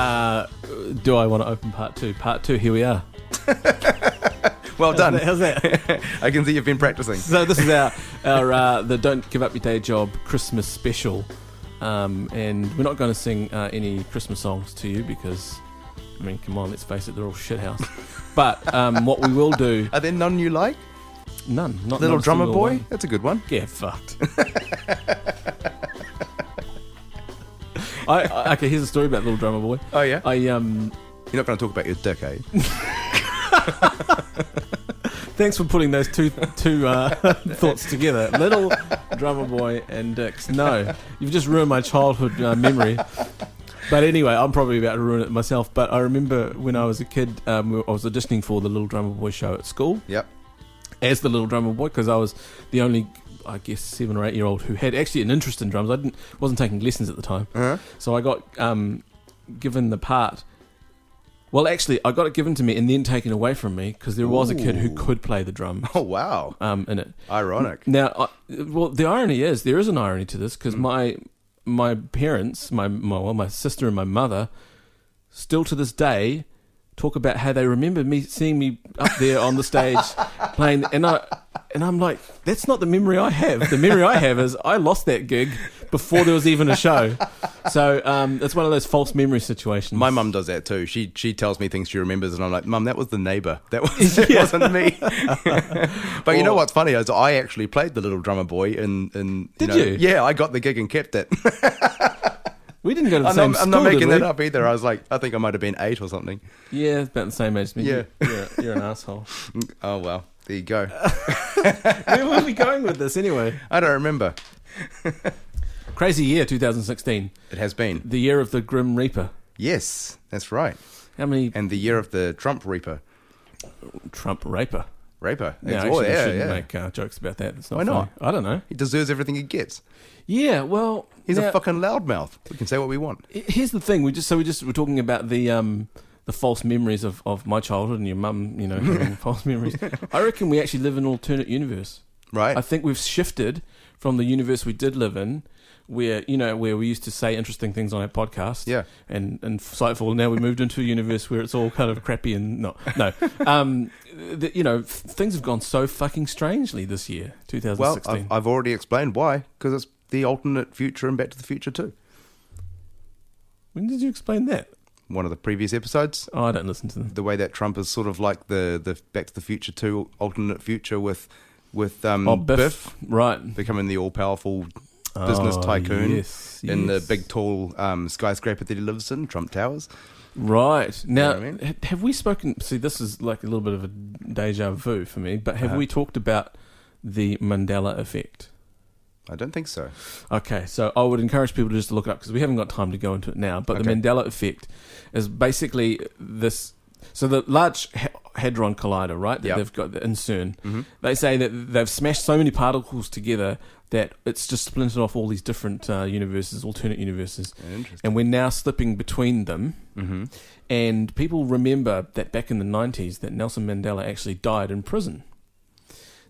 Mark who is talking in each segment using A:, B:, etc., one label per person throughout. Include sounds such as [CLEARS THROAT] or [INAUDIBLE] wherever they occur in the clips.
A: Uh, do I want to open part two? Part two, here we are.
B: Well
A: How's
B: done.
A: that? How's that?
B: I can see you've been
A: [LAUGHS]
B: practicing.
A: so this is our our uh, the Don't Give Up Your Day Job Christmas special, um, and we're not going to sing uh, any Christmas songs to you because, I mean, come on, let's face it, they're all
B: [LAUGHS]
A: shithouse. But um, what we will do,
B: Are there none you like?
A: none, not
B: Little
A: not a
B: Drummer
A: single
B: Boy?
A: one.
B: That's a good one.
A: Get fucked.
B: [LAUGHS]
A: I, I, okay, here's a story about Little Drummer Boy.
B: Oh, yeah?
A: I um,
B: You're not going to talk about your dick, [LAUGHS] eh?
A: thanks for putting those two two uh, [LAUGHS] thoughts together, Little Drummer Boy and Dix. No, you've just ruined my childhood uh, memory. But anyway, I'm probably about to ruin it myself. But I remember when I was a kid, um, I was auditioning for the Little Drummer Boy show at school,
B: Yep.
A: as the little drummer boy because I was the only, I guess, seven or eight year old who had actually an interest in drums. I didn't wasn't taking lessons at the time,
B: Uh-huh.
A: so I got um, given the part. Well, actually, I got it given to me and then taken away from me because there was a kid who
B: Ooh.
A: could play the drum
B: Oh, wow.
A: um, in it.
B: Ironic. Mm.
A: Now, I, well, the irony is there is an irony to this because my my parents, my my, well, my sister and my mother, still to this day talk about how they remember me seeing me up there on the
B: [LAUGHS]
A: stage playing, and I and I'm like, that's not the memory I have. The memory I have is I lost that gig before there was even a show. So um, it's one of those false memory situations.
B: My mum does that too. She she tells me things she remembers, and I'm like, Mum, that was the neighbour. That [LAUGHS] was that wasn't me. but you know
A: Or-
B: what's funny is I actually played the little drummer boy in in.
A: Did
B: know-
A: you?
B: Yeah, I got the gig and kept it.
A: we didn't go to the
B: [LAUGHS] I'm,
A: same
B: not,
A: school.
B: I'm not
A: did
B: making
A: we?
B: that up either. I was like, I think I might have been eight or something.
A: Yeah, about the same age as me.
B: Yeah.
A: you're, you're an
B: [LAUGHS]
A: asshole.
B: Oh well, there you go.
A: Where were we going with this anyway?
B: I don't remember.
A: Crazy year 2016,
B: It has been.
A: the year of the Grim Reaper.
B: Yes, that's right.
A: How many
B: And the year of the Trump Reaper.
A: Trump Raper?
B: Raper.
A: No,
B: It's-
A: actually,
B: oh,
A: I
B: yeah,
A: shouldn't
B: yeah.
A: make uh, jokes about that. It's not
B: Why not?
A: funny. I don't know.
B: He deserves everything he gets.
A: Yeah, well,
B: He's
A: now,
B: a fucking loudmouth. We can say what we want.
A: h- Here's the thing. We just so we just we're talking about the um the false memories of, of my childhood and your mum, you know,
B: [LAUGHS]
A: having false memories. I reckon we actually live in an alternate universe.
B: Right.
A: I think we've shifted from the universe we did live in, where you know where we used to say interesting things on our podcast,
B: Yeah.
A: and and insightful. Now we moved into a universe where it's all kind of crappy and not no, um, the, you know, f- things have gone so fucking strangely this year,
B: Well,
A: 2016.
B: I've, I've already explained why, because it's the alternate future and Back to the Future too.
A: when did you explain that?
B: One of the previous episodes,
A: Oh, I don't listen to them.
B: the way that Trump is sort of like the, the Back to the Future two alternate future with with um,
A: Oh, Biff, right?
B: becoming the all powerful business
A: Oh,
B: tycoon
A: yes,
B: in
A: yes.
B: the big tall um, skyscraper that he lives in, Trump Towers.
A: Right now,
B: what I mean?
A: ha- have we spoken? See, this is like a little bit of a deja vu for me, but have
B: Uh-huh.
A: we talked about the Mandela effect?
B: I don't think so.
A: Okay, so I would encourage people to just look it up because we haven't got time to go into it now. But the
B: Okay.
A: Mandela effect is basically this. So the Large Ha- Hadron Collider, right? That
B: Yep.
A: they've got in CERN.
B: Mhm.
A: They say that they've smashed so many particles together that it's just splintered off all these different uh, universes, alternate universes,
B: Interesting.
A: and we're now slipping between them.
B: Mm-hmm.
A: And people remember that back in the 90s that Nelson Mandela actually died in prison.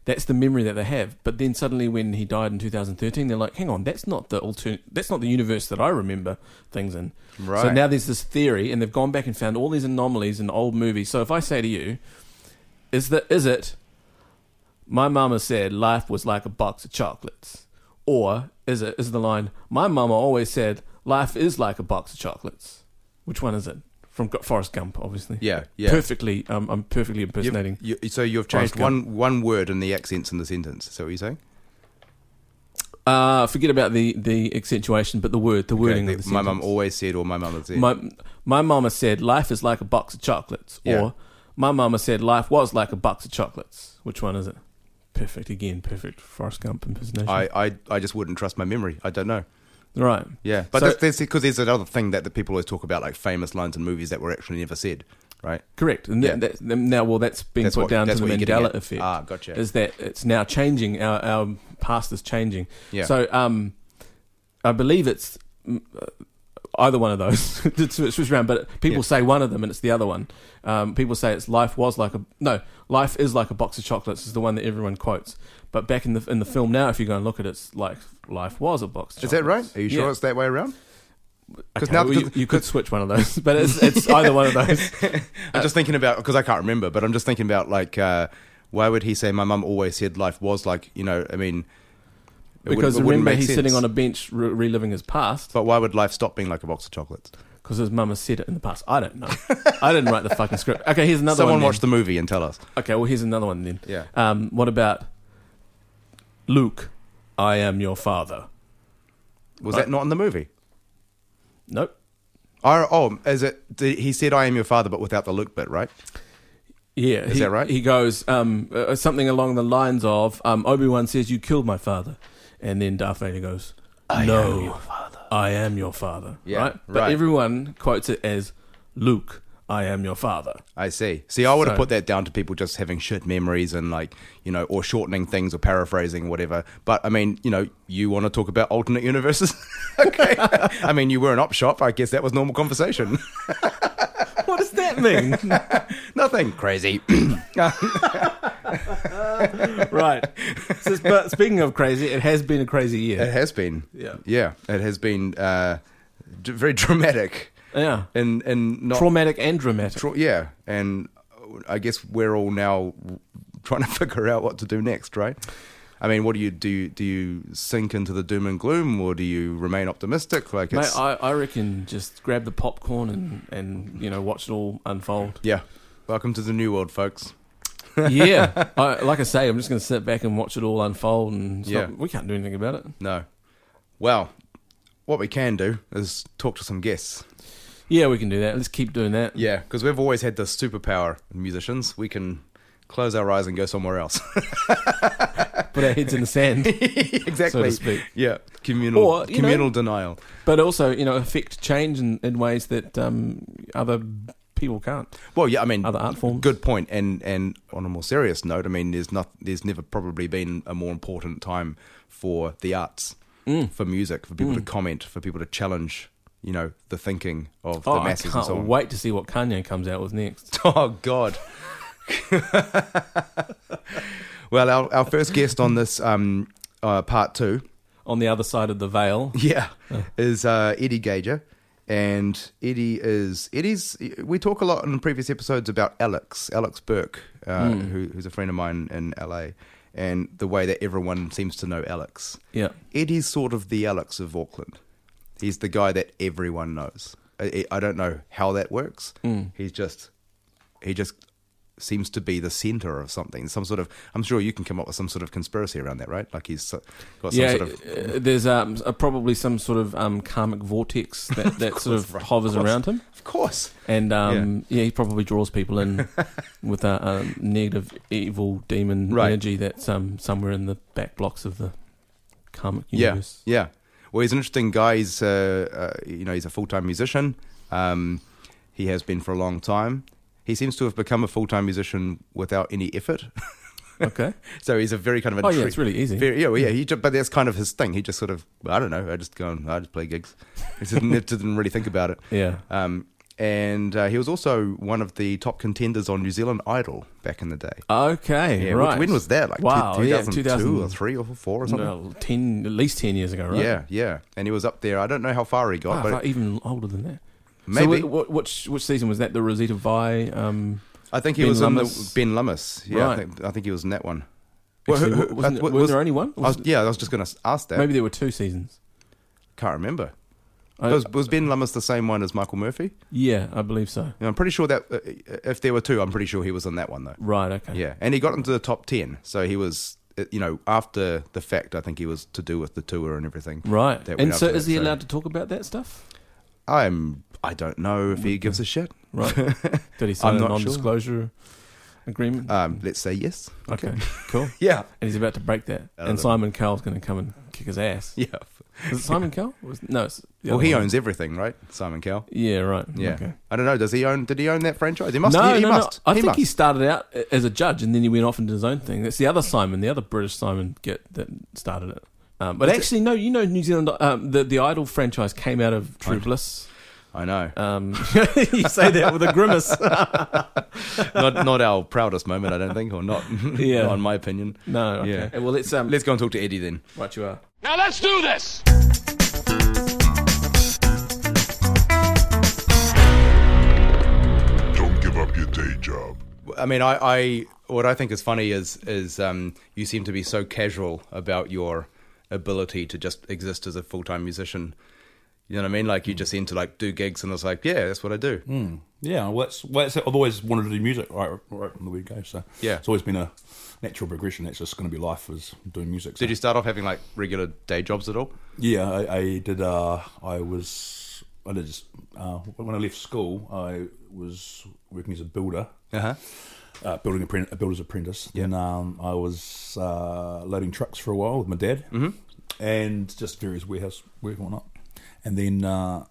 A: That's the memory that they have. But then suddenly when he died in 2013 they're like, "Hang on, that's not the altern- that's not the universe that I remember things in."
B: Right.
A: So now there's this theory and they've gone back and found all these anomalies in old movies. So if I say to you, is that is it my mama said life was like a box of chocolates or is it is the line my mama always said life is like a box of chocolates which one is it from G- Forrest Gump obviously
B: yeah, yeah.
A: perfectly um, I'm perfectly
B: You've-
A: impersonating
B: you- so you've
A: Forrest
B: changed one, one word in the accents in the sentence. Is that what you're saying?
A: uh forget about the the accentuation but the word the wording
B: Okay,
A: of the
B: my mum
A: sentence.
B: always said, or my mum had said.
A: my my mama said life is like a box of chocolates
B: Yeah.
A: or my mama said life was like a box of chocolates which one is it perfect again perfect Forrest Gump impersonation
B: I, I, I just wouldn't trust my memory. I don't know.
A: right
B: Yeah, but
A: So-
B: that's that's because there's another thing that the people always talk about, like famous lines in movies that were actually never said, right?
A: Correct, and
B: Yeah.
A: that, that, now well, that's being
B: That's
A: put
B: what-
A: down to
B: that's
A: the
B: what you're getting
A: Mandela
B: at.
A: effect.
B: Ah, gotcha.
A: Is that it's now changing? Our, our past is changing.
B: Yeah.
A: So, um, I believe it's mm, uh, either one of those. [LAUGHS] It's switch around, but people
B: Yeah.
A: say one of them, and it's the other one. Um, people say it's life was like a no, life is like a box of chocolates is the one that everyone quotes. But back in the in the film now, if you go and look at it, it's like life was a box. Of
B: Is that right?
A: chocolates.
B: Are you sure
A: Yeah.
B: it's that way around?
A: Okay,
B: now-
A: well, you,
B: [LAUGHS] 'cause-
A: you could switch one of those, but
B: [LAUGHS]
A: it's, it's either one of those.
B: I'm just thinking about because I can't remember, but I'm just thinking about like uh, why would he say my mum always said life was like you know I mean it wouldn't-
A: Because
B: it wouldn't
A: remember,
B: make
A: he's
B: sense.
A: sitting on a bench re- reliving his past
B: But why would life stop being like a box of chocolates?
A: because his mum has said it in the past. I don't know. I didn't write the fucking script. Okay, here's another
B: Someone
A: one. then.
B: watch the movie and tell us.
A: Okay, well, here's another one then.
B: Yeah.
A: Um, what about Luke? I am your father.
B: Was
A: Right.
B: that not in the movie?
A: Nope.
B: I, oh, is it? Did, he said, "I am your father," but without the Luke bit, right?
A: Yeah,
B: Is
A: he,
B: that right?
A: He goes um, uh, something along the lines of um, Obi Wan says, "You killed my father," and then Darth Vader goes, "No, I am your father."
B: Yeah,
A: right? But
B: right.
A: everyone quotes it as Luke. I am your
B: [LAUGHS]
A: father.
B: I see. See, I would have
A: So-
B: put that down to people just having shit memories and like you know, or shortening things or paraphrasing whatever. But I mean, you know, you want to talk about alternate universes? [LAUGHS] okay. I mean, you were an op shop. I guess that was normal conversation. [LAUGHS]
A: What does that mean?
B: Nothing [CLEARS THROAT] crazy.
A: [LAUGHS] right. So, but speaking of crazy, it has been a crazy
B: It
A: year.
B: has been.
A: Yeah.
B: Yeah. It has been uh, d- very dramatic
A: Yeah.
B: and and not
A: Traumatic and dramatic.
B: tra- yeah. And uh, I guess we're all now trying to [LAUGHS] figure out what to do next, right? I mean, what do you do? Do you sink into the doom and gloom, or do you remain optimistic? Like
A: Mate,
B: it's
A: I, I reckon just grab the popcorn and, and you know watch it all
B: [LAUGHS]
A: unfold.
B: yeah. Welcome to the new world, folks.
A: yeah, I, like I say, I'm just going to sit back and watch it all unfold, and it's
B: Yeah.
A: not- we can't do anything about it.
B: No. Well, what we can do is talk to some guests.
A: Yeah, we can do that. Let's keep doing that.
B: Yeah, because we've always had this superpower, musicians. We can close our eyes and go
A: [LAUGHS]
B: somewhere else. [LAUGHS]
A: Put our heads in the sand,
B: exactly.
A: so to speak.
B: Yeah, communal
A: Or, you know-
B: communal denial.
A: But also, you know, affect change in, in ways that um, other people can't.
B: Well, yeah, I mean,
A: Other art forms.
B: good point. And and on a more serious note, I mean, there's not there's never probably been a more important time for the arts,
A: Mm.
B: for music, for people to comment, for people to challenge, you know, the thinking of
A: Oh,
B: the
A: I
B: masses
A: can't
B: and so on.
A: wait to see what Kanye comes out with next.
B: [LAUGHS] Oh God. well, our, our first guest on this um, uh, part two
A: On the other side of the
B: [LAUGHS]
A: veil,
B: Yeah, is uh, Eddie Gager, and Eddie is Eddie's. We talk a lot in previous episodes about Alex, Alex Burke, uh,
A: Hmm.
B: who, who's a friend of mine in LA, and the way that everyone seems to know Alex.
A: yeah,
B: Eddie's sort of the Alex of Auckland. He's the guy that everyone knows. I, I I don't know how that works.
A: Hmm.
B: He's just he just seems to be the center of something. Some sort of I'm sure you can come up with some sort of conspiracy around that, right? Like he's got some
A: yeah.
B: sort of
A: uh, there's um, uh, probably some sort of um, karmic vortex that, that sort of
B: right, [LAUGHS] of
A: hovers
B: course.
A: around him.
B: of course.
A: And um, yeah. he probably draws people
B: [LAUGHS]
A: in with a, a negative, evil demon
B: Right.
A: energy that's um, somewhere in the back blocks of the comic
B: [LAUGHS]
A: universe.
B: Yeah, yeah. Well, he's an interesting guy. He's, uh, uh, you know, he's a full-time musician. Um, he has been for a long time. He seems to have become a full-time musician without any effort. [LAUGHS]
A: Okay.
B: so he's a very kind of
A: Oh yeah,
B: intri-
A: it's really easy.
B: very, yeah, well, yeah. He just, but that's kind of his thing. He just sort of, I don't know. I just go and I just play gigs. [LAUGHS] He didn't, didn't really think about it.
A: yeah.
B: Um, and uh, he was also one of the top contenders on New Zealand Idol back in the day.
A: Okay.
B: Yeah,
A: right.
B: which- when was that? Like
A: Wow,
B: two
A: yeah,
B: thousand two
A: 2000
B: or three or four or something.
A: No, uh, ten, at least ten years ago, right? Ah,
B: Yeah, yeah. And he was up there. I don't know how far he
A: Wow,
B: got, but
A: like even older than that.
B: maybe
A: So what, which which season was that? The Rosita Vi. Um,
B: I think he
A: Ben
B: was on the
A: Lummis?
B: Ben Lummis. Yeah,
A: Right.
B: I, think, I think he was in that one.
A: actually,
B: who- who-
A: wasn't it-
B: what-
A: was
B: was-
A: there only one?
B: I was, yeah, I was just going to ask that.
A: Maybe there were two seasons.
B: Can't remember.
A: I-
B: was, was Ben Lummis the same one as Michael Murphy?
A: yeah, I believe so.
B: Yeah, I'm pretty sure that uh, if there were two, I'm pretty sure he was on that one though.
A: Right. Okay.
B: Yeah, and he got into the top ten. So he was, uh, you know, after the fact, I think he was to do with the tour and everything.
A: Right.
B: That went
A: And
B: up
A: so,
B: to
A: is
B: that,
A: he
B: so-
A: allowed to talk about that stuff?
B: I'm, I don't know if he gives a shit. [LAUGHS]
A: Right. Did he sign
B: I'm
A: a
B: not sure.
A: non-disclosure agreement?
B: Um, let's say yes.
A: okay. cool. And
B: Yeah.
A: he's about to break that,
B: I don't
A: and
B: know.
A: Simon Cowell's going to come and kick his ass.
B: [LAUGHS] Yeah.
A: Is it Simon Cowell? Was, no. It's the
B: Well,
A: other
B: he
A: one.
B: owns everything, right? Simon Cowell.
A: Yeah. Right.
B: Yeah.
A: Okay.
B: I don't know. Does he own? Did he own that franchise? He must.
A: no,
B: he, he
A: no,
B: must.
A: no. I
B: he
A: think
B: must.
A: he started out a- as a judge, and then he went off and did his own thing. That's the other Simon, the other British Simon get that started it. Um, but
B: Is it-
A: actually, no. You know, New Zealand, um, the the Idol franchise came out of True
B: I-
A: Bliss.
B: I know. [LAUGHS]
A: Um, [LAUGHS] you say that with a grimace.
B: not not our proudest moment, I don't think, or not. [LAUGHS]
A: Yeah.
B: not in my opinion.
A: No. Okay.
B: Yeah.
A: Well, let's um.
B: Let's go and talk to Eddie then.
A: Right, you are.
C: Now let's do this! job.
B: I mean, I, I what I think is funny is is um, you seem to be so casual about your ability to just exist as a full time musician. You know what I mean? Like you just seem to like do gigs, and it's like, yeah, that's what I do.
C: Yeah, well, that's, well, that's it. I've always wanted to do music right, right from the word go. So
B: Yeah.
C: it's always been a natural progression. That's just going to be life is doing music. So.
B: Did you start off having like regular day jobs at all?
C: Yeah, I, I did. Uh, I was. I did. Just, uh, when I left school, I was working as a builder,
B: Uh-huh.
C: uh, building apprentice, a builder's apprentice. And um, I was uh, loading trucks for a while with my dad, and just various warehouse work and whatnot. And then uh,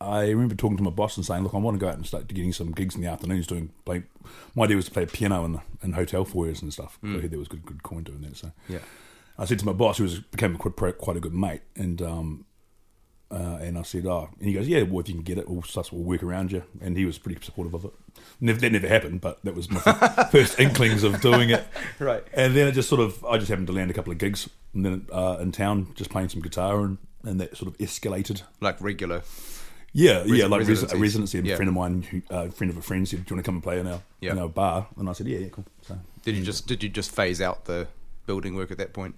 C: I remember talking to my boss and saying, "Look, I want to go out and start getting some gigs in the afternoons. Doing playing. My idea was to play piano in, in hotel foyers and stuff. I heard there was good good coin doing that. So
B: Yeah.
C: I said to my boss, who was became a quite, quite a good mate, and um, uh, and I said, "Oh," and he goes, "Yeah, well, if you can get it, we'll, sus- we'll work around you." And he was pretty supportive of it. Never, that never happened, but that was my
B: [LAUGHS]
C: f- first inklings of doing it.
B: Right.
C: And then I just sort of, I just happened to land a couple of gigs, and then uh, in town, just playing some guitar, and, and that sort of escalated.
B: Like regular.
C: Yeah, yeah, like resi- a
B: residencies.
C: residency. And
B: Yeah.
C: A friend of mine, who, uh, friend of a friend, said, "Do you want to come and play in our
B: Yeah.
C: in our bar?" And I said, "Yeah, yeah, cool." So
B: Did you just did you just phase out the building work at that point?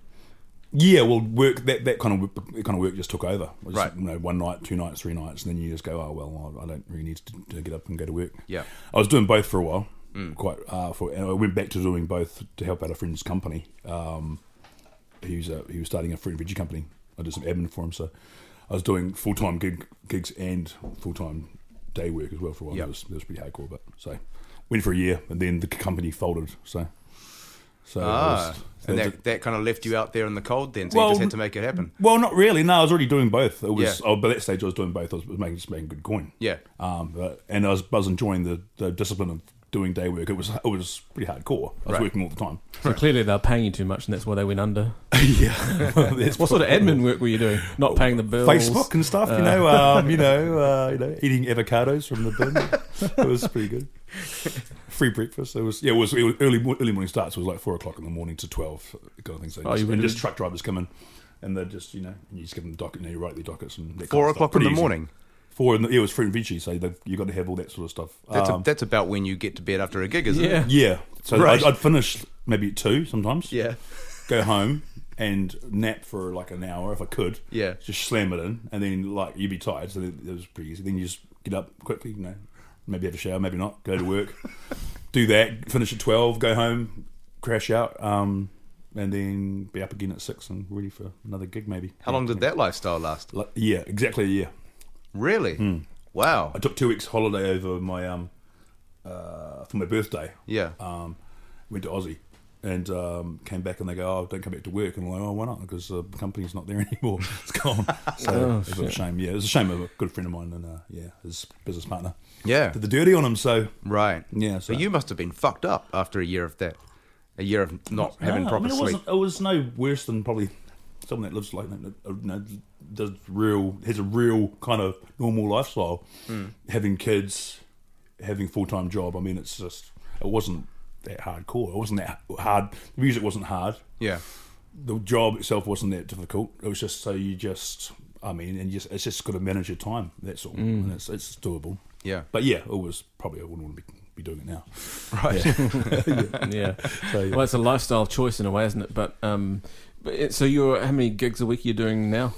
C: Yeah, well, work that, that kind of it kind of work just took over. It was
B: Right.
C: You know, one night, two nights, three nights, and then you just go, oh well, I- I don't really need to, to get up and go to work.
B: Yeah. Mm.
C: I was doing both for a while, quite uh, for, and I went back to doing both to help out a friend's company. Um, he was uh, he was starting a fruit and veggie company. I did some admin for him, so I was doing full time gig, gigs and full time day work as well for a while.
B: Yeah.
C: It, was, it was pretty hardcore, but so went for a year, and then the company folded. So, so I
B: Ah,
C: was- so
B: and
C: it was a-
B: that, that kind of left you out there in the cold then, so you just had to make it happen.
C: well, not really. No, I was already doing both. It was
B: Yeah.
C: oh, by that stage, I was doing both. I was making just making good coin.
B: Yeah.
C: Um, but, and I was, I was enjoying the, the discipline of doing day work. It was it was pretty hardcore. I was
B: Right.
C: working all the
B: [LAUGHS]
C: time. [LAUGHS]
A: So clearly they're paying you too much, and that's why they went under.
C: yeah. Well, that's
A: What sort of admin work were you doing? [LAUGHS] Not paying the bills.
C: Facebook and stuff, you know, um,
A: [LAUGHS]
C: you know, uh, you know, eating avocados from the bin. it was pretty good. Free breakfast. It was yeah. It was, it was early mo- early morning starts. It was like four o'clock in the morning to twelve kind of things. So
A: Oh, you
C: just,
A: were
C: and just
A: doing-
C: truck drivers come in, and they're just you know you just give them the docket. You know, you write their dockets and that
B: Four
C: kind of stuff.
B: o'clock in
C: Pretty
B: the
C: easy.
B: morning.
C: Four in the, yeah, it was fruit and veggie, so they've, you got to have all that sort of stuff.
B: That's,
C: Um,
B: a, that's about when you get to bed after a gig, isn't
A: Yeah.
B: it?
C: yeah. So
B: Right.
C: I'd, I'd finish maybe at two sometimes.
B: Yeah.
C: Go home and nap for like an hour if I could.
B: Yeah.
C: Just slam it in, and then like you'd be tired, so it was pretty easy. Then you just get up quickly, you know, maybe have a shower, maybe not, go
B: [LAUGHS]
C: to work, do that, finish at twelve, go home, crash out, um, and then be up again at six and ready for another gig maybe.
B: How long did that lifestyle last?
C: Like, yeah, exactly a year.
B: Really?
C: Hmm.
B: Wow.
C: I took two weeks holiday over my um uh, for my birthday.
B: Yeah.
C: Um, went to Aussie and um, came back and they go, oh, don't come back to work. And I'm like, oh, why not? Because uh, the company's not there [LAUGHS] anymore. It's gone. So
A: Oh,
C: it was a
A: shit.
C: shame. Yeah, it was a shame of a good friend of mine and uh, yeah, his business partner
B: Yeah.
C: did the dirty on him. So
B: Right.
C: yeah,
B: So
C: so,
B: you must have been fucked up after a year of that, a year of not having
C: No, I
B: proper
C: mean, it
B: sleep.
C: Wasn't, it was no worse than probably someone that lives like that, uh, you know, does real has a real kind of normal lifestyle,
B: Hmm.
C: having kids, having full time job. I mean, it's just it wasn't that hardcore. It wasn't that hard. The music wasn't hard.
B: Yeah.
C: The job itself wasn't that difficult. It was just so you just. I mean, and you just, it's just got to manage your time. That's all, and it's it's doable.
B: Yeah.
C: but yeah, it was probably I wouldn't want to be, be doing it now.
B: Right.
A: [LAUGHS] yeah.
C: So yeah. [LAUGHS]
A: Well, it's a lifestyle choice in a way, isn't it? But um, but it, so you're how many gigs a week are you doing now?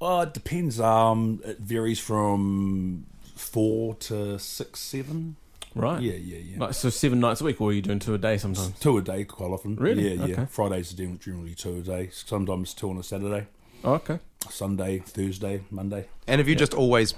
C: Uh, it depends. Um, it varies from four to six, seven.
A: Right.
C: Yeah, yeah, yeah.
A: Like, so seven nights a week, or are you doing two a day sometimes?
C: Two a day, quite often.
A: Really?
C: Yeah, yeah.
A: Okay.
C: Fridays are gen- generally two a day. Sometimes two on a Saturday,
A: Oh, okay.
C: Sunday, Thursday, Monday.
B: And have you just always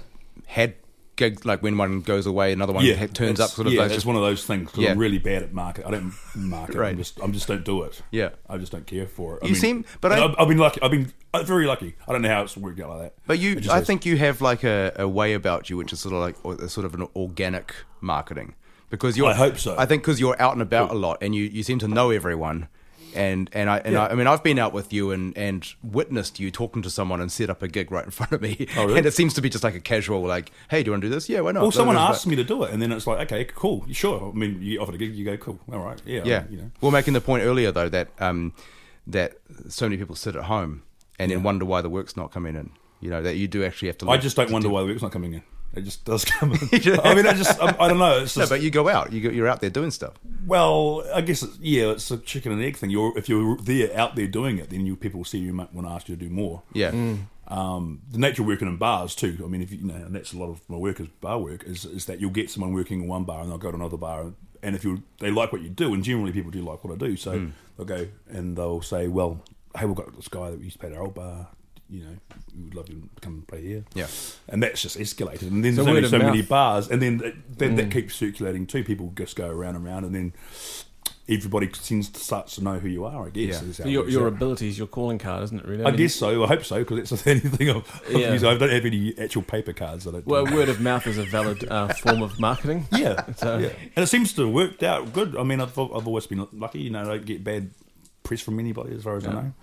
B: had gigs like when one goes away, another one ha- turns
C: it's-
B: up, sort of
C: Yeah,
B: those?
C: it's one of those things. 'cause
B: Yeah.
C: I'm really bad at market. I don't market.
B: Right.
C: I'm just, I'm just don't do it.
B: Yeah.
C: I just don't care for it. I
B: You seem- but
C: and
B: I-
C: I've, I've been lucky. I've been uh, very lucky. I don't know how it's worked out like that.
B: But you,
C: It just
B: I
C: has-
B: think you have like a, a way about you, which is sort of like or- a sort of an organic marketing because you're.
C: I hope so.
B: I think because you're out and about a lot, and you, you seem to know everyone, and and I and I, I mean I've been out with you and and witnessed you talking to someone and set up a gig right in [LAUGHS] front of me,
C: Oh, really?
B: and it seems to be just like a casual like, hey, do you want to do this? Yeah, why not?
C: Well, someone
B: Blah, blah, blah.
C: asked me to do it, and then it's like, okay, cool, sure. I mean, you offered a gig, you go, cool, all right, yeah,
B: Yeah,
C: you know.
B: we're making the point earlier though that um that so many people sit at home and then wonder why the work's not coming in. You know that you do actually have to.
C: I
B: like-
C: just don't wonder why the work's not coming in. It just does
B: [LAUGHS]
C: come. In.
B: Yeah.
C: I mean, I just I, I don't know. It's
B: No,
C: just,
B: but you go out. You go, you're out there doing stuff.
C: well, I guess it's, yeah, it's a chicken and egg thing. You're if you're there out there doing it, then you people will see you might want to ask you to do more.
B: Yeah.
A: Mm.
C: um, the nature of working in bars too. I mean, if you, you know, and that's a lot of my work is bar work is, is that you'll get someone working in one bar and they'll go to another bar, and if you they like what you do, and generally people do like what I do, so
A: Mm.
C: they'll go and they'll say, well, hey, we've got this guy that we used to play at our old bar. You know, we would love you to come and play here.
B: Yeah.
C: and that's just escalated, and then
A: So
C: there's only
A: word of
C: so many
A: mouth. Mm.
C: bars, and then that, then that keeps circulating too. People just go around and around, and then everybody seems to starts to know who you are. I guess
B: Yeah.
C: is how
A: So
C: it
A: your
C: works
A: your
C: out.
A: ability is your calling card, isn't it? Really,
C: I
A: mean,
C: guess so. I hope so because it's the [LAUGHS] only thing I've, I've
A: Yeah.
C: used. I don't have any actual paper cards that I do.
A: Well, word
C: [LAUGHS]
A: of mouth is a valid uh, form of marketing.
C: yeah,
A: So-
C: yeah, and it seems to have worked out good. I mean, I've, I've always been lucky. You know, I don't get bad press from anybody as far as I know.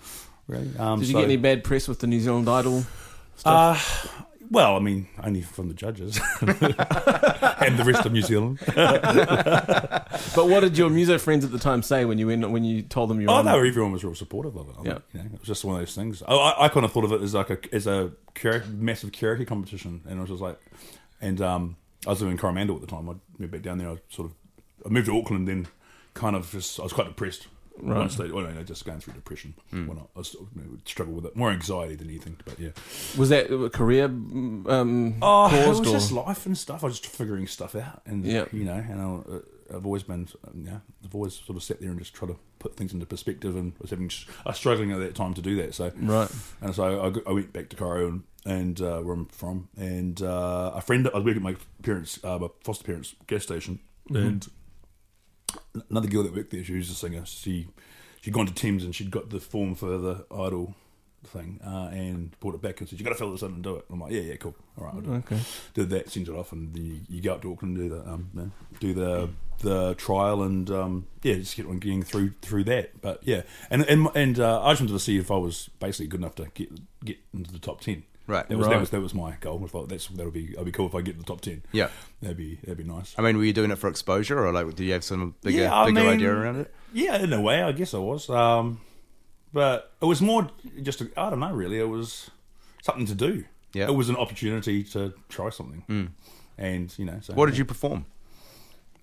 C: Really. Um,
A: Did you
C: so-
A: get any bad press with the New Zealand Idol?
C: Uh, well, I mean, only from the judges [LAUGHS] and the rest of New Zealand.
A: But what did your muso friends at the time say when you went, when you told them you were
C: Oh
A: on?
C: no, everyone was real supportive of it. I
A: Yeah.
C: think, you know, it was just one of those things. I, I, I kind of thought of it as like a as a chari- massive charity competition, and I was just like, and um, I was living in Coromandel at the time. I moved back down there. I sort of I moved to Auckland, then kind of just I was quite depressed. Right. Once they, well, no, just going through depression.
A: Hmm.
C: When I, I was, you know, struggled with it, more anxiety than anything. But yeah,
A: Was that a career um,
C: Oh, it was
A: caused or?
C: just life and stuff. I was just figuring stuff out, and
A: Yeah.
C: you know, and I, uh, I've always been, um, yeah, I've always sort of sat there and just try to put things into perspective, and was having, I was struggling at that time to do that. So
A: Right.
C: and so I, go- I went back to Cairo and, and uh, where I'm from, and uh, a friend I was working at my parents, uh, my foster parents' gas station,
A: Mm-hmm.
C: and another girl that worked there, she was a singer. She she'd gone to Thames and she'd got the form for the idol thing uh, and brought it back and said, "You got to fill this in and do it." And I'm like, "Yeah, yeah, cool, all right." I'll do it."
A: Okay.
C: Did that, sent it off, and then you, you go up to Auckland and do the um, you know, do the the trial and um, yeah, just get on getting through through that. But yeah, and and and uh, I just wanted to see if I was basically good enough to get get into the top ten.
B: Right.
C: That was,
A: Right.
C: That was that was my goal. I thought that's that'll be that'll be cool if I get in the top ten.
B: Yeah.
C: That'd be that'd be nice.
B: I mean, were you doing it for exposure, or like, do you have some bigger,
C: Yeah, I
B: bigger
C: mean-
B: idea around it?
C: Yeah, in a way, I guess I was. Um, but it was more just, I I don't know, really. It was something to do.
B: Yeah. Hmm.
C: It was an opportunity to try something. And, you know, so.
B: What did you perform?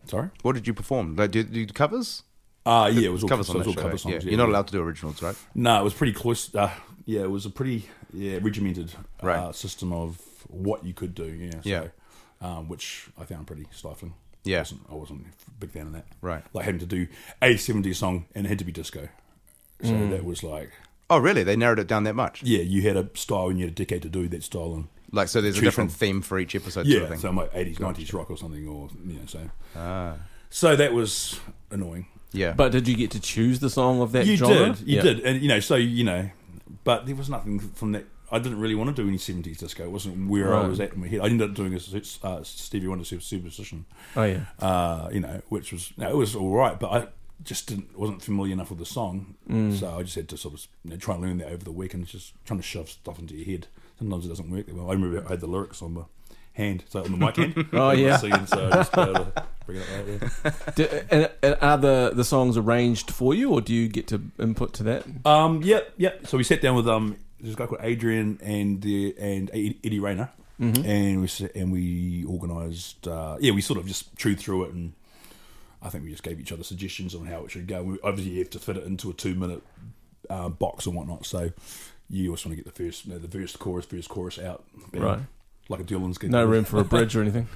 C: Sorry?
B: What did you perform? Like, did you do covers?
C: Uh, yeah, it was all
B: Covers
C: it
B: on
C: was
B: that
C: all
B: show,
C: cover
B: right?
C: songs.
B: Yeah.
C: yeah.
B: You're not allowed to do originals, right?
C: No, it was pretty close. Uh, yeah, it was a pretty yeah, regimented uh,
B: Right.
C: system of what you could do. Yeah. So,
B: Yeah.
C: Um, which I found pretty stifling.
B: Yeah.
C: I wasn't, I wasn't a big fan of that.
B: Right.
C: Like having to do a 70s song and it had to be disco. So
B: Hmm.
C: that was like,
B: Oh, really? They narrowed it down that much?
C: yeah, you had a style and you had a decade to do that style and
B: Like, so there's a
C: Choose
B: different
C: from-
B: theme for each episode
C: yeah,
B: sort of thing? Ah.
C: so like eighties, nineties rock or something, or you know, so so that was annoying.
B: yeah.
A: But did you get to choose the song of that
C: You
A: genre?
C: did, you
A: Yeah.
C: did, and you know, so you know, but there was nothing from that. I didn't really want to do any seventies disco. It wasn't where I
A: Right.
C: was at in my head. I ended up doing a su- uh, Stevie Wonder su- superstition,
A: Oh yeah.
C: uh, you know, which was no, it was all right, but I just didn't wasn't familiar enough with the song,
A: Mm.
C: so I just had to sort of you know, try and learn that over the weekend. Just trying to shove stuff into your head. Sometimes it doesn't work that well. I remember I had the lyrics on my hand, so [LAUGHS] on the mic hand.
A: [LAUGHS] Oh, yeah.
C: Singing, so I just uh, [LAUGHS] bring it up right there.
A: Did, and, and are the the songs arranged for you, or do you get to input to that?
C: Um, yep, yep. So we sat down with um, there's a guy called Adrian and the and E, Eddie Rayner,
A: Mm-hmm.
C: and we s- and we organised. Uh, yeah, we sort of just chewed through it, and I think we just gave each other suggestions on how it should go. We obviously you have to fit it into a two minute uh, box and whatnot. So you also want to get the first, you know, the verse, chorus, first chorus out, bang,
A: Right.
C: Like a Dylan's get
A: No room for a bridge or anything.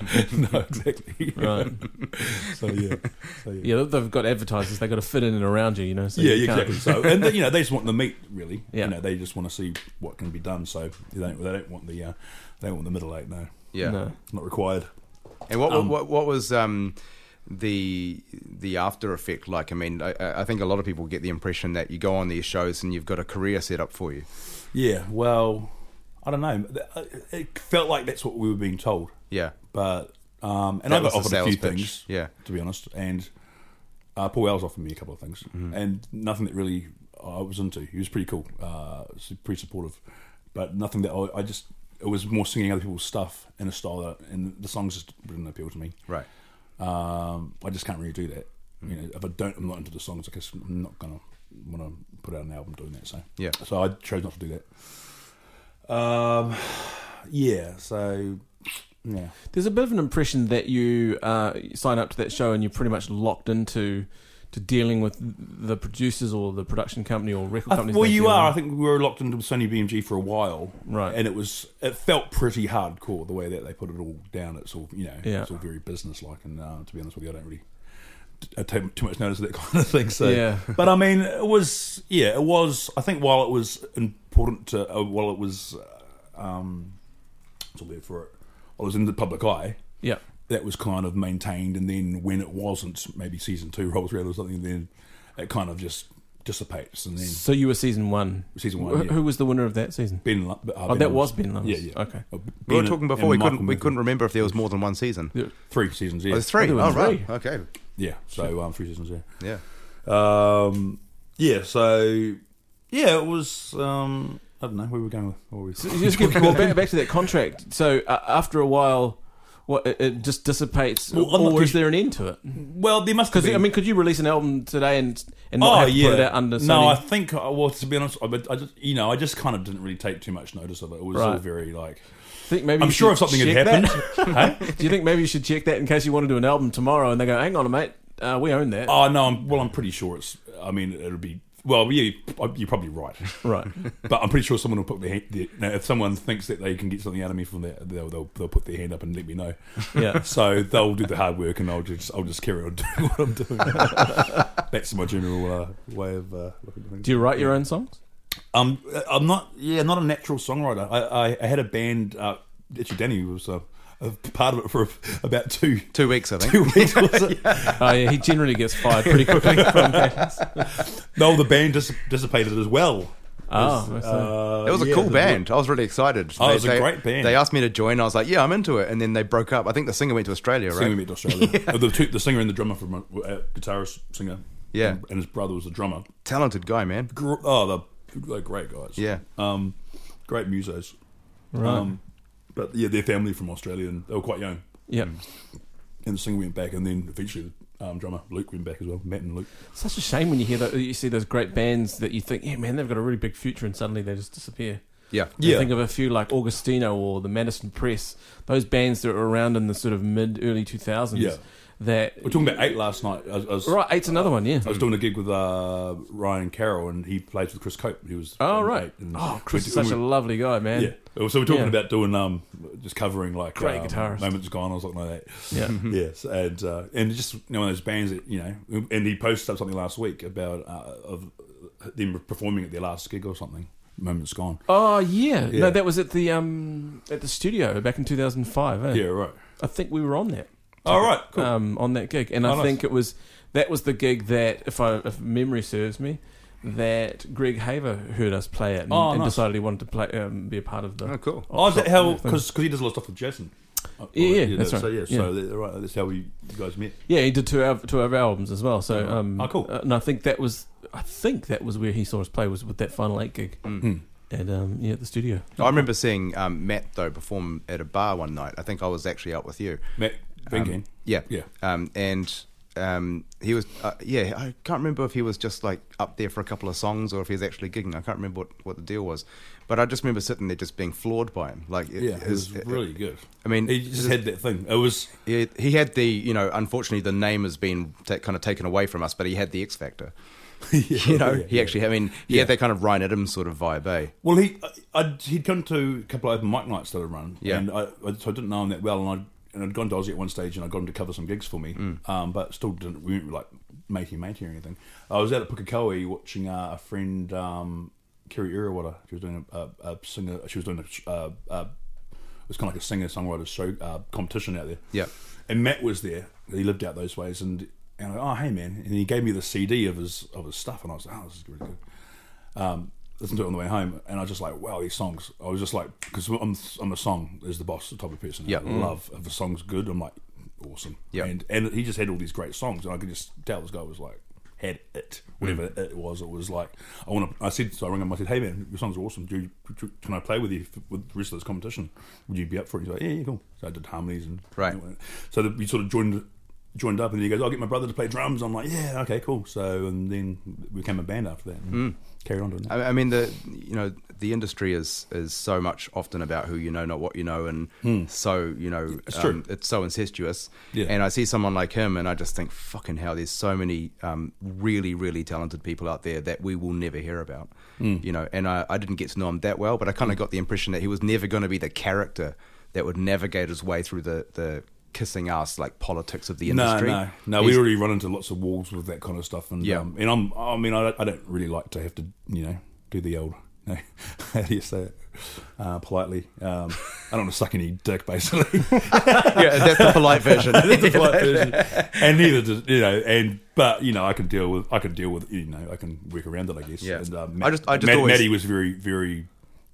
C: [LAUGHS] no, exactly.
A: Right.
C: [LAUGHS] So yeah, so yeah.
A: Yeah, they've got advertisers. They've got to fit in and around you. You know. So
C: yeah,
A: you
C: yeah,
A: can't-
C: exactly. So, and they, you know, they just want the meat, really.
A: Yeah.
C: You know, they just want to see what can be done. So they don't, they don't want the, uh, they don't want the middle eight. No,
B: yeah.
A: No.
C: it's not required.
B: And what, what what was um, the the after effect like? I mean, I, I think a lot of people get the impression that you go on these shows and you've got a career set up for you.
C: Yeah. Well, I don't know. It- It felt like that's what we were being told,
B: Yeah,
C: but um, and
B: That
C: I
B: was
C: got
B: the
C: offered a
B: sales
C: few
B: pitch.
C: things.
B: Yeah.
C: To be honest, and uh, Paul Wells offered me a couple of things,
B: Mm-hmm.
C: and nothing that really I was into. He was pretty cool, uh, su- pretty supportive, but nothing that I, I just. It was more singing other people's stuff in a style that, and the songs just didn't appeal to me.
B: right.
C: um, I just can't really do that. You know, if I don't, I'm not into the songs. I guess I'm not gonna want to put out an album doing that. So
B: Yeah.
C: so I chose not to do that. Um, yeah. So Yeah.
A: There's a bit of an impression that you uh, sign up to that show and you're pretty much locked into to dealing with the producers or the production company or record
C: I th-
A: companies.
C: well,
A: they
C: you
A: deal
C: are. I
A: with.
C: think we were locked into Sony BMG for a while,
A: Right.
C: And it was it felt pretty hardcore the way that they put it all down. It's all you know,
A: Yeah.
C: it's all very business like. And uh, to be honest with you, I don't really I take too much notice of that [LAUGHS] kind of thing. So,
A: Yeah. [LAUGHS]
C: but I mean, it was yeah, it was. I think while it was important to uh, while it was, uh, um, what's all there for it? While it was in the public eye.
A: Yeah.
C: that was kind of maintained, and then when it wasn't, maybe season two [LAUGHS] rolls around or something, then it kind of just dissipates, and then
A: So you were season one.
C: Season
A: Wh-
C: one, yeah.
A: Who was the winner of that season?
C: Ben. Lu- uh,
A: Oh, that was Ben Lewis.
C: Yeah, yeah.
A: Okay.
C: Uh,
B: We were
C: Ben
B: talking
C: and-
B: before. We
C: and
B: couldn't.
C: Michael
B: We
C: Murphy.
B: couldn't remember if there was more than one season.
A: Yeah.
C: Three seasons.
B: Oh,
C: Yeah,
B: there's three.
A: there
B: Oh,
A: was
B: right. Okay.
C: yeah. So um, three seasons. Yeah.
B: Yeah.
C: Um, yeah, so yeah, it was. Um, I don't know where we were going with. What were we
A: So you just give, well, back, back to that contract. So uh, after a while, what it, it just dissipates,
C: Well, I'm not
A: or
C: too
A: is there an end to it?
C: well, there must
A: Because
C: be.
A: I mean, could you release an album today and and not have to put it out under? Sony?
C: Oh, no, I think. uh, Well, to be honest, I, but I just you know I just kind of didn't really take too much notice of it. It was all
A: Right.
C: very like.
A: think maybe
C: I'm
A: you
C: sure if
A: should
C: something had
A: check
C: happened. [LAUGHS]
A: that. [LAUGHS] Do you think maybe you should check that in case you want to do an album tomorrow and they go, hang on, mate, uh, we own that.
C: oh no, I'm, well I'm pretty sure it's. I mean, it'll be. Well, yeah, uh, you're probably right,
A: Right.
C: but I'm pretty sure someone will put their hand. Their, now, if someone thinks that they can get something out of me from that, they'll, they'll they'll put their hand up and let me know.
A: Yeah.
C: So they'll do the hard work, and I'll just I'll just carry on [LAUGHS] doing what I'm doing. That's my general uh, way of uh, looking at things.
A: Do you write your own songs?
C: Um, I'm not yeah, not a natural songwriter. I I, I had a band. Uh, actually, Danny was uh, a part of it for about two
B: Two weeks, I think.
C: two weeks. Was it?
A: Oh, [LAUGHS] yeah, he generally gets fired
C: [LAUGHS]
A: pretty quickly from bands.
C: Oh, No, the band dis- dissipated as well.
A: Oh, I see.
C: Uh,
B: It was a
C: yeah,
B: cool
C: the-
B: band. I was really excited.
C: Oh, it was a great band.
B: They asked me to join. I was like, "Yeah, I'm into it." And then they broke up. I think the singer went to Australia,
C: The singer
B: right?
C: went to
A: [LAUGHS]
C: Australia. Oh, the, two, the singer and the drummer from uh, guitarist singer.
B: Yeah.
C: and, and his brother was the drummer.
B: Talented guy, man.
C: Gr- Oh, they're, they're great guys.
B: Yeah.
C: um, great musos.
A: Right.
C: Um, but yeah, their family from Australia, and they were quite young.
A: yeah.
C: And the singer went back, and then eventually the um, drummer Luke went back as well. Matt and Luke.
A: Such a shame when you hear that you see those great bands that you think, yeah, man, they've got a really big future, and suddenly they just disappear.
B: Yeah.
A: You
C: Yeah.
A: think of a few like Augustino or the Madison Press, those bands that were around in the sort of mid early two thousands.
C: Yeah.
A: That
C: We were talking Oh, about eight last night. I was, I was,
A: right, eight's another one, yeah.
C: I was doing a gig with uh, Ryan Carroll, and he plays with Chris Cope. He was
A: Oh
C: in
A: right.
C: Eight, and
A: Oh, Chris
C: we-
A: is such
C: we-
A: a lovely guy, man.
C: yeah. So we're talking
A: Yeah.
C: about doing um, just covering like
A: Great
C: um,
A: guitarist.
C: moments gone or something like that.
A: Yeah.
C: [LAUGHS] yes, and uh, and just you know one of those bands that you know, and he posted up something last week about uh, of them performing at their last gig or something. Moments gone.
A: Oh yeah.
C: Yeah.
A: no, that was at the um at the studio back in two thousand five. Eh?
C: Yeah, right.
A: I think we were on that.
C: All right, cool.
A: um, on that gig, and I
C: Oh, nice.
A: think it was that was the gig that, if I if memory serves me, that Greg Haver heard us play it and,
C: Oh,
A: and
C: nice.
A: decided he wanted to play um, be a part of the.
B: Oh, cool.
C: oh, is that how?
A: yeah, thanks.
C: Because he does a lot of stuff with Jason. Oh,
A: Yeah, yeah, that's
C: So yeah,
A: right.
C: so that- right, that's how we you guys met.
A: Yeah, he did two of, two of our albums as well. So
C: Oh,
A: um,
C: oh, cool.
A: uh, and I think that was I think that was where he saw us play was with that final eight gig, and um, yeah, at the studio.
B: I remember seeing um, Matt though perform at a bar one night. I think I was actually out with you.
C: Matt
B: Um,
C: Bingham.
B: Yeah,
C: Yeah.
B: Um, and um, he was, uh, yeah, I can't remember if he was just like up there for a couple of songs or if he was actually gigging. I can't remember what, what the deal was, but I just remember sitting there just being floored by him. Like, it,
C: yeah, it was
B: his-
C: really good.
B: I mean,
C: he just had that thing. It was
B: He, he had the, you know, unfortunately the name has been ta kind of taken away from us, but he had the X Factor. you know,
C: [LAUGHS] yeah,
B: he actually, I mean, he had that kind of Ryan Adams sort of vibe, eh?
C: Well, he I, I'd, he'd come to a couple of open mic nights that I'd run,
B: Yeah.
C: and I, I, so I didn't know him that well, and I'd, and I'd gone to Aussie at one stage, and I got him to cover some gigs for me,
B: Mm.
C: um, but still didn't we weren't like matey matey or anything. I was out at Pukekohe watching uh, a friend um, Kerry Irrawaddy. She was doing a, a, a singer. She was doing a, sh- uh uh it was kind of like a singer songwriter show uh, competition out there.
B: Yeah.
C: and Matt was there. He lived out those ways, and and I, oh hey man, and he gave me the CD of his of his stuff, and I was like, oh this is really good um, listened to it on the way home, and I was just like, wow, these songs. I was just like, because I'm, I'm a song is the boss, the type of person
B: Yeah. Mm-hmm.
C: I love. If a song's good, I'm like, awesome.
B: Yeah.
C: And and he just had all these great songs, and I could just tell this guy was like had it, whatever
B: Mm.
C: it was. It was like I want to. I said, so I rang him. I said, hey man, your songs are awesome. Do you, do- can I play with you f- with the rest of this competition? Would you be up for it? He's like, yeah, yeah, cool. So I did harmonies and
B: Right.
C: So that we sort of joined joined up, and he goes, "I'll get my brother to play drums." I'm like, "Yeah, okay, cool." So, and then we became a band after that.
B: Mm.
C: And Carried on doing that.
B: I, I mean, the you know the industry is is so much often about who you know, not what you know, and so you know
C: Hmm. It's
B: um,
C: true.
B: it's so incestuous.
C: Yeah.
B: And I see someone like him, and I just think, fucking hell, there's so many um, really, really talented people out there that we will never hear about.
C: Hmm.
B: You know, and I, I didn't get to know him that well, but I kind of got the impression that he was never going to be the character that would navigate his way through the the kissing ass like politics of the
C: No,
B: industry.
C: no, no.
B: He's-
C: We already run into lots of walls with that kind of stuff, and
B: Yeah.
C: um, and I'm, I mean, I, don't- I don't really like to have to, you know, do the old, [LAUGHS] no, how do you say it, uh, politely. Um, I don't want to suck any dick, basically.
B: [LAUGHS]
C: [LAUGHS]
B: yeah, that's the polite version.
C: That's
B: [LAUGHS]
C: a polite version. And neither does you know. And but you know, I can deal with. I can deal with. You know, I can work around it. I guess.
B: Yeah.
C: And, uh,
B: I just- I just
C: Matt-
B: always-
C: Matty was very, very,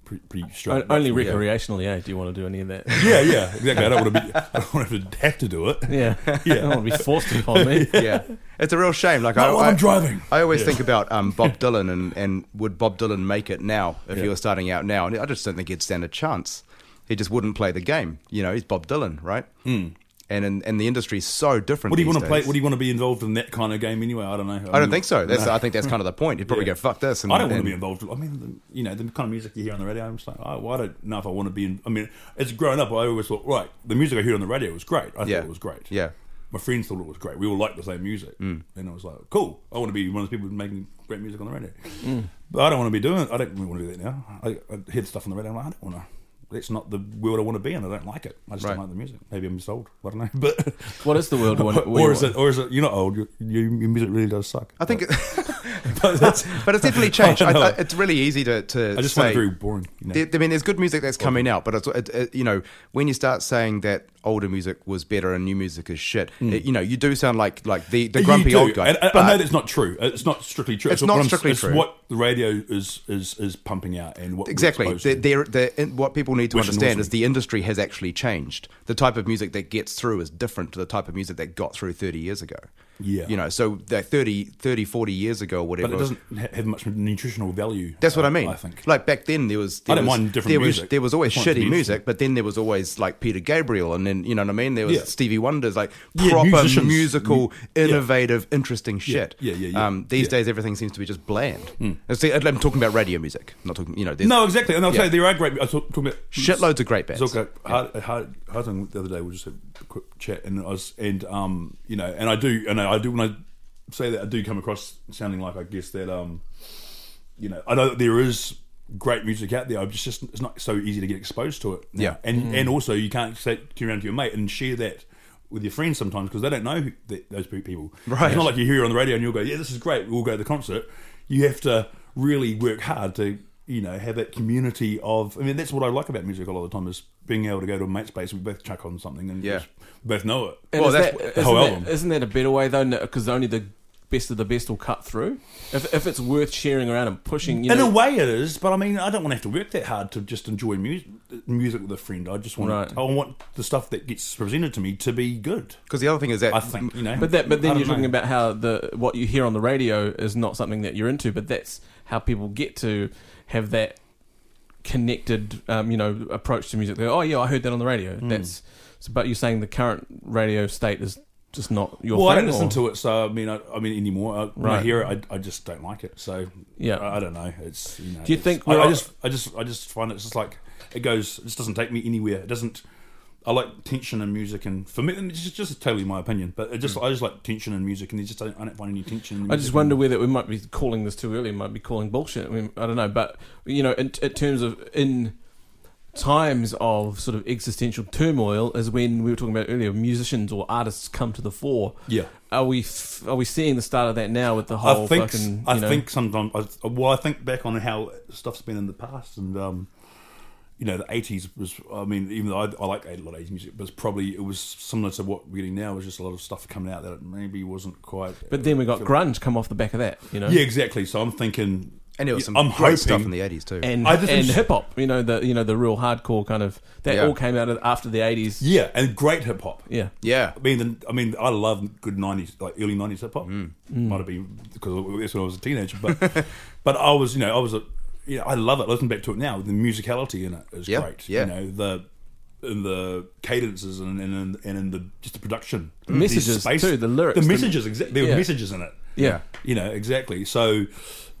C: pretty, pretty straight.
A: O- Only recreationally, eh? Do you want to do any of that?
C: Yeah, yeah, exactly. I don't want to be. I don't want to have to, have to do it.
A: [LAUGHS] Yeah. I
C: Yeah.
A: don't want to be forced upon me.
B: yeah, it's a real shame. Like
C: No,
B: I,
C: I'm
B: I-
C: driving.
B: I always think about um, Bob Dylan and, and would Bob Dylan make it now if he
C: Yeah.
B: was starting out now? And I just don't think he'd stand a chance. He just wouldn't play the game. You know, he's Bob Dylan, right? Mm. And in, and the industry's so different.
C: What do you
B: these
C: want to play?
B: days.
C: What do you want to be involved in that kind of game anyway? I don't know.
B: I don't
C: mean,
B: think so. That's
C: no.
B: I think that's kind of the point. He'd probably
C: Yeah.
B: go fuck this. And,
C: I don't want to
B: and-
C: be involved. I mean, the, you know, the kind of music you hear on the radio. I'm just like, oh, well, I don't know if I want to be. In, I mean, as growing up, I always thought, right, the music I heard on the radio was great. I
B: Yeah.
C: thought it was great.
B: Yeah.
C: my friends thought it was great. We all liked the same music, and I was like, cool. I want to be one of those people making great music on the radio. But I don't want to be doing. I don't really want to do that now. I, I hear the stuff on the radio. I'm like, I don't want to. That's not the world I want to be in. I don't like it. I just
B: Right.
C: don't like the music. Maybe I'm just old. I don't know. [LAUGHS] But
A: What is the world
C: [LAUGHS]
A: one?
C: or is it? Or is it? You're not old. Your, your, your music really does suck.
B: I
C: [LAUGHS]
B: think, [LAUGHS] it,
C: But that's-
B: [LAUGHS]
C: [LAUGHS]
B: but it's definitely changed. I,
C: I know.
B: I, it's really easy to to
C: I just
B: say,
C: find it very boring. You know?
B: There, I mean, there's good music that's coming out, but it's, it, it, you know, when you start saying that older music was better and new music is shit, it- you know, you do sound like like the, the
C: Hmm. You
B: grumpy
C: do,
B: old guy.
C: And I,
B: but-
C: I know that's not true. It's not strictly true.
B: It's
C: what
B: not
C: I'm-
B: strictly
C: it's
B: true.
C: What the radio is is is pumping out and what we're
B: exactly.
C: exposed
B: They're,
C: to.
B: they're, they're, and what people need to
C: Which
B: understand
C: annoys
B: is the industry has actually changed. The type of music that gets through is different to the type of music that got through 30 years ago.
C: Yeah.
B: You know, so that 30, 30 40 years ago, whatever.
C: but it doesn't ha- have much nutritional value.
B: That's what
C: uh,
B: I mean.
C: I think.
B: like back then there was. There
C: I don't
B: was,
C: mind different
B: there Was,
C: music.
B: there was always
C: I want
B: shitty music,
C: new music.
B: but then there was always like Peter Gabriel, and then you know what I mean. There was
C: Yeah.
B: Stevie Wonder's like
C: Yeah,
B: proper
C: musicians.
B: musical,
C: Mu- yeah.
B: innovative, interesting shit.
C: yeah, yeah, yeah.
B: Um, these
C: Yeah. Hmm.
B: days everything seems to be just bland. And see, I'm talking about radio music. I'm not talking. You know, there's
C: no, exactly. And I'll
B: Yeah.
C: tell you, there are great. I was talk- talking about
B: Shitloads of great bands.
C: Zilka Hard, Hard, Harding uh, the other day. We just had a quick chat, and I was, and um, you know, and I do, and I do when I say that, I do come across sounding like I guess that um, you know, I know that there is great music out there. I'm just, just it's not so easy to get exposed to it. now.
B: Yeah.
C: and and also you can't say, turn around to your mate and share that. With your friends sometimes because they don't know who, th- those pe- people.
B: Right.
C: It's not like you hear it on the radio and you'll go, "Yeah, this is great. We'll go to the concert." You have to really work hard to, you know, have that community of. I mean, that's what I like about music a lot of the time is being able to go to a mate's place. We both chuck on something and
B: Yeah.
C: just- we both know it.
A: And
B: Well,
A: is
B: that's
A: that,
B: what-
A: isn't,
C: the whole
A: that-
C: album.
A: isn't that a better way though? Because only the best of the best will cut through. If, if it's worth sharing around and pushing, you
C: In
A: know,
C: a way, it is, but I mean, I don't want to have to work that hard to just enjoy music, music with a friend. I just want,
A: Right.
C: I want the stuff that gets presented to me to be good.
B: Because the other thing is that
C: I think you know,
A: But that, but
C: I
A: then
C: don't
A: you're talking
C: know.
A: about how the what you hear on the radio is not something that you're into, but that's how people get to have that connected, um, you know, approach to music. They go, oh yeah, I heard that on the radio.
C: Hmm.
A: That's so, but you're saying the current radio state is just not your
C: Well, I
A: thing.
C: don't listen
A: or-
C: to it, so I mean, I, I mean anymore. I, When
A: Right.
C: I hear it, I, I just don't like it. So
A: Yeah.
C: I, I don't know. It's you know,
A: Do you
C: it's-
A: think
C: I,
A: we're-
C: I just, I just, I just find it's just like it goes. It just doesn't take me anywhere. It doesn't. I like tension and music, and for me, and it's just, just totally my opinion. But it just, I just like tension and music, and it's just I don't, I don't find any tension. In
A: Hmm. I
C: music
A: just wonder whether we might be calling this too early. Might be calling bullshit. I, mean, I don't know, but you know, in, in terms of in times of sort of existential turmoil, as when we were talking about earlier, musicians or artists come to the fore.
C: Yeah.
A: Are we f- are we seeing the start of that now with the whole
C: I think,
A: fucking? You
C: I
A: know,
C: think sometimes. I, well, I think back on how stuff's been in the past, and um, you know, the eighties was. I mean, even though I, I like a lot of eighties music, but it's probably it was similar to what we're getting now. Was just a lot of stuff coming out that maybe wasn't quite. uh,
A: But then we got grunge come off the back of that, you know.
C: yeah, exactly. So I'm thinking,
B: and there was some
C: I'm
B: great
C: hoping,
B: stuff in the 80s too.
A: And
C: I just
A: and
C: think-
A: hip hop, you know the you know the real hardcore kind of that
B: Yeah.
A: all came out of, after the eighties.
C: yeah, and great hip hop.
A: Yeah.
B: yeah.
C: I mean, the, I mean, I love good nineties, like early nineties hip hop.
A: Mm.
C: Might have been because that's when I was a teenager,
A: [LAUGHS]
C: but but I was, you know, I was a, you know, I love it. Listen back to it now. The musicality in it is
B: Yeah,
C: great.
B: yeah.
C: You know, the in the cadences and and, and, and in the just the production
A: The messages
C: There's
A: too, the lyrics,
C: the
A: the-
C: messages exactly there were
A: yeah.
C: messages in it
A: Yeah.
C: you know exactly so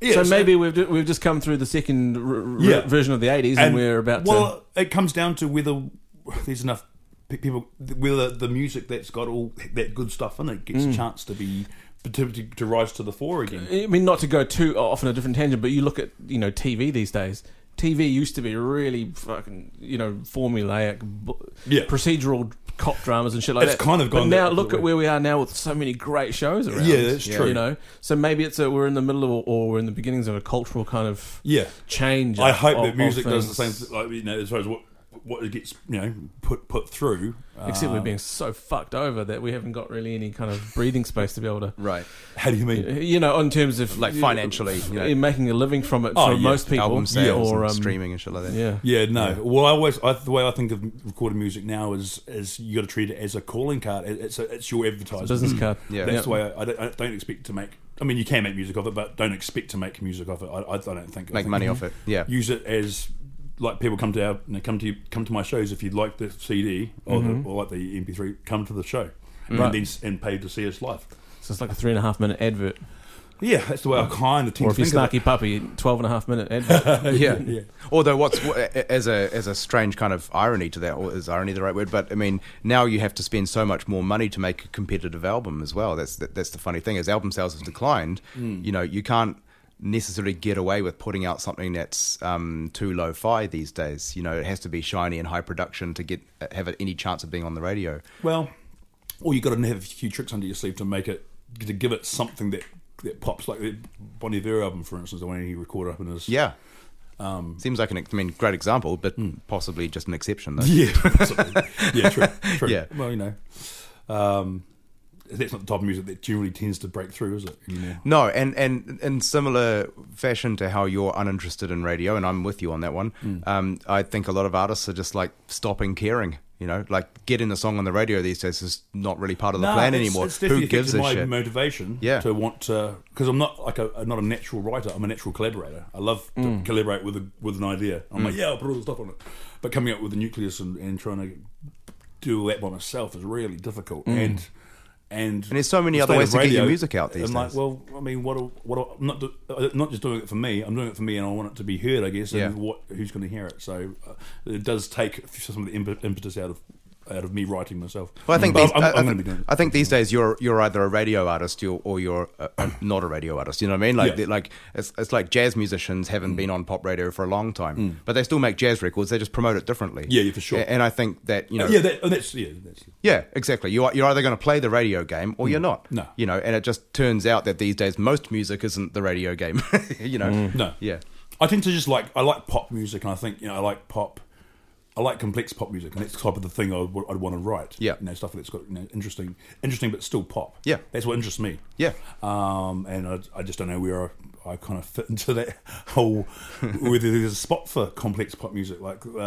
C: yeah,
A: so maybe we've ju- we've just come through the second r- r-
C: Yeah.
A: version of the '80s, and, we're about to.
C: well it comes down to whether there's enough pe- people whether the music that's got all that good stuff in it gets
A: Hmm.
C: a chance to be to, to, to rise to the fore again
A: I mean, not to go too off on a different tangent, but you look at you know TV these days. TV used to be really fucking you know formulaic, bu-
C: Yeah.
A: procedural cop dramas and shit like
C: It's
A: that.
C: kind of
A: But
C: gone the
A: now
C: opposite
A: look at
C: way.
A: where we are now with so many great shows around.
C: Yeah, that's true.
A: You know, so maybe it's a, we're in the middle of or we're in the beginnings of a cultural kind of
C: yeah
A: change.
C: I hope
A: of-
C: that music
A: of
C: does the same.
A: things.
C: thing, Like you know, as far as what what it gets, you know, put put through.
A: Except
C: Uh,
A: we're being so fucked over that we haven't got really any kind of breathing space to be able to
B: Right.
C: How do you mean?
A: you know, in terms of
B: Like financially, you know.
A: in making a living from it
C: Oh,
A: for
C: yeah.
A: most people,
B: Album sales
A: or
B: and
A: um,
B: streaming and shit like that.
A: Yeah,
C: Yeah, no. Well, I always I, the way I think of recorded music now is is you got to treat it as a calling card. It- It's a, it's your advertisement, Mm.
A: business card.
B: Yeah.
C: That's
A: Yeah.
C: why I, I, don't, I don't expect to make. I mean, you can make music of it, but don't expect to make music of it. I, I don't think
B: Make
C: I think
B: money
C: you
B: off it. Yeah.
C: Use it as like people come to our you know, come to you, come to my shows if you'd like the CD or, the, or like the MP3, come to the show
A: Mm-hmm. Right.
C: and then s- and pay to see us live.
A: So it's like a three and a half minute advert,
C: Yeah, that's the way I kind of tend
A: or
C: to
A: if you're
C: think of it.
A: snarky puppy, 12 and a half
B: [LAUGHS]
A: minute advert.
B: yeah. Although what's as a as a strange kind of irony to that, or is irony the right word? But I mean, now you have to spend so much more money to make a competitive album as well. That's that, that's the funny thing. As album sales have declined, you know, you can't necessarily get away with putting out something that's um, too lo-fi these days. You know, it has to be shiny and high production to get uh, have it any chance of being on the radio.
C: Well, or you got to have a few tricks under your sleeve to make it to give it something that that pops, like the Bon Iver album, for instance, the one he recorded up in his
B: Yeah. Seems like an ex- I mean great example, but possibly just an exception though.
C: yeah, possibly. yeah,
B: [LAUGHS]
C: true, true.
B: Yeah.
C: Well, you know, um, that's not the type of music that generally tends to break through, is it? Anymore?
B: No, and and in similar fashion to how you're uninterested in radio, and I'm with you on that one.
C: Hmm.
B: Um, I think a lot of artists are just like stopping caring. You know, like getting a song on the radio these days is not really part of the plan
C: it's-
B: anymore.
C: It's
B: Who
C: definitely
B: gives
C: affected
B: a
C: my
B: shit?
C: motivation
B: Yeah.
C: to want to because I'm not like a I'm not a natural writer. I'm a natural collaborator. I love to
B: Mm.
C: collaborate with a, with an idea. I'm like, yeah, I'll put all the stuff on it. But coming up with the nucleus and, and trying to do all that by myself is really difficult. And and
B: Mm. there's so many
C: the
B: other
C: state
B: ways
C: of
B: to get your music out these
C: I'm
B: days.
C: like, well, I mean, what? do- What? do- I'm not do, I'm not just doing it for me. I'm doing it for me, and I want it to be heard. I guess.
B: Yeah.
C: And what? Who's going to hear it? So uh, it does take some of the impet- impetus out of out of me writing myself.
B: Well, I think
C: But
B: these,
C: I'm,
B: I,
C: I'm,
B: I
C: going to
B: think-
C: be doing. it.
B: I think these days you're you're either a radio artist or, or you're uh, uh, not a radio artist. You know what I mean? Like
C: Yeah. Hmm.
B: they're like it's, it's like jazz musicians haven't been on pop radio for a long time, but they still make jazz records. They just promote it differently.
C: Yeah, yeah, for sure.
B: A- And I think that you know,
C: yeah, that, oh, that's yeah, that's
B: Yeah, exactly. You are, you're either going to play the radio game or you're not.
C: Mm. No.
B: You know, and it just turns out that these days most music isn't the radio game. [LAUGHS] you know.
C: Mm. no.
B: Yeah.
C: I tend to just like I like pop music, and I think you know I like pop. I like complex pop music, and that's the type of the thing I would, I'd want to write.
B: Yeah.
C: you know stuff that's got you know, interesting, interesting, but still pop.
B: Yeah.
C: that's what interests me.
B: Yeah.
C: um, and I, I just don't know where I, I kind of fit into that [LAUGHS] whole. whether there's a spot for complex pop music, like uh,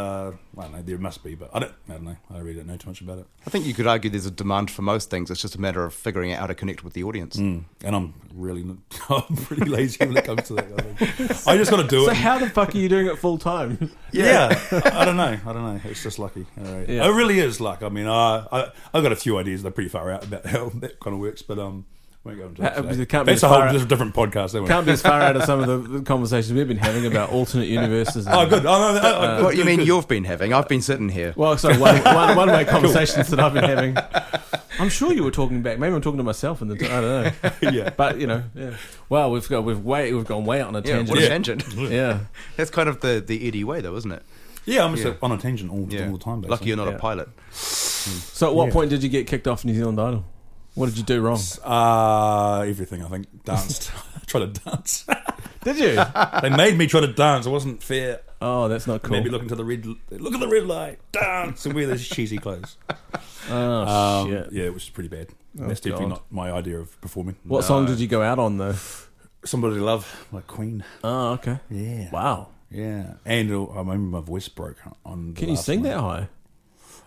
C: I don't know, there must be, but I don't, I don't know. I really don't know too much about it.
B: I think you could argue there's a demand for most things. It's just a matter of figuring out how to connect with the audience.
C: And I'm really, not, [LAUGHS] I'm pretty lazy when it comes to that. I, think. I just got to do it.
A: so how the fuck are you doing it full time?
C: Yeah, [LAUGHS] I don't know. I don't know. It's just lucky. All right.
A: Yeah.
C: It really is luck. I mean, I, I I've got a few ideas that are pretty far out about how [LAUGHS] that kind of works, but um, we won't go into
A: Uh,
C: that.
A: it
C: today.
A: can't be as
C: That's a whole
A: far out-
C: dis- different podcast. Anyway.
A: Can't be as far out of some of the conversations we've been having about alternate universes. and-
C: [LAUGHS] Oh, good. Oh,
A: Uh,
C: no, no, oh, good,
B: What
C: good,
B: you mean
C: good.
B: you've been having? I've been sitting here.
A: Well, sorry, one, one, one
B: [LAUGHS]
A: way conversations that I've been having. I'm sure you were talking back. Maybe I'm talking to myself in the. I don't
B: [LAUGHS]
A: know.
C: Yeah.
A: But you know, yeah. Wow, we've got we've way we've gone way out on a
B: yeah,
A: tangent.
B: what a tangent.
A: yeah.
B: [LAUGHS] That's kind of the, the Eddie way, though, isn't it?
C: Yeah, I'm just on a tangent all,
B: Yeah.
C: all the time.
B: Lucky you're not
A: Yeah.
B: a pilot.
A: So, at what
C: Yeah.
A: point did you get kicked off New Zealand Idol? What did you do
C: [LAUGHS]
A: wrong?
C: Uh, everything I think danced. [LAUGHS] try to dance. [LAUGHS]
A: Did you?
C: they made me try to dance. It wasn't fair.
A: Oh, that's not cool.
C: Maybe look into the red. Look at the red light. Dance and wear those
A: [LAUGHS]
C: cheesy clothes.
A: oh
C: Um,
A: shit.
C: Yeah, it was pretty bad. That's definitely
A: Oh, God.
C: not my idea of performing.
A: What song did you go out on though?
C: Somebody to love, like Queen.
A: Oh, okay.
C: Yeah.
A: Wow.
C: Yeah. And uh, I remember my voice broke on. the
A: Can you
C: last
A: sing
C: one.
A: that high?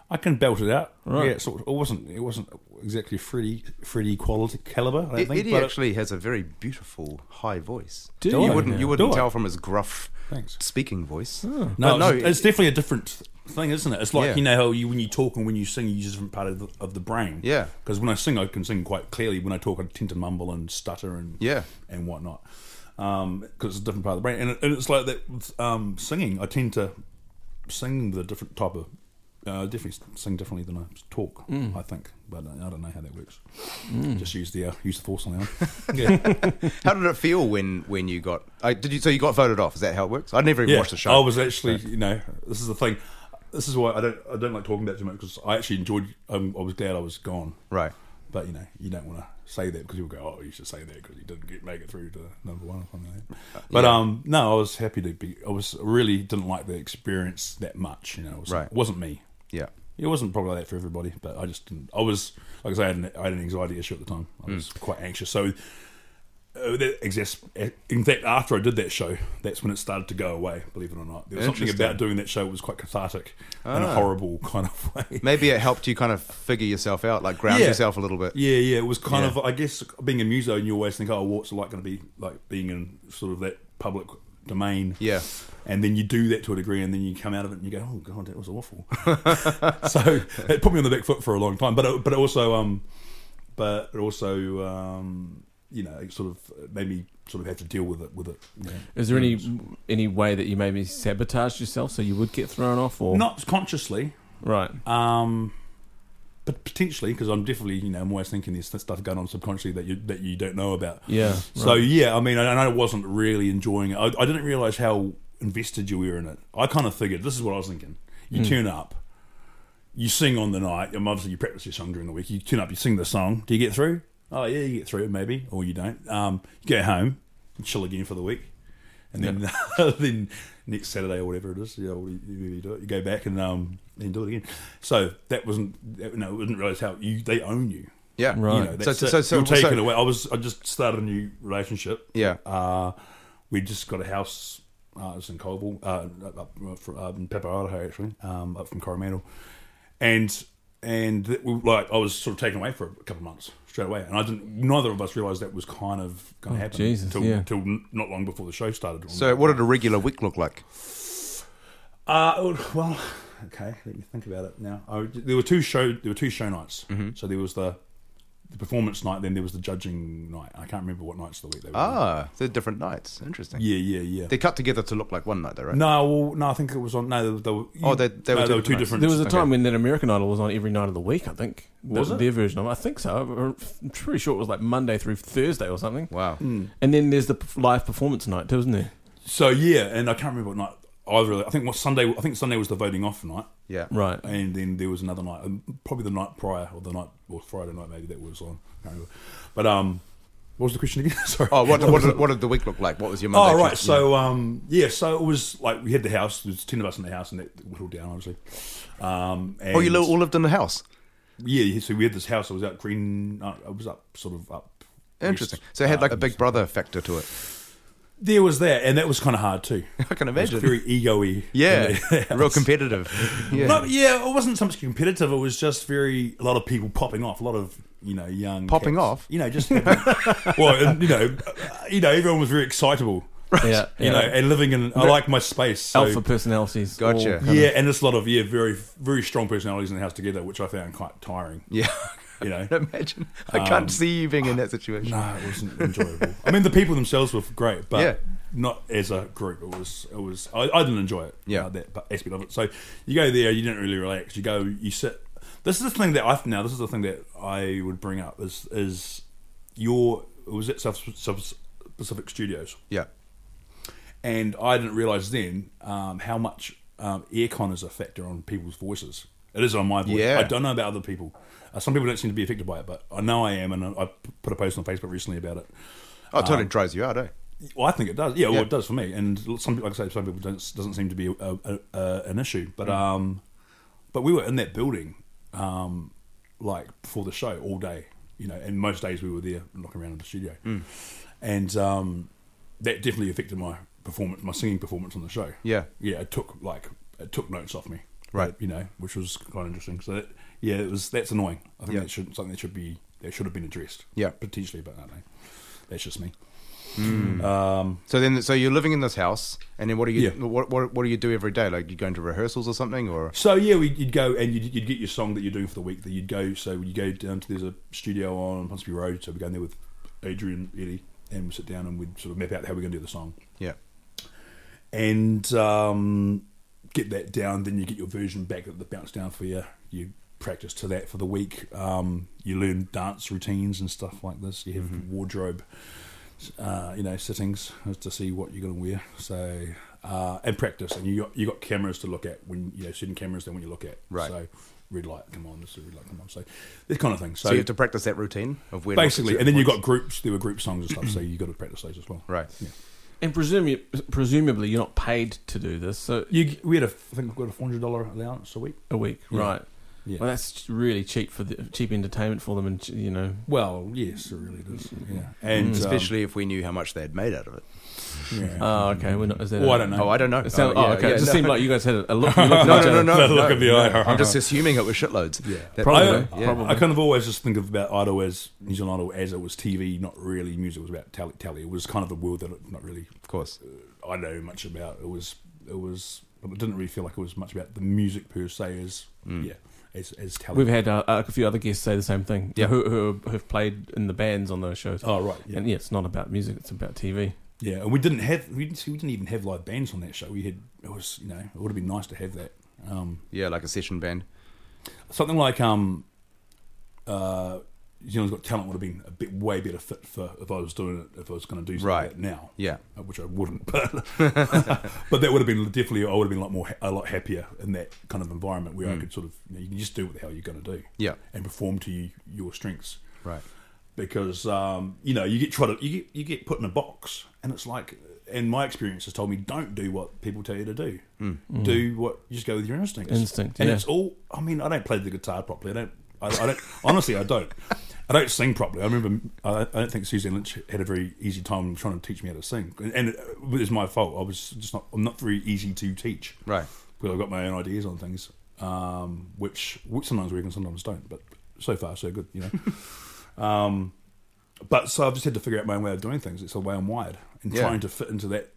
C: I can belt it out.
A: Right.
C: Yeah, it, sort of, it wasn't. It wasn't exactly Freddie Freddie quality caliber. I don't
B: E-
C: think.
B: Eddie
C: but it-
B: actually has a very beautiful high voice.
A: Do
B: you
A: you?
B: wouldn't you
A: Yeah.
B: wouldn't
C: Do I?
B: tell from his gruff
C: Thanks. Oh.
B: speaking voice.
C: no,
B: But E-,
C: it's, it's definitely a different thing, isn't it? It's like
B: Yeah.
C: you know how you when you talk and when you sing, you use a different part of the, of the brain.
B: Yeah.
C: Because when I sing, I can sing quite clearly. When I talk, I tend to mumble and stutter and
B: Yeah.
C: and whatnot. Because it's a different part of the brain, and, it, and it's like that with um, singing. I tend to sing the different type of. Uh, definitely sing differently than I talk.
B: Mm.
C: I think, but I don't know how that works. Just use the uh, use the force on that.
B: [LAUGHS]
C: one. yeah.
B: How did it feel when when you got? I, did you so you got voted off? Is that how it works? I never even watched the show.
C: I was actually, you know, this is the thing. This is why I don't I don't like talking about it too much because I actually enjoyed. Um, I was glad I was gone.
B: right.
C: But you know, you don't want to say that because you'll go, oh, you should say that because you didn't get, make it through to number one or something like
B: Uh,
C: that. But um, no, I was happy to be. I was really didn't like the experience that much. You know, it was,
B: Right.
C: it wasn't me.
B: Yeah.
C: It wasn't probably like that for everybody, but I just didn't. I was like I say, I had an, I had an anxiety issue at the time. I
B: Mm.
C: was quite anxious, so uh, that exists. In fact, after I did that show, that's when it started to go away. Believe it or not, there was something
B: Interesting. Ah.
C: about doing that show that was quite cathartic in a horrible [LAUGHS] kind of way.
B: Maybe it helped you kind of figure yourself out, like ground
C: Yeah.
B: yourself a little bit.
C: Yeah, yeah. It was kind of, I guess, being a muso, and you always think, oh, what's it like going to be like being in sort of that public domain?
B: Yeah.
C: And then you do that to a degree, and then you come out of it and you go, oh, God, that was awful. [LAUGHS] so it put me on the back foot for a long time. But it, but it also, um, but it also, um, you know, it sort of made me sort of have to deal with it. With it, you know.
A: Is there any any way that you maybe sabotaged yourself so you would get thrown off? Or
C: not consciously,
A: right?
C: Um, but potentially, because I'm definitely, you know, I'm always thinking there's stuff going on subconsciously that you that you don't know about.
A: Yeah,
C: So
A: right.
C: yeah, I mean, and I wasn't really enjoying it. I, I didn't realize how invested you were in it. I kind of figured this is what I was thinking. You
A: Hmm.
C: turn up, you sing on the night. And obviously, you practice your song during the week. You turn up, you sing the song. Do you get through? Oh yeah, you get through maybe, or you don't. Um, you go home, you chill again for the week, and then [LAUGHS] then next Saturday or whatever it is, you, know, you, you- you do it. You go back and um and do it again. So that wasn't that, no, I didn't realize how you they own you.
B: Yeah.
A: Right.
C: You know, that's
B: so-
C: it.
B: so- so-
C: you're taken
B: so-
C: away. I was I just started a new relationship.
B: Yeah.
C: Uh, we just got a house. Uh, it's in Colville, uh, up, up from, uh, in Paparoa actually, um, up from Coromandel, and and that we, like I was sort of taken away for a couple of months straight away, and I didn't. Neither of us realised that was kind of going to happen
A: Oh, Jesus,
C: till,
A: yeah.
C: till not long before the show started.
B: So what did a regular week look like?
C: Uh, it would- well, okay. Let me think about it now. I, would- there were two show. There were two show nights.
B: Mm-hmm.
C: So there was the the performance night. Then there was the judging night. I can't remember what nights of the week they were.
B: Ah, they're different nights. Interesting.
C: Yeah, yeah, yeah.
B: They cut together to look like one night, though, right?
C: no, well, no. I think it was on. No, they, were- they were.
B: Oh, they- they were
C: no,
B: two
C: they were two
B: different
C: different.
A: There was a time when that American Idol was on every night of the week. I think
C: Was
A: Their-
C: it?
A: their version of it. I think so. I'm pretty sure it was like Monday through Thursday or something.
B: Wow.
C: Mm.
A: And then there's the p- live performance night, too, isn't there?
C: so yeah, and I can't remember what night either. I think what Sunday. I think Sunday was the voting off night,
B: Yeah.
A: Right.
C: and then there was another night, um, probably the night prior or the night or Friday night maybe that was on. I can't remember. But um, what was the question again? [LAUGHS] Sorry.
B: Oh, what, what, did, what did the week look like? What was your Monday?
C: Oh right,
B: Tuesday-
C: so um, yeah, so it was like we had the house. There's ten of us in the house, and that whittled down obviously. Um, and
B: oh, you all lived in the house.
C: yeah, yeah, so we had this house. I was out green. Uh, I was up sort of up. west.
B: Interesting. So it had
C: Uh,
B: like a Big Brother factor to it.
C: There was that, and that was kind of
B: [LAUGHS]
C: hard too.
B: I can
C: It was
B: imagine.
C: [LAUGHS] very egoy.
B: Yeah, real
C: competitive. [LAUGHS]
B: competitive. [LAUGHS] Yeah.
C: No, yeah, it wasn't so much competitive. It was just very a lot of people popping off. A lot of you know young
B: Popping
C: cats.
B: off?
C: You know, just [LAUGHS] well, and, you know, uh, you know, everyone was very excitable.
A: Yeah,
C: you
A: yeah.
C: know, and living in. I like my space. So,
A: Alpha personalities. all
B: Gotcha.
A: kind of-
C: Yeah, and it's a lot of yeah, very very strong personalities in the house together, which I found quite tiring. [LAUGHS]
B: yeah.
C: You know,
B: [LAUGHS]
C: Um,
B: imagine. I can't see you being in
C: [SIGHS]
B: that situation.
C: no, it wasn't enjoyable. I mean, the people themselves were great, but
B: Yeah.
C: not as a group. It was it was I, I didn't enjoy it.
B: Yeah.
C: uh, that p- aspect of it. So you go there, you didn't really relax. You go, you sit. This is the thing that I now. This is the thing that I would bring up is is your it was at South South Pacific Studios
B: Yeah.
C: and I didn't realize then um, how much um, aircon is a factor on people's voices. It is on my voice.
B: Yeah.
C: I don't know about other people. Uh, some people don't seem to be affected by it, but I know I am, and I I put a post on Facebook recently about it.
B: Oh, it totally
C: Um,
B: dries you out, eh?
C: Well, I think it does. Yeah, well,
B: Yeah.
C: it does for me. And some people, like I say, some people don't, doesn't seem to be a, a, a, an issue.
B: Mm.
C: But um, but we were in that building, um, like before the show all day, you know. And most days we were there knocking around in the studio,
B: Mm.
C: and um, that definitely affected my performance, my singing performance on the show.
B: Yeah.
C: yeah. It took like it took notes off me,
B: Right.
C: You know, which was quite interesting. So that, yeah, it was that's annoying. I think
B: Yeah.
C: that should something that should be that should have been addressed.
B: Yeah.
C: potentially, but I don't know. That's just me. Um,
B: So then, so you're living in this house, and then what do you
C: Yeah.
B: what, what what do you do every day? Like you go into rehearsals or something, or
C: so yeah, we, you'd go and you'd, you'd get your song that you're doing for the week. That you'd go. So you go down to there's a studio on Ponsonby Road. So we go in there with Adrian Eddie, and we sit down and we'd sort of map out how we're going to do the song.
B: yeah,
C: and um, get that down. Then you get your version back that they bounce down for you. You practice to that for the week. Um, you learn dance routines and stuff like this. You have
B: Mm-hmm.
C: wardrobe, uh, you know, sittings to see what you're going to wear. So uh, and practice, and you got you got cameras to look at when you know certain cameras than when you look at.
B: Right.
C: So red light come on, this is red light come on. So this kind of thing. So,
B: so you have to practice that routine of where.
C: basically, and then you got groups. There were group songs and
B: [CLEARS THROAT]
C: stuff. so you got to practice those as well.
B: right.
C: Yeah.
A: And presumably, presumably, you're not paid to do this. So
C: You, we had a, I think we got a four hundred dollar allowance a week.
A: a week,
C: Yeah.
A: right?
C: Yeah.
A: Well, that's really cheap for the cheap entertainment for them, and ch- you know,
C: Well, yes, it really does.
A: Mm.
C: Yeah, and um,
B: Mm. Especially if we knew how much they had made out of it.
C: yeah. Uh,
A: oh, okay, we're not. Is that?
C: Well,
A: I
C: I don't know.
B: Oh, I don't know.
A: It sound-
B: yeah,
A: oh, okay.
B: yeah,
A: it just
B: no.
A: seemed like you guys had a look. You looked
B: [LAUGHS] No,
A: at each
B: no, no,
A: other.
B: no, no.
C: The look of the
B: no.
C: eye. [LAUGHS]
B: I'm just assuming it was shitloads.
C: Yeah.
B: That-
A: Probably.
B: yeah.
C: I kind of always just think about Idol as New Zealand Idol as it was TV, not really music. It was about tally tally. It was kind of the world that it, not really
B: Of course.
C: uh, I know much about. It was it was it didn't really feel like it was much about the music per se. As yeah, as as tally.
A: Mm. We've had uh, a few other guests say the same thing.
B: Yeah.
A: who who have played in the bands on those shows.
C: oh right, yeah.
A: And yeah, it's not about music; it's about TV.
C: yeah, and we didn't have we didn't see, we didn't even have live bands on that show. We had it was you know it would have been nice to have that. Um,
B: Yeah, like a session band.
C: something like um, uh, New Zealand's Got Talent would have been a bit way better fit for if I was doing it if I was going to do something
B: Right.
C: like that now,
B: Yeah.
C: uh, which I wouldn't. [LAUGHS] But but that would have been definitely I would have been a lot more ha- a lot happier in that kind of environment where I could sort of you, know, you can just do what the hell you're going to do,
B: Mm. Yeah.
C: and perform to you, your strengths
B: Right.
C: because um, you know you get tried to, you get you get put in a box, and it's like, and my experience has told me don't do what people tell you to do. Do what you just go with your instincts.
A: Instinct,
C: and
A: yeah.
C: it's all. I mean, I don't play the guitar properly. I don't. I, I don't. [LAUGHS] honestly, I don't. I don't sing properly. I remember. I, I don't think Suzanne Lynch had a very easy time trying to teach me how to sing, and, and it was my fault. I was just not. I'm not very easy to teach
B: Right.
C: because I've got my own ideas on things, um, which which sometimes work and sometimes don't. But so far, so good, you know. um, but so I've just had to figure out my own way of doing things. It's the way I'm wired, and
B: Yeah.
C: trying to fit into that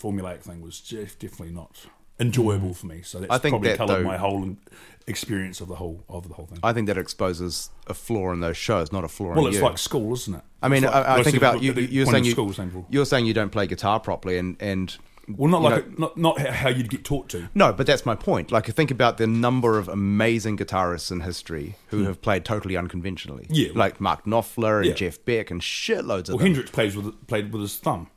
C: formulaic thing was just definitely not enjoyable for me. So that's
B: Mm. I think
C: probably
B: that,
C: coloured
B: though-
C: my whole experience of the whole of the whole thing.
B: I think that exposes a flaw in those shows, not a flaw
C: well,
B: in
C: it's
B: you.
C: like school, isn't it?
B: I mean,
C: It's
B: I- I
C: most
B: think
C: people
B: about you-
C: at the
B: you're
C: point
B: saying
C: of
B: you-
C: school, same for-
B: You're saying you don't play guitar properly, and and
C: well, not
B: you
C: like
B: know-
C: a- not not how you'd get taught to.
B: No, but that's my point. Like, think about the number of amazing guitarists in history who have played totally unconventionally.
C: Hmm. Yeah.
B: Like Mark Knopfler and
C: Yeah.
B: Jeff Beck and shitloads of them.
C: Well, Hendrix plays with played with his thumb.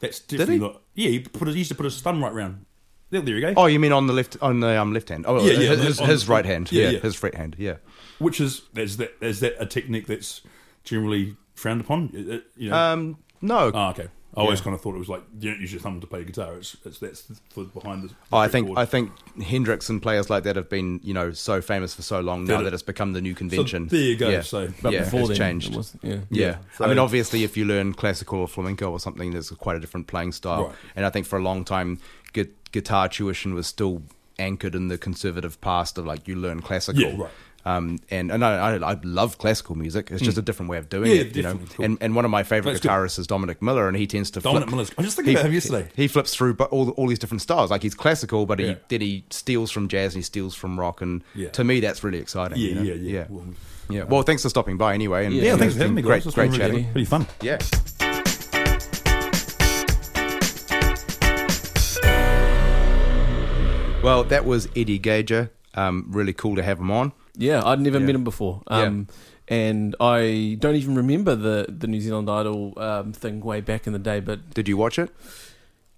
C: That's definitely
B: he?
C: not. Yeah, he put his, he used to put his thumb right round. There, there you go.
B: oh, you mean on the left, on the um, left hand? Oh,
C: Yeah, yeah,
B: his, his,
C: on-
B: his right hand.
C: yeah,
B: Yeah,
C: yeah.
B: his right hand. Yeah.
C: Which is is that is that a technique that's generally frowned upon? It- it- you know?
B: Um, no.
C: Ah, okay. I always kind of thought it was like you don't use your thumb to play guitar. It's, it's that's for behind the.
B: Oh, I think I think Hendrix and players like that have been you know so famous for so long now
C: That-
B: that it's become the new convention.
C: there you go,
B: Yeah.
C: so-
A: But
B: yeah,
A: before then,
B: it's changed.
A: it was, yeah.
B: Yeah.
C: So-
B: I mean, obviously, if you learn classical or flamenco or something, there's quite a different playing style.
C: Right.
B: And I think for a long time, gu- guitar tuition was still anchored in the conservative past of like you learn classical.
C: Yeah, right.
B: Um, and and I, I, I love classical music. It's just a different way of doing
C: Mm. Yeah,
B: it, you know.
C: definitely, cool.
B: And and one of my favorite
C: That's good.
B: guitarists is Dominic Miller, and he tends to
C: Dominic
B: flip-
C: Miller's- I was [LAUGHS] just thinking about him yesterday.
B: He flips through bu- all all these different styles. Like he's classical, but
C: Yeah.
B: he then he steals from jazz and he steals from rock. And
C: Yeah.
B: to me, that's really exciting.
C: Yeah,
B: you know?
C: yeah, yeah.
B: yeah.
C: Well,
B: Yeah. Well, thanks for stopping by anyway. And
A: Yeah,
C: yeah,
B: and
C: thanks
B: it's
C: for having me,
B: been
C: guys.
B: Great,
C: It's
B: great
C: been really,
B: chatting.
C: Pretty fun.
B: Yeah. Well, that was Eddie Gager. Um, really cool to have him on.
A: Yeah, I'd never
B: Yeah.
A: met him before. Um, And I don't even remember the, the New Zealand Idol um, thing way back in the day, but
B: Did you watch it?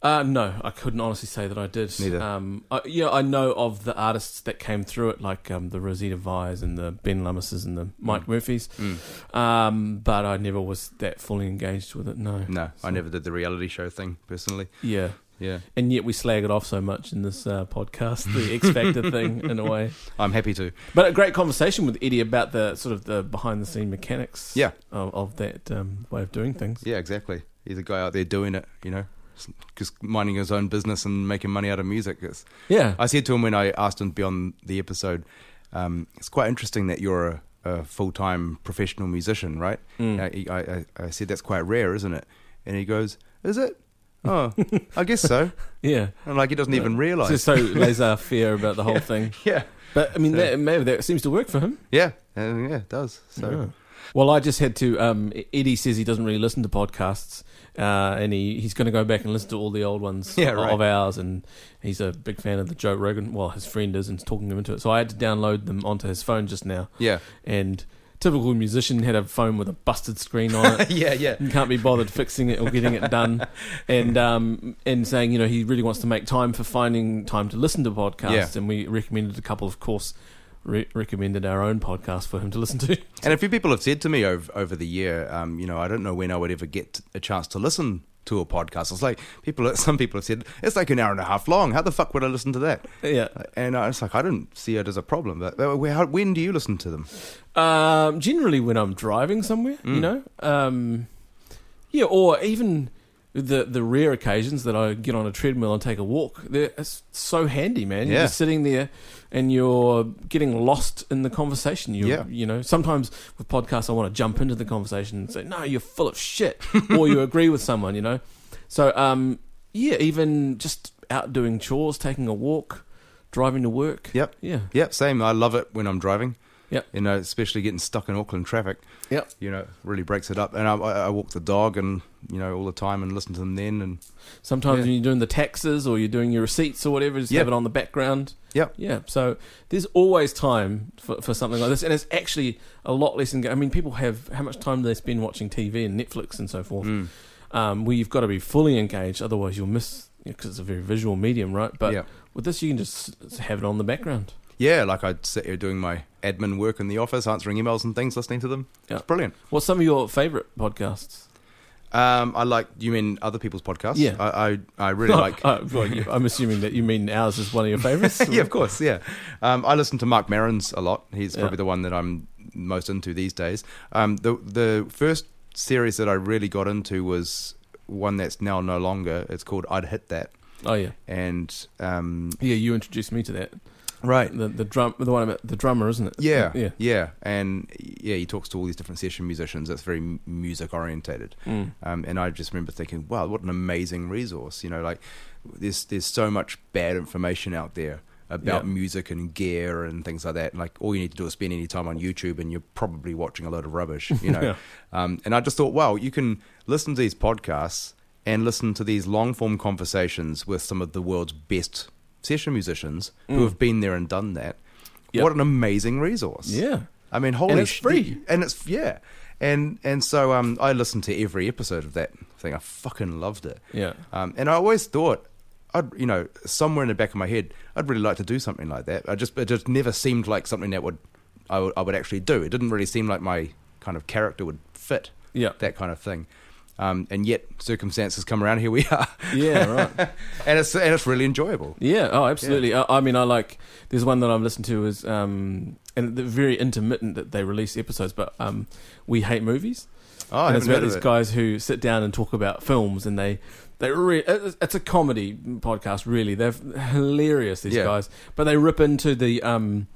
A: uh, no, I couldn't honestly say that I did.
B: Neither.
A: Um, I, yeah, I know of the artists that came through it, like um, the Rosita Vires and the Ben Lummises and the Mike
B: Hmm.
A: Murphys,
C: Mm.
B: Mm.
A: um, but I never was that fully engaged with it, no.
B: No, I never did the reality show thing personally.
A: Yeah.
B: Yeah,
A: And yet we slag it off so much in this uh, podcast, the X
B: [LAUGHS]
A: Factor thing, in a way.
B: I'm happy to.
A: But a great conversation with Eddie about the sort of the behind the scene mechanics.
B: Yeah.
A: Of, of that um, way of doing things.
B: Yeah, exactly. He's a guy out there doing it, you know, just minding his own business and making money out of music. It's,
A: Yeah.
B: I said to him when I asked him to be on the episode, um, it's quite interesting that you're a, Mm. a full time professional musician, right? I, I, I I said that's quite rare, isn't it? And he goes, "Is it? Oh, I guess so."
A: Yeah.
B: And like he doesn't [LAUGHS] even realize.
A: Just so laissez faire about the whole thing.
B: [LAUGHS] yeah,
A: But I mean,
B: So-
A: that, maybe that seems to work for him.
B: yeah, and yeah, it does. So
A: Well, I just had to. Um, Eddie says he doesn't really listen to podcasts, uh, and he, he's going to go back and listen to all the old ones
B: Yeah,
A: of
B: right.
A: ours. And he's a big fan of the Joe Rogan. Well, his friend is, and is talking him into it. So I had to download them onto his phone just now.
B: yeah,
A: And typical musician had a phone with a busted screen on it.
B: [LAUGHS] yeah, yeah.
A: and can't be bothered fixing it or getting it
B: [LAUGHS]
A: done, and um, and saying you know he really wants to make time for finding time to listen to podcasts,
B: Yeah.
A: and we recommended a couple, of course, re- recommended our own podcast for him to listen to. [LAUGHS]
B: And a few people have said to me over, over the year, um, you know, I don't know when I would ever get a chance to listen to a podcast. It's like people, [LAUGHS] some people have said it's like an hour and a half long. How the fuck would I listen to that?
A: yeah,
B: And I was like, I don't see it as a problem. But uh, wh- how, when do you listen to them?
A: um, generally when I'm driving somewhere,
B: Mm.
A: you know, um, yeah, or even the the rare occasions that I get on a treadmill and take a walk. They're, it's so handy, man. You're
B: Yeah.
A: just sitting there and you're getting lost in the conversation. You
B: Yeah.
A: you know, sometimes with podcasts I want to jump into the conversation and say, "No, you're full of shit," or
B: [LAUGHS]
A: you agree with someone, you know. So um, yeah, even just out doing chores, taking a walk, driving to work.
B: Yep.
A: Yeah.
B: Yep, same. I love it when I'm driving.
A: Yep.
B: You know, especially getting stuck in Auckland traffic.
A: Yep.
B: You know, really breaks it up. And I, I I walk the dog and, you know, all the time and listen to them then. And
A: Sometimes
B: Yeah.
A: when you're doing the taxes or you're doing your receipts or whatever, just
B: Yeah.
A: have it on the background.
B: yeah,
A: Yeah, so there's always time for, for something like this, and it's actually a lot less. Enga- I mean, people have how much time do they spend watching TV and Netflix and so forth,
B: Mm.
A: um, where you've got to be fully engaged, otherwise you'll miss because it's a very visual medium, right? But
B: Yeah.
A: with this, you can just s- have it on the background.
B: yeah, like I'd sit here doing my admin work in the office, answering emails and things, listening to them.
A: Yeah.
B: It's brilliant.
A: What's some of your favorite podcasts?
B: Um, I like. You mean other people's podcasts?
A: Yeah.
B: I I,
A: [LAUGHS]
B: I really like.
A: Oh, oh, well, you- I'm assuming that you mean ours is one
B: [LAUGHS]
A: of your favorites.
B: yeah, of course. Yeah, um, I listen to Mark Maron's a lot. He's
A: Yeah.
B: probably the one that I'm most into these days. Um, the the first series that I really got into was one that's now no longer. It's called I'd Hit That,
A: Oh yeah,
B: and um,
A: yeah. You introduced me to that.
B: right.
A: The the drum, the one about the drummer, isn't it?
B: Yeah,
A: yeah.
B: yeah, and yeah, he talks to all these different session musicians. That's very music orientated,
A: Mm.
B: um, and I just remember thinking, wow, what an amazing resource. You know, like there's there's so much bad information out there about
A: Yeah.
B: music and gear and things like that. Like all you need to do is spend any time on YouTube, and you're probably watching a load of rubbish. You [LAUGHS]
A: [LAUGHS]
B: know,
A: Yeah.
B: um, and I just thought, wow, you can listen to these podcasts and listen to these long form conversations with some of the world's best session musicians who have been there and done that.
A: Mm. Yep.
B: What an amazing resource!
A: Yeah.
B: I mean, holy
A: it's
B: sh-
A: free.
B: and it's yeah, and and so um, I listened to every episode of that thing. I fucking loved it.
A: Yeah.
B: Um, and I always thought, I'd you know, somewhere in the back of my head, I'd really like to do something like that. I just it just never seemed like something that would I would, I would actually do. It didn't really seem like my kind of character would fit
A: Yeah.
B: that kind of thing. Um, and yet circumstances come around. Here we [LAUGHS] are,
A: Yeah, right.
B: and it's and it's really enjoyable.
A: Yeah, oh, absolutely. I, I mean, I like. There's one that I've listened to is, um, and they're very intermittent that they release episodes, but um, we hate movies.
B: Oh, I
A: and it's
B: haven't
A: about
B: heard of
A: these
B: it.
A: guys who sit down and talk about films, and they they re- it's it's a comedy podcast. Really, they're hilarious. These
B: Yeah.
A: guys, but they rip into the um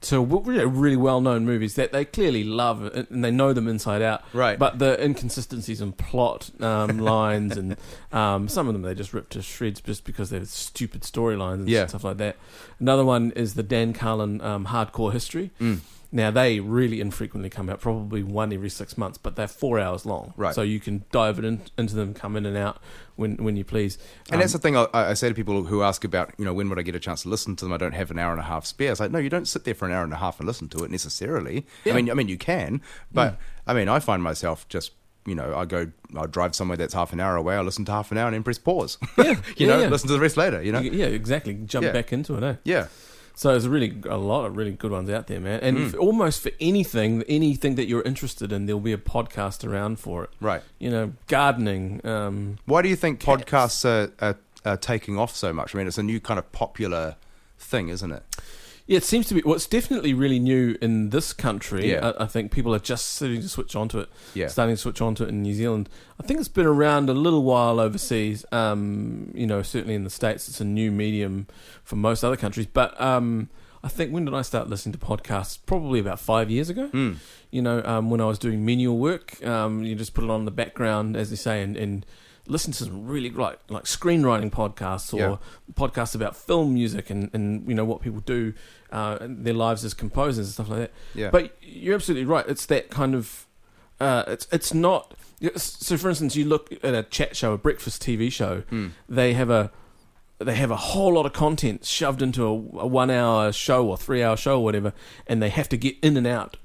A: to w- really- really well known movies that they clearly love and and they know them inside out.
B: Right.
A: But the inconsistencies in plot
B: [LAUGHS]
A: um, lines and um, some of them they just rip to shreds just because they're stupid storylines and
B: Yeah.
A: stuff like that. Another one is the Dan Carlin um, Hardcore History.
B: Mm.
A: Now they really infrequently come out, probably one every six months, but they're four hours long.
B: Right.
A: So you can dive it in, into them, come in and out when when you please. Um,
B: And that's the thing I, I say to people who ask about, you know, when would I get a chance to listen to them? I don't have an hour and a half spare. It's like, no, you don't sit there for an hour and a half and listen to it necessarily.
A: Yeah. Mm.
B: I mean, I mean, you can, but I mean, I find myself just, you know, I go, I drive somewhere that's half an hour away. I listen to half an hour and then press pause. [LAUGHS]
A: Yeah,
B: you
A: yeah,
B: know,
A: yeah.
B: listen to the rest later. You know,
A: You- yeah, exactly. Jump
B: Yeah.
A: back into it. Eh?
B: yeah,
A: So there's really a lot of really good ones out there, man.
B: Hmm.
A: And f almost for anything, anything that you're interested in, there'll be a podcast around for it.
B: right.
A: You know, gardening. Um,
B: Why do you think podcasts are, are, are taking off so much? I mean, it's a new kind of popular thing, isn't it?
A: yeah, it seems to be. Well, it's definitely really new in this country.
B: Yeah.
A: I, I think people are just starting to switch onto it.
B: Yeah.
A: starting to switch onto it in New Zealand. I think it's been around a little while overseas. Um, you know, certainly in the states, it's a new medium for most other countries. But um, I think when did I start listening to podcasts? Probably about five years ago. You know, um, when I was doing manual work, um, you just put it on in the background, as they say, and, and listen to some really like like screenwriting podcasts or
B: Yeah.
A: podcasts about film music and, and you know what people do, uh, and their lives as composers and stuff like that.
B: Yeah.
A: But you're absolutely right. It's that kind of. Uh, it's it's not. it's- So, for instance, you look at a chat show, a breakfast TV show.
B: Hmm.
A: They have a they have a whole lot of content shoved into a, a one hour show or three hour show or whatever, and they have to get in and out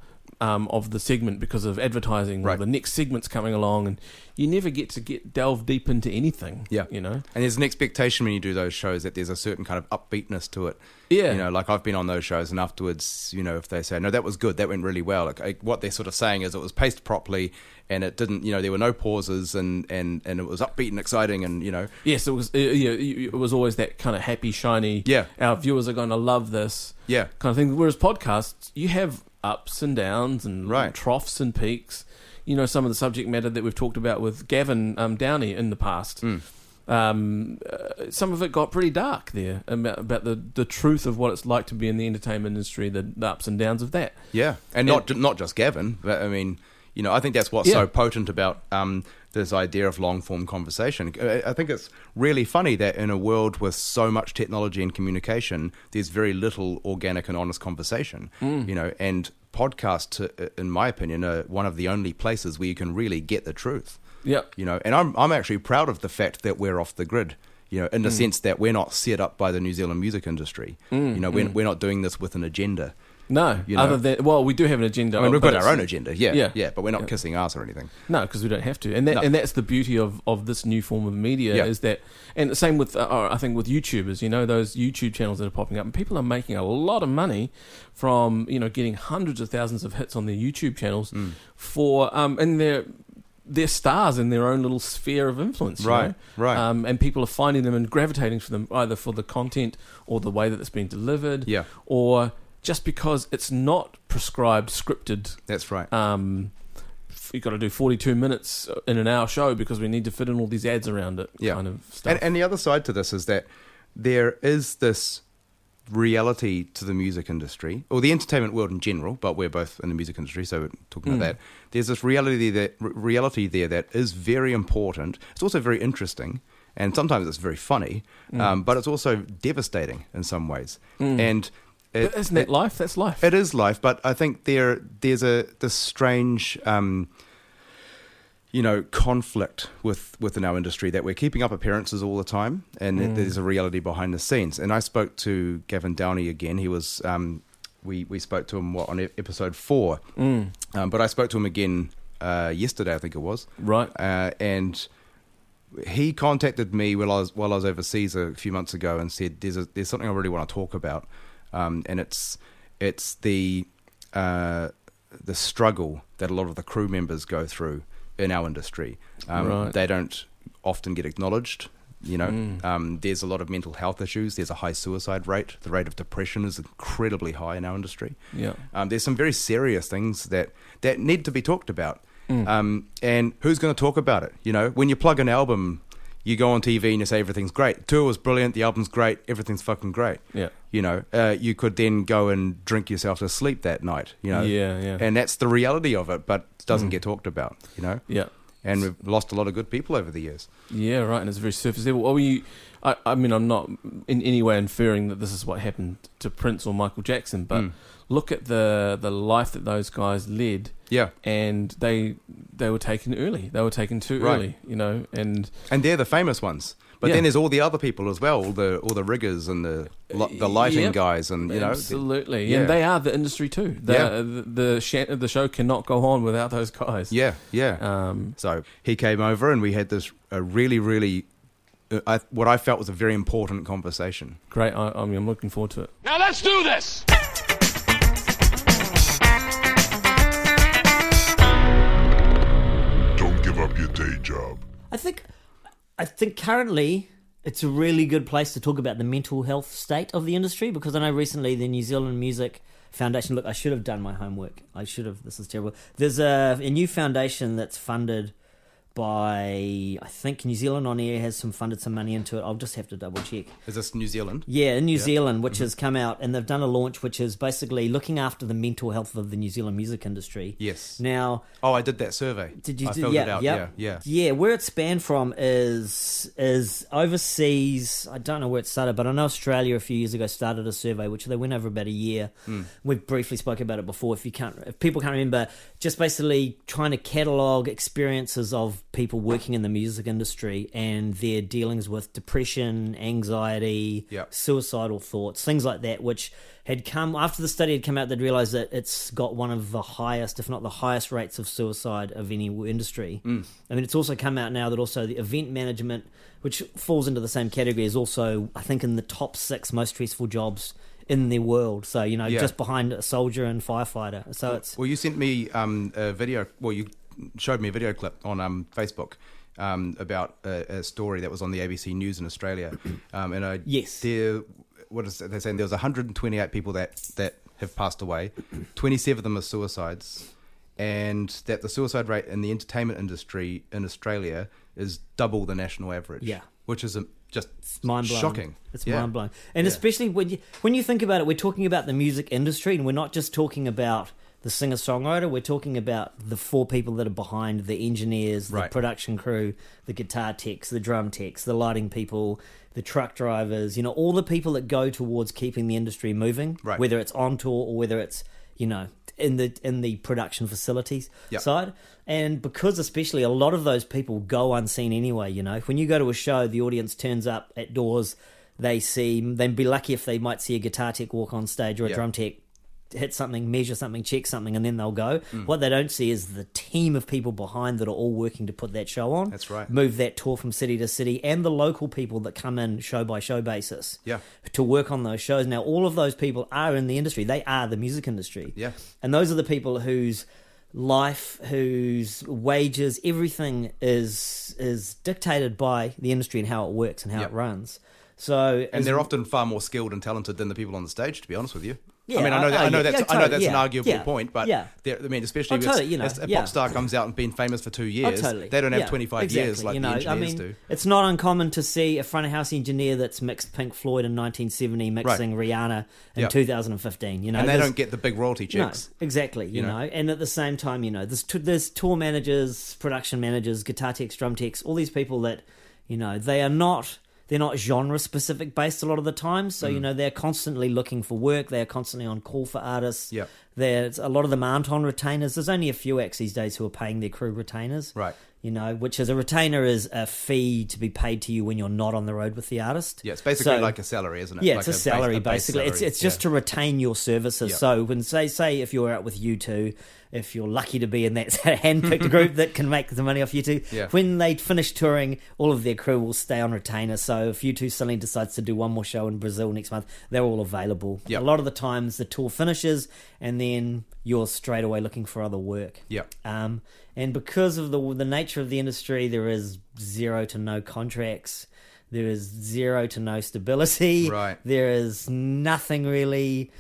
A: um, of the segment because of advertising or
B: Right.
A: the next segment's coming along, and you never get to get delve deep into anything.
B: Yeah.
A: you know.
B: And there's an expectation when you do those shows that there's a certain kind of upbeatness to it.
A: Yeah.
B: You know, like I've been on those shows, and afterwards, you know, if they say, no, that was good, that went really well, like, like, what they're sort of saying is it was paced properly and it didn't, you know, there were no pauses and, and, and it was upbeat and exciting and, you know,
A: Yes, it was. uh, yeah, It was always that kind of happy, shiny.
B: Yeah.
A: our viewers are going to love this.
B: yeah.
A: kind of thing. Whereas podcasts, you have ups and downs and
B: Right.
A: troughs and peaks. You know, some of the subject matter that we've talked about with Gavin um, Downey in the past.
B: Mm.
A: Um, uh, some of it got pretty dark there about, about the, the truth of what it's like to be in the entertainment industry, the, the ups and downs of that.
B: Yeah, and not ju- not just Gavin, but I mean, you know, I think that's what's
A: Yeah.
B: so potent about um, this idea of long form conversation. I I think it's really funny that in a world with so much technology and communication, there's very little organic and honest conversation. You know, and podcasts, uh, in my opinion, are one of the only places where you can really get the truth
A: Yep.
B: you know and i'm i'm actually proud of the fact that we're off the grid you know in the sense that we're not set up by the new zealand music industry you know we're, we're not doing this with an agenda
A: No,
B: You know.
A: other than well, we do have an agenda.
B: i mean we've
A: but
B: got our
A: it's-
B: own agenda yeah
A: Yeah.
B: yeah, but we're not kissing ass or anything
A: No, because we don't have to, and that,
B: No.
A: and that's the beauty of, of this new form of media
B: Yeah.
A: is that, and the same with uh, uh, I think with YouTubers, you know those YouTube channels that are popping up, and people are making a lot of money from you know getting hundreds of thousands of hits on their YouTube channels
B: Mm.
A: for um and they're they're stars in their own little sphere of influence, you
B: Right,
A: know?
B: right.
A: Um, and people are finding them and gravitating for them either for the content or the way that it's been delivered,
B: Yeah.
A: or just because it's not prescribed, scripted
B: that's right
A: um, f- you've got to do 42 minutes in an hour show because we need to fit in all these ads around it
B: Yeah.
A: kind of stuff.
B: and, and the other side to this is that there is this reality to the music industry or the entertainment world in general but we're both in the music industry so we're talking
A: Hmm.
B: about that there's this reality that r- reality there that is very important it's also very interesting and sometimes it's very funny
A: Hmm.
B: um, but it's also devastating in some ways and it-
A: But isn't that life? That's life.
B: it is life, but I think there there's a this strange, um, you know, conflict with within our industry that we're keeping up appearances all the time, and that there's a reality behind the scenes. And I spoke to Gavin Downey again. He was um, we we spoke to him what on e- episode four,
A: Mm.
B: um, but I spoke to him again uh, yesterday, I think it was,
A: right.
B: uh, and he contacted me while I was while I was overseas a few months ago and said there's a, there's something I really want to talk about, um, and it's it's the uh, the struggle that a lot of the crew members go through in our industry. Um,
A: Right.
B: They don't often get acknowledged. You know, um, there's a lot of mental health issues. There's a high suicide rate. The rate of depression is incredibly high in our industry.
A: Yeah.
B: Um, there's some very serious things that, that need to be talked about.
A: Mm.
B: Um, and who's going to talk about it? You know, when you plug an album, you go on TV and you say everything's great. Tour was brilliant. The album's great. Everything's fucking great.
A: Yeah.
B: You know, uh, you could then go and drink yourself to sleep that night. You know.
A: Yeah, Mm. yeah.
B: And that's the reality of it, but it doesn't get talked about. You know.
A: Yeah.
B: And we've lost a lot of good people over the years.
A: Yeah, right. And it's very surface level. Well, you, I, I mean, I'm not in any way inferring that this is what happened to Prince or Michael Jackson, but
B: Mm.
A: look at the, the life that those guys led.
B: Yeah.
A: And they they were taken early. They were taken too
B: Right.
A: early, you know. And
B: And they're the famous ones. But
A: Yeah.
B: then there's all the other people as well, all the all the riggers and the li- the lighting
A: Yep.
B: guys and you know
A: absolutely,
B: yeah.
A: and they are the industry too. The, uh,
B: Yeah.
A: the the sh- the show cannot go on without those guys.
B: yeah, yeah.
A: Um,
B: So he came over and we had this a really, really, uh, I, what I felt was a very important conversation.
A: great. I, I mean, I'm looking forward to it.
D: Now let's do this!
E: Don't give up your day job.
F: I think, I think currently it's a really good place to talk about the mental health state of the industry because I know recently the New Zealand Music Foundation. Look, I should have done my homework. I should have. This is terrible. There's a, a new foundation that's funded by I think New Zealand on air has some funded some money into it. I'll just have to double check.
B: Is this New Zealand?
F: Yeah, in New Zealand, which has come out and they've done a launch which is basically looking after the mental health of the New Zealand music industry.
B: Yes.
F: Now,
B: Oh, I did that survey.
F: did you
B: I
F: do
B: filled
F: yeah,
B: it out.
F: yep.
B: Yeah, yeah.
F: yeah. where it's banned from is is overseas. I don't know where it started, but I know Australia a few years ago started a survey which they went over about a year.
B: Hmm.
F: We briefly spoke about it before. If you can't, if people can't remember, just basically trying to catalogue experiences of people working in the music industry and their dealings with depression, anxiety,
B: Yep.
F: suicidal thoughts, things like that, which had come after the study had come out, they'd realized that it's got one of the highest, if not the highest, rates of suicide of any industry. Mm. I mean, it's also come out now that also the event management, which falls into the same category, is also, I think, in the top six most stressful jobs in the world. So, you know,
B: Yeah.
F: just behind a soldier and firefighter. So it's.
B: Well, you sent me um, a video. Well, you showed me a video clip on um, Facebook um, about a, a story that was on the ABC News in
F: [CLEARS THROAT]
B: Australia. Um, and I
F: Yes.
B: there. What is it? they're saying? There was 128 people that that have passed
F: [CLEARS THROAT]
B: away. 27 of them are suicides, and that the suicide rate in the entertainment industry in Australia is double the national average.
F: Yeah.
B: which is um, just
F: mind blowing.
B: shocking.
F: It's
B: Yeah.
F: mind blowing, and
B: Yeah.
F: especially when you when you think about it, we're talking about the music industry, and we're not just talking about the singer songwriter. We're talking about the four people that are behind the engineers,
B: Right.
F: the production crew, the guitar techs, the drum techs, the lighting people, the truck drivers. You know, all the people that go towards keeping the industry moving,
B: Right.
F: whether it's on tour or whether it's you know. In the in the production facilities
B: Yep.
F: side, and because especially a lot of those people go unseen anyway. You know, when you go to a show, the audience turns up at doors. They see they'd be lucky if they might see a guitar tech walk on stage or a
B: Yeah.
F: drum tech hit something, measure something, check something, and then they'll go.
B: Mm.
F: What they don't see is the team of people behind that are all working to put that show on.
B: That's right.
F: Move that tour from city to city, and the local people that come in show by show basis.
B: Yeah.
F: To work on those shows. Now, all of those people are in the industry. They are the music industry.
B: Yeah.
F: And those are the people whose life, whose wages, everything is is dictated by the industry and how it works and how
B: Yeah.
F: it runs. So
B: and they're often far more skilled and talented than the people on the stage. To be honest with you,
F: Yeah,
B: I mean, I know
F: oh,
B: that, I know
F: yeah,
B: that's
F: yeah,
B: I know
F: totally,
B: that's an
F: yeah,
B: arguable
F: yeah,
B: point, but
F: yeah.
B: they're- I mean, especially
F: Oh,
B: if
F: totally, you know,
B: if a
F: yeah.
B: pop star comes out and been famous for two years,
F: Oh, totally.
B: they don't have
F: Yeah,
B: twenty five
F: exactly.
B: years like
F: you
B: the
F: know,
B: engineers
F: I mean,
B: do.
F: It's not uncommon to see a front of house engineer that's mixed Pink Floyd in 1970 mixing Rihanna in
B: Yeah.
F: 2015. You know,
B: And they
F: there's-
B: don't get the big royalty checks.
F: no, exactly. You,
B: You know?
F: know? and at the same time, you know, there's t- there's tour managers, production managers, guitar techs, drum techs, all these people that, you know, they are not they're not genre specific based a lot of the time. So
B: Mm.
F: you know, they're constantly looking for work. They are constantly on call for artists.
B: Yep.
F: There's a lot of them aren't on retainers. There's only a few acts these days who are paying their crew retainers.
B: Right.
F: You know, which is a retainer is a fee to be paid to you when you're not on the road with the artist.
B: Yeah, it's basically
F: So-
B: like a salary, isn't it?
F: yeah,
B: Like
F: it's a,
B: base-
F: salary
B: base
F: basically. It's
B: salary.
F: it's just
B: Yeah.
F: to retain your services.
B: Yeah.
F: So when say say if you're out with you two, if you're lucky to be in that [LAUGHS] handpicked group that can make the money off you two,
B: Yeah.
F: when they finish touring, all of their crew will stay on retainer. So if you two suddenly decides to do one more show in Brazil next month, they're all available.
B: Yeah.
F: A lot of the times the tour finishes and then you're straight away looking for other work.
B: Yeah.
F: Um, and because of the the nature of the industry, there is zero to no contracts. There is zero to no stability.
B: [LAUGHS] Right.
F: There is nothing really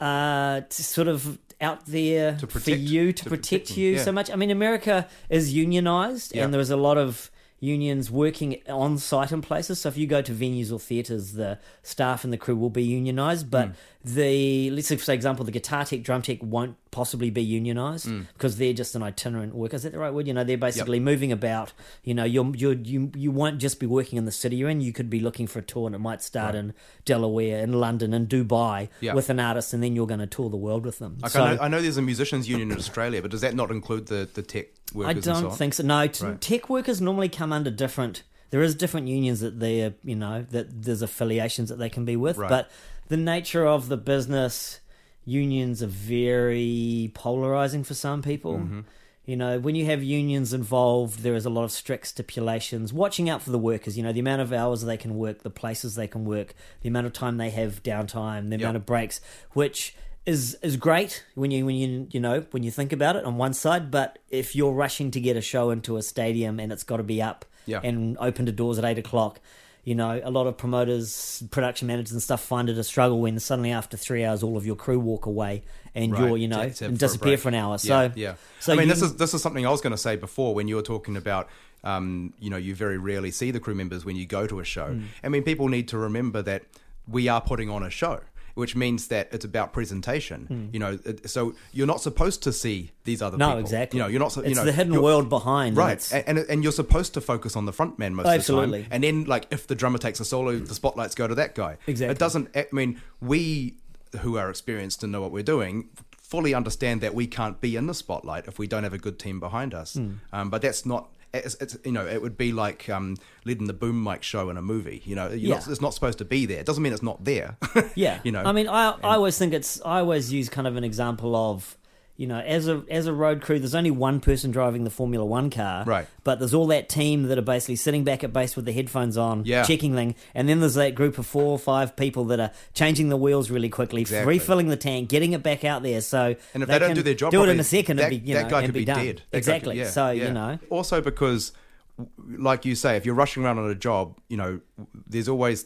F: uh, t- sort of out there for
B: protect-
F: you to,
B: to
F: protect,
B: protect
F: you
B: them, yeah.
F: so much. I mean, America is unionized,
B: Yeah.
F: and there is a lot of unions working on site in places. So if you go to venues or theaters, the staff and the crew will be unionized. But
B: Mm.
F: the let's say, for example, the guitar tech, drum tech won't possibly be unionized
B: Mm.
F: because they're just an itinerant worker. Is that the right word? You know, they're basically moving about. You know, you're, you're you you won't just be working in the city you're in. You could be looking for a tour, and it might start in Delaware, in London, in Dubai
B: Yeah.
F: with an artist, and then you're going to tour the world with them.
B: Like,
F: So-
B: I, know, I know there's a musicians union in Australia, but does that not include the, the tech workers?
F: I
B: and
F: don't
B: so on?
F: think so. No, t-
B: Right.
F: tech workers normally come under different. There is different unions that they, are you know, that there's affiliations that they can be with,
B: Right.
F: but the nature of the business unions are very polarizing for some people.
B: Mm-hmm.
F: You know, when you have unions involved, there is a lot of strict stipulations. Watching out for the workers, you know, the amount of hours they can work, the places they can work, the amount of time they have downtime, the amount of breaks, which is is great when you when you you know when you think about it on one side, but if you're rushing to get a show into a stadium and it's got to be up
B: Yeah.
F: and open to doors at eight o'clock, you know, a lot of promoters, production managers, and stuff find it a struggle when suddenly after three hours, all of your crew walk away and
B: Right,
F: you're, you know,
B: to- to-
F: and
B: for a
F: disappear
B: break.
F: for, an hour.
B: Yeah,
F: so,
B: yeah.
F: So
B: I mean,
F: you-
B: this is this is something I was going to say before when you were talking about, um, you know, you very rarely see the crew members when you go to a show.
F: Hmm.
B: I mean, people need to remember that we are putting on a show, which means that it's about presentation. You know, it- so you're not supposed to see these other
F: Hmm. no,
B: people.
F: exactly.
B: You know, you're not. so- You
F: it's
B: know,
F: the hidden
B: you're-
F: world behind, and
B: Right,
F: it's-
B: and, and and you're supposed to focus on the front man most of the
F: Absolutely.
B: time, and then like if the drummer takes a solo, the spotlights go to that guy.
F: Exactly.
B: it doesn't. I mean, we who are experienced and know what we're doing fully understand that we can't be in the spotlight if we don't have a good team behind us.
F: Hmm.
B: Um, but that's not. It's, it's you know it would be like um, leading the boom mic show in a movie. You know, you're not,
F: Yeah.
B: it's not supposed to be there. It doesn't mean it's not there. [LAUGHS]
F: Yeah,
B: you know.
F: I mean, I I always think it's I always use kind of an example of you know as a as a road crew, there's only one person driving the Formula One car,
B: Right.
F: But there's all that team that are basically sitting back at base with the headphones on,
B: Yeah.
F: checking thing, and then there's that group of four or five people that are changing the wheels really quickly,
B: Exactly.
F: refilling the tank, getting it back out there. So
B: And if they, don't
F: can
B: do their job,
F: do it in
B: properly,
F: a second,
B: That,
F: and be, you
B: that
F: know,
B: guy
F: and
B: could
F: be
B: be,
F: done.
B: dead. That guy could-
F: Exactly.
B: yeah,
F: so
B: yeah.
F: you know,
B: Also because, w- like you say, if you're rushing around on a job, you know, there's always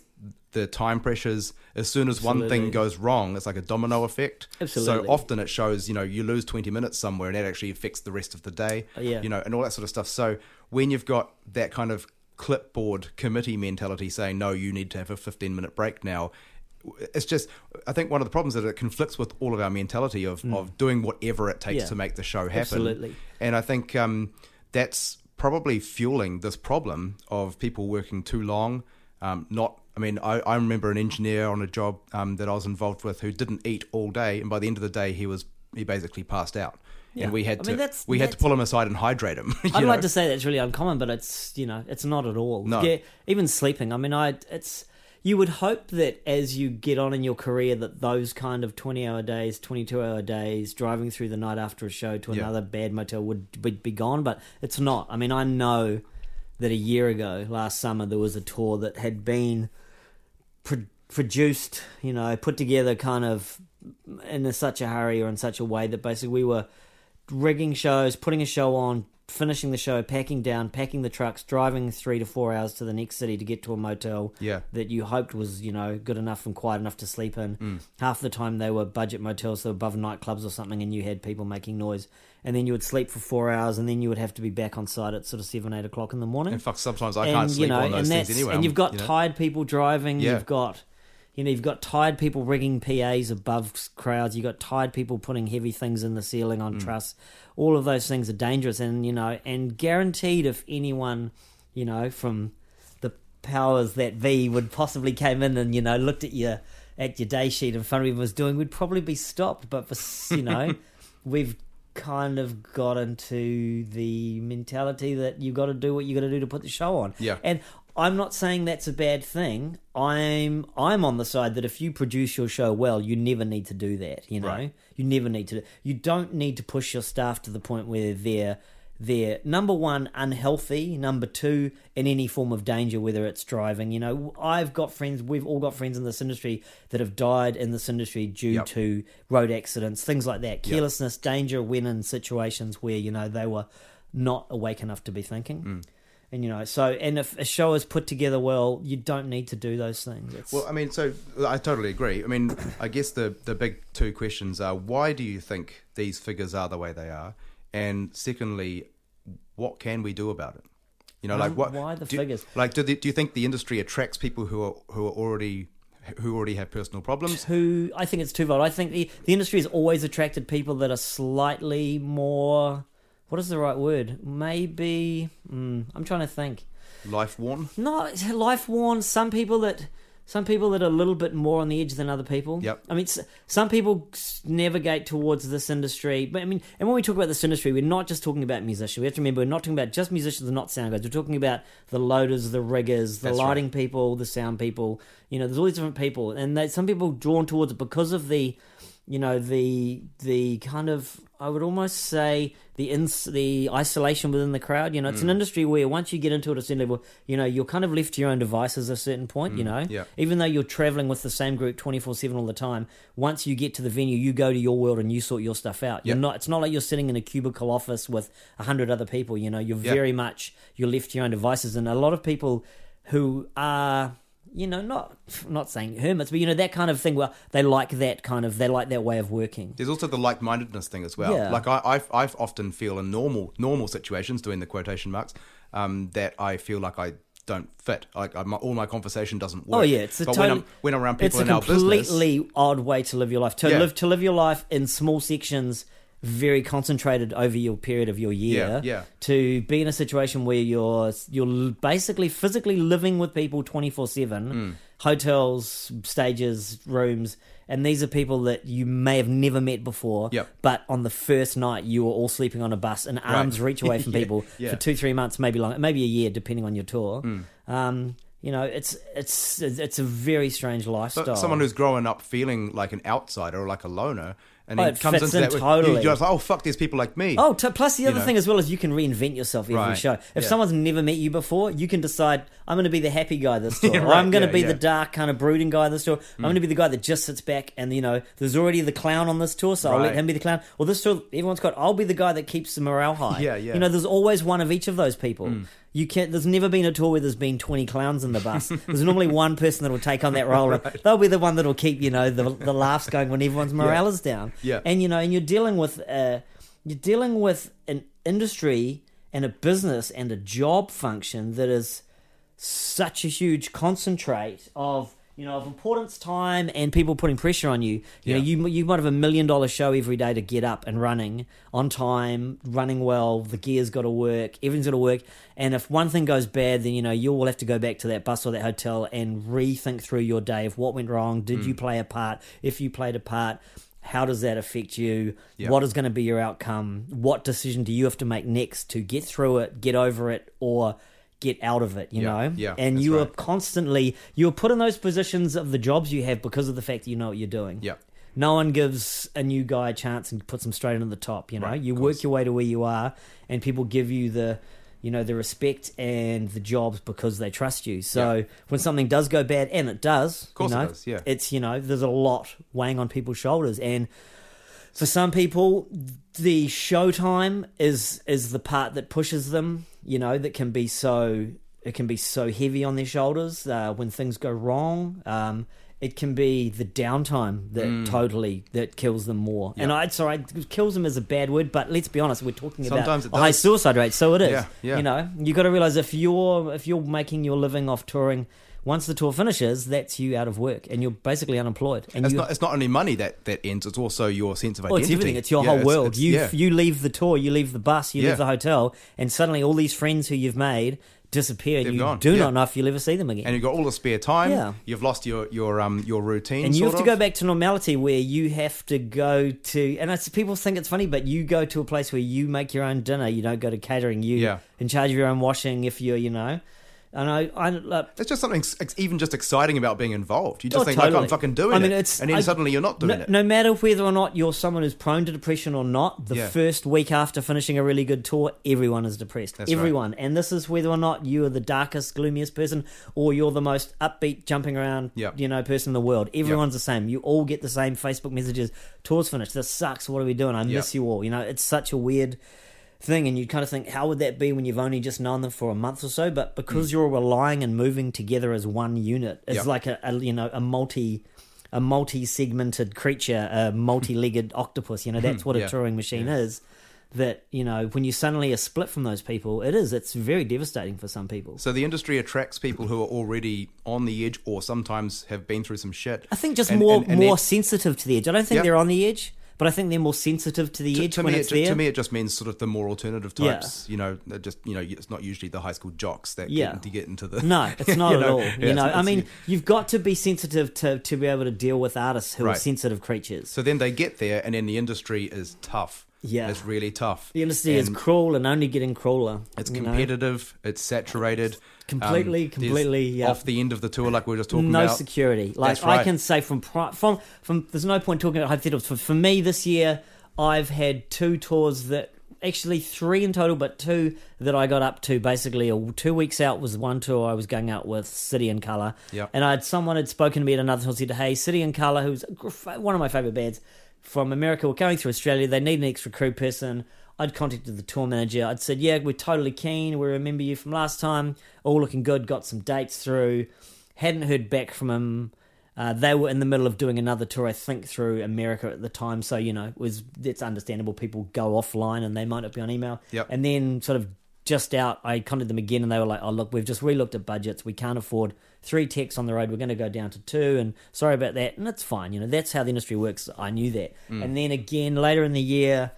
B: the time pressures. As soon as one thing
F: Absolutely.
B: goes wrong, it's like a domino effect.
F: Absolutely.
B: So often it shows, you know, you lose 20 minutes somewhere, and that actually affects the rest of the day.
F: Yeah.
B: You know, and all that sort of stuff. So when you've got that kind of clipboard committee mentality saying, no, you need to have a 15 minute break now. It's just, I think one of the problems is that it conflicts with all of our mentality of, of doing whatever it takes
F: Hmm. Yeah.
B: to make the show happen.
F: Absolutely.
B: And I think um, that's probably fueling this problem of people working too long. Um, not, I mean, I, I remember an engineer on a job um, that I was involved with who didn't eat all day, and by the end of the day, he was he basically passed out,
F: Yeah.
B: and we had
F: I
B: to
F: mean, that's-
B: we had to
F: that's-
B: pull him aside and hydrate him. [LAUGHS] you
F: I'd like
B: know?
F: to say that's really uncommon, but it's you know it's not at all.
B: No.
F: Yeah, even sleeping. I mean, I it's you would hope that as you get on in your career that those kind of 20 hour days 22 hour days driving through the night after a show to
B: Yeah.
F: another bad motel would be, be gone but it's not i mean i know that a year ago last summer there was a tour that had been pro- produced, you know, put together kind of in a, such a hurry or in such a way that basically we were rigging shows, putting a show on, finishing the show, packing down, packing the trucks, driving three to four hours to the next city to get to a motel
B: Yeah.
F: that you hoped was, you know, good enough and quiet enough to sleep in.
B: Mm.
F: Half the time they were budget motels, they were above nightclubs or something, and you had people making noise. And then you would sleep for four hours, and then you would have to be back on site at sort of seven, eight o'clock in the morning
B: In fact, sometimes I can't sleep on those
F: that's-
B: things anyway.
F: And you've got
B: you know?
F: tired people driving.
B: Yeah.
F: You've got, you know, you've got tired people rigging PAs above s- crowds. You've got tired people putting heavy things in the ceiling on truss. All of those things are dangerous, and you know, and guaranteed if anyone, you know, from the powers that be would possibly came in and you know looked at your at your day sheet and found what was doing, we'd probably be stopped. But for s- you know, we've kind of got into the mentality that you got to do what you got to do to put the show on.
B: Yeah.
F: And I'm not saying that's a bad thing. I'm I'm on the side that if you produce your show well, you never need to do that. You know,
B: Right.
F: you never need to. You don't need to push your staff to the point where they're they're number one unhealthy, number two in any form of danger, whether it's driving. You know, I've got friends. We've all got friends in this industry that have died in this industry due
B: Yep.
F: to road accidents, things like that, carelessness, danger when in situations where you know they were not awake enough to be thinking.
B: Mm.
F: And you know, so and if a show is put together well, you don't need to do those things. It's,
B: Well, I mean, so I totally agree. I mean, I guess the the big two questions are: why do you think these figures are the way they are, and secondly, what can we do about it? You know, like
F: Um,
B: what?
F: why the
B: do,
F: figures?
B: Like, do, the, do you think the industry attracts people who are who are already who already have personal problems?
F: who I think it's twofold. I think the, the industry has always attracted people that are slightly more. What is the right word? Maybe mm, I'm trying to think.
B: Life worn.
F: No, it's life worn. Some people that some people that are a little bit more on the edge than other people.
B: Yep.
F: I mean, s- some people s- navigate towards this industry, but I mean, and when we talk about this industry, we're not just talking about musicians. We have to remember we're not talking about just musicians and not sound guys. We're talking about the loaders, the riggers, the
B: That's right.
F: lighting people, the sound people. You know, there's all these different people, and that some people drawn towards it because of the, you know, the the kind of I would almost say the ins- the isolation within the crowd. You know, it's an industry where once you get into it at a certain level, you know, you're kind of left to your own devices at a certain point. You know,
B: yeah.
F: even though you're traveling with the same group 24-7 all the time once you get to the venue you go to your world and you sort your stuff out you're
B: Yeah.
F: not it's not like you're sitting in a cubicle office with 100 other people you know you're
B: Yeah.
F: very much you're left to your own devices and a lot of people who are you know not not saying hermits, but you know that kind of thing where they like that kind of they like that way of working.
B: There's also the like-mindedness thing as well.
F: Yeah.
B: Like I, I, I often feel in normal normal situations, doing the quotation marks, um, that I feel like I don't fit. Like I'm, all my conversation doesn't work.
F: Oh yeah, it's a
B: but
F: total,
B: when I'm when I'm around people
F: it's
B: in
F: a
B: our business,
F: completely odd way to live your life. To
B: Yeah.
F: live to live your life in small sections, very concentrated over your period of your year.
B: Yeah, yeah.
F: To be in a situation where you're you're l- basically physically living with people twenty four
B: Mm.
F: seven, hotels, stages, rooms. And these are people that you may have never met before,
B: Yep.
F: but on the first night you were all sleeping on a bus, an arm's reach away from people
B: [LAUGHS] yeah.
F: for two, three months, maybe long, maybe a year, depending on your tour.
B: Hmm.
F: Um, you know, it's it's it's a very strange
B: so-
F: lifestyle.
B: uh, someone who's growing up feeling like an outsider or like a loner, and
F: Oh,
B: then
F: it
B: comes
F: fits
B: into
F: in
B: that, with-
F: totally.
B: you, you're just like, oh fuck, there's people like me.
F: oh, t- plus the other
B: know.
F: thing as well is you can reinvent yourself every
B: Right,
F: show.
B: yeah.
F: If someone's never met you before, you can decide I'm going to be the happy guy
B: [LAUGHS]
F: this tour, or
B: right,
F: I'm going to
B: yeah,
F: be
B: yeah. Hmm.
F: the dark kind of brooding guy this tour. I'm going to be the guy that just sits back and you know there's already the clown on this tour, so I'll let
B: Right.
F: him be the clown. Or this tour, everyone's got I'll be the guy that keeps the morale high.
B: Yeah, yeah.
F: You know, there's always one of each of those people. You can't. There's never been a tour where there's been 20 clowns in the bus. there's normally one person that will take on that role. They'll be the one that'll keep you know the the laughs going when everyone's morale is down.
B: Yeah.
F: And you know, and you're dealing with uh, you're dealing with an industry and a business and a job function that is such a huge concentrate of you know of importance time and people putting pressure on you you know you, you might have a million dollar show every day to get up and running on time running well the gear's got to work everything's got to work and if one thing goes bad then you know you will have to go back to that bus or that hotel and rethink through your day of what went wrong did you play a part if you played a part how does that affect you what is going to be your outcome what decision do you have to make next to get through it get over it or get out of it you
B: Yeah,
F: know
B: yeah,
F: and
B: that's
F: you are
B: right.
F: constantly you're put in those positions of the jobs you have because of the fact that you know what you're doing
B: Yeah.
F: no one gives a new guy a chance and puts him straight into the top you know you work your way to where you are and people give you the you know the respect and the jobs because they trust you so when something does go bad and it does of
B: course
F: you
B: it
F: know,
B: does, yeah.
F: it's you know there's a lot weighing on people's shoulders and for some people the showtime is is the part that pushes them you know that can be so it can be so heavy on their shoulders uh, when things go wrong um, it can be the downtime that
B: Mm.
F: totally that kills them more and i sorry kills them is a bad word but let's be honest we're talking
B: Sometimes it
F: about a high
B: does.
F: suicide rate so it is
B: Yeah, yeah.
F: you know you got to realize if you're if you're making your living off touring once the tour finishes that's you out of work and you're basically unemployed and
B: it's
F: you
B: not it's not only money that that ends; it's also your sense of
F: Oh,
B: identity.
F: it's everything. It's your
B: Yeah,
F: whole world.
B: it's-
F: you
B: yeah.
F: you leave the tour, you leave the bus, you
B: Yeah.
F: leave the hotel, and suddenly all these friends who you've made disappear. and
B: They've
F: you
B: gone,
F: do
B: yeah.
F: not know if you'll ever see them again.
B: and you've got all the spare time.
F: Yeah.
B: You've lost your your um your routine.
F: and you
B: sort
F: have to
B: of.
F: go back to normality where you have to go to and it's people think it's funny but you go to a place where you make your own dinner you don't go to catering you
B: Yeah.
F: in charge of your own washing if you're you know and i i like,
B: It's just something ex- ex- even just exciting about being involved. You just
F: Oh,
B: think like
F: totally.
B: I'm fucking doing
F: I mean,
B: it,
F: it's-
B: and then
F: I-
B: suddenly you're not doing
F: no,
B: it.
F: no matter whether or not you're someone who's prone to depression or not, the
B: Yeah.
F: first week after finishing a really good tour, everyone is depressed.
B: right.
F: everyone. And this is whether or not you are the darkest, gloomiest person or you're the most upbeat, jumping around,
B: Yeah.
F: you know, person in the world. Everyone's the same. You all get the same Facebook messages. Tour's finished. This sucks. What are we doing? I miss you all. You know, it's such a weird thing and you kind of think how would that be when you've only just known them for a month or so but because you're relying and moving together as one unit
B: Mm.
F: it's
B: Yep.
F: like a, a you know a multi a multi-segmented creature
B: [LAUGHS]
F: a multi-legged octopus you know that's what a
B: Yeah.
F: touring machine is that you know when you suddenly are split from those people it is it's very devastating for some people
B: So the industry attracts people who are already on the edge, or sometimes have been through some shit.
F: I think just
B: And-
F: more
B: and- and then-
F: more sensitive to the edge. I don't think
B: Yep.
F: they're on the edge, but I think they're more sensitive to the
B: to,
F: edge
B: to
F: when
B: me, it,
F: it's
B: ju-
F: there.
B: to me, it just means sort of the more alternative
F: Yeah.
B: types. You know, that just you know, it's not usually the high school jocks that
F: Yeah.
B: get, to get into the. [LAUGHS]
F: No, it's not
B: you
F: at
B: know,
F: all.
B: yeah,
F: you
B: it's-
F: know, I
B: it's-
F: mean, you've got to be sensitive to, to be able to deal with artists who are
B: Right.
F: sensitive creatures.
B: So then they get there, and then the industry is tough.
F: Yeah.
B: it's really tough.
F: the industry is
B: And
F: cruel and only getting crueler.
B: It's
F: you know?
B: competitive. It's saturated. Um,
F: Completely,
B: there's
F: completely, yeah.
B: Off the end of the tour, like we were just talking
F: No
B: about.
F: security. Like
B: That's right.
F: I can say from pri- from from. There's no point talking about hypotheticals. For, for me this year, I've had two tours that actually three in total, but two that I got up to basically a, two weeks out was one tour I was going out with City and Color.
B: Yep.
F: And I had someone had spoken to me at another tour said, "Hey, City and Color, who's a gr- one of my favorite bands from America, were coming through Australia. They need an extra crew person." I'd contacted the tour manager. I'd said, "Yeah, we're totally keen. We remember you from last time. All looking good. Got some dates through. Hadn't heard back from him. Uh, they were in the middle of doing another tour, I think, through America at the time. So you know, it was it's understandable. People go offline and they might not be on email.
B: Yep.
F: And then sort of just out, I contacted them again, and they were like, "Oh, look, we've just re-looked at budgets. We can't afford three techs on the road. We're going to go down to two, and sorry about that. And it's fine. You know, that's how the industry works. I knew that. And then again later in the year,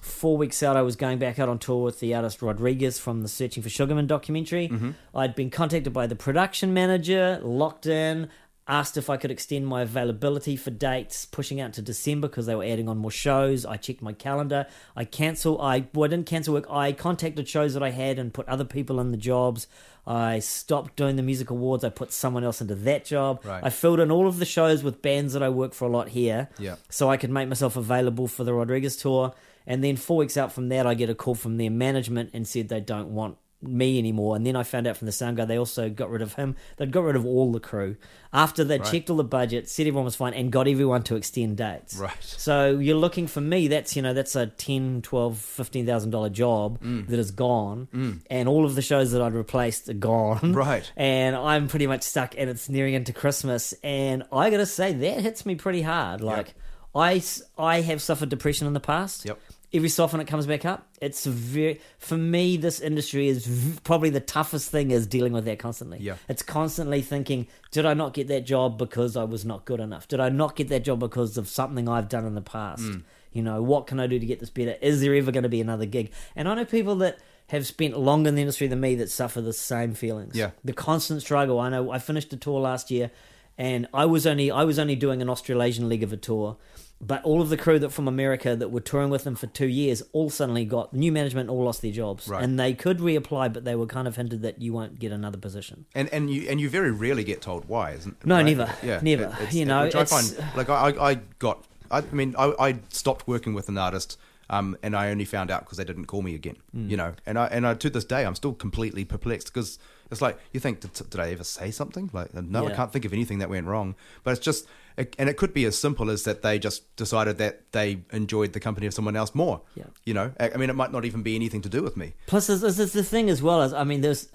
F: four weeks out, I was going back out on tour with the artist Rodriguez from the Searching for Sugarman documentary. I'd been contacted by the production manager, locked in, asked if I could extend my availability for dates, pushing out to December because they were adding on more shows. I checked my calendar. I cancel. I well, I didn't cancel work. I contacted shows that I had and put other people in the jobs. I stopped doing the music awards. I put someone else into that job.
B: Right.
F: I filled in all of the shows with bands that I work for a lot here
B: Yeah.
F: so I could make myself available for the Rodriguez tour. And then four weeks out from that, I get a call from their management and said they don't want me anymore. And then I found out from the sound guy they also got rid of him. They'd got rid of all the crew after they would checked all the budget, said everyone was fine, and got everyone to extend dates.
B: Right.
F: So you're looking for me. That's you know that's a ten, twelve, fifteen thousand dollar job
B: Mm.
F: that is gone, and all of the shows that I'd replaced are gone.
B: Right.
F: [LAUGHS] And I'm pretty much stuck, and it's nearing into Christmas, and I gotta say that hits me pretty hard. Like I, s- I have suffered depression in the past.
B: Yep.
F: Every so often it comes back up. It's very for me. This industry is v- probably the toughest thing is dealing with that constantly.
B: Yeah.
F: It's constantly thinking, did I not get that job because I was not good enough? Did I not get that job because of something I've done in the past?
B: Mm.
F: You know, what can I do to get this better? Is there ever going to be another gig? And I know people that have spent longer in the industry than me that suffer the same feelings.
B: Yeah.
F: The constant struggle. I know I finished a tour last year and I was only I was only doing an Australasian leg of a tour. But all of the crew that from America that were touring with them for two years all suddenly got new management, all lost their jobs,
B: Right.
F: and they could reapply, but they were kind of hinted that you won't get another position.
B: And and you and you very rarely get told why, isn't
F: No, never. Never. You know,
B: which I
F: it's-
B: find like I I I got. I, I mean, I, I stopped working with an artist, um, and I only found out because they didn't call me again.
F: Mm.
B: You know, and I and I to this day I'm still completely perplexed because it's like you think did, did I ever say something? Like uh, no, I
F: Yeah.
B: can't think of anything that went wrong. But it's just, it, and it could be as simple as that they just decided that they enjoyed the company of someone else more.
F: Yeah.
B: You know, I, I mean, it might not even be anything to do with me.
F: Plus, this, this is the thing as well as I mean, there's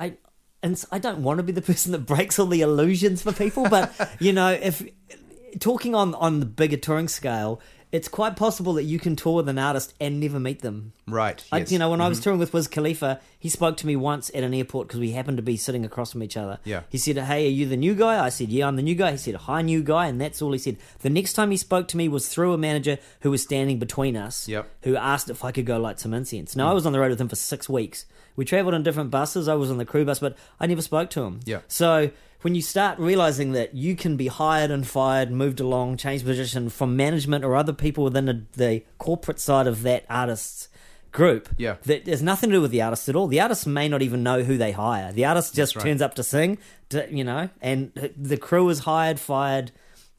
F: I and s- I don't want to be the [LAUGHS] person that breaks all the illusions for people, but
B: [LAUGHS]
F: you know, if talking on on the bigger touring scale, it's quite possible that you can tour with an artist and never meet them.
B: Right.
F: I,
B: yes. Mm-hmm.
F: you know, when I was touring with Wiz Khalifa, he spoke to me once at an airport because we happened to be sitting across from each other.
B: Yeah.
F: He said, Hey, are you the new guy? I said, Yeah, I'm the new guy. He said, Hi, new guy. And that's all he said. The next time he spoke to me was through a manager who was standing between us,
B: Yep.
F: who asked if I could go light some incense.
B: Hmm.
F: Now, I was on the road with him for six weeks. We traveled on different buses. I was on the crew bus, but I never spoke to him.
B: Yeah.
F: So when you start realizing that you can be hired and fired, moved along, changed position from management or other people within the, the corporate side of that artist's group,
B: Yeah.
F: that there's nothing to do with the artist at all. The artist may not even know who they hire. The artist just turns up to sing, to, you know, and the crew is hired, fired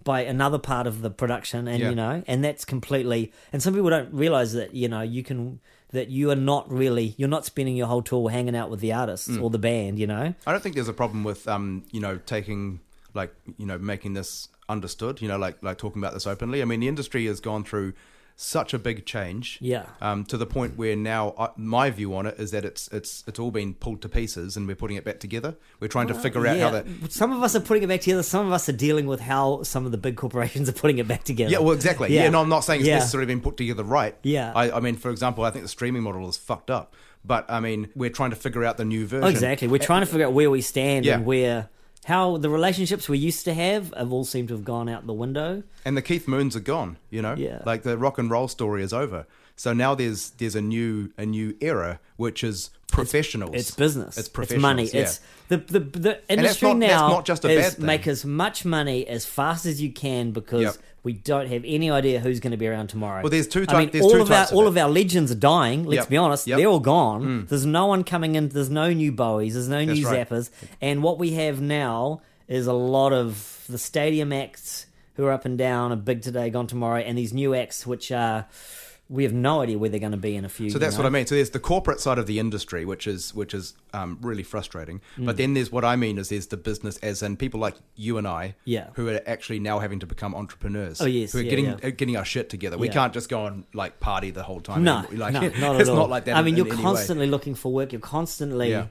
F: by another part of the production, and
B: Yeah.
F: you know, and that's completely. And some people don't realize that you know you can that you are not really you're not spending your whole tour hanging out with the artists
B: Mm.
F: or the band, you know.
B: I don't think there's a problem with um, you know, taking like you know, making this understood, you know, like like talking about this openly. I mean, the industry has gone through such a big change.
F: Yeah.
B: Um, to the point where now I, my view on it is that it's it's it's all been pulled to pieces and we're putting it back together. We're trying to figure out how that
F: Some of us are putting it back together. Some of us are dealing with how some of the big corporations are putting it back together.
B: Yeah, well, exactly. Yeah,
F: Yeah.
B: no, I'm not saying it's
F: Yeah.
B: necessarily been put together right.
F: Yeah.
B: I, I mean, for example, I think the streaming model is fucked up. But I mean, we're trying to figure out the new version.
F: Oh, exactly. We're trying to figure out where we stand
B: Yeah.
F: and where how the relationships we used to have have all seemed to have gone out the window.
B: and the Keith Moons are gone. You know,
F: Yeah.
B: like the rock and roll story is over. So now there's there's a new a new era, which is professionals.
F: It's business.
B: It's
F: It's
B: professionals.
F: money.
B: yeah.
F: It's the the, the
B: that's
F: industry
B: not- that's
F: now
B: not just a
F: is
B: bad thing.
F: make as much money as fast as you can because
B: Yep.
F: we don't have any idea who's going to be around tomorrow.
B: Well, there's two
F: I
B: type-
F: mean,
B: there's
F: all
B: two
F: of our
B: types of
F: all
B: it.
F: of our legends are dying. Let's
B: Yep.
F: be honest.
B: Yep. Hmm.
F: They're all gone. There's no one coming in. There's no new Bowies. There's no
B: That's
F: new
B: right.
F: Zappas. And what we have now is a lot of the stadium acts who are up and down, a big today, gone tomorrow, and these new acts which are we have no idea where they're going to be in a few.
B: So
F: you
B: that's
F: know.
B: what I mean. So there's the corporate side of the industry, which is which is um, really frustrating.
F: Mm.
B: But then there's what I mean is there's the business, as in people like you and I,
F: Yeah.
B: who are actually now having to become entrepreneurs.
F: Oh, yes,
B: who are
F: yeah,
B: getting
F: yeah.
B: uh, getting our shit together. We
F: Yeah.
B: can't just go and like party the whole time.
F: No,
B: anymore. [LAUGHS] like
F: no, not at
B: it's
F: all.
B: not like that.
F: I mean,
B: in-
F: you're
B: in any way.
F: constantly looking for work. You're constantly,
B: Yeah.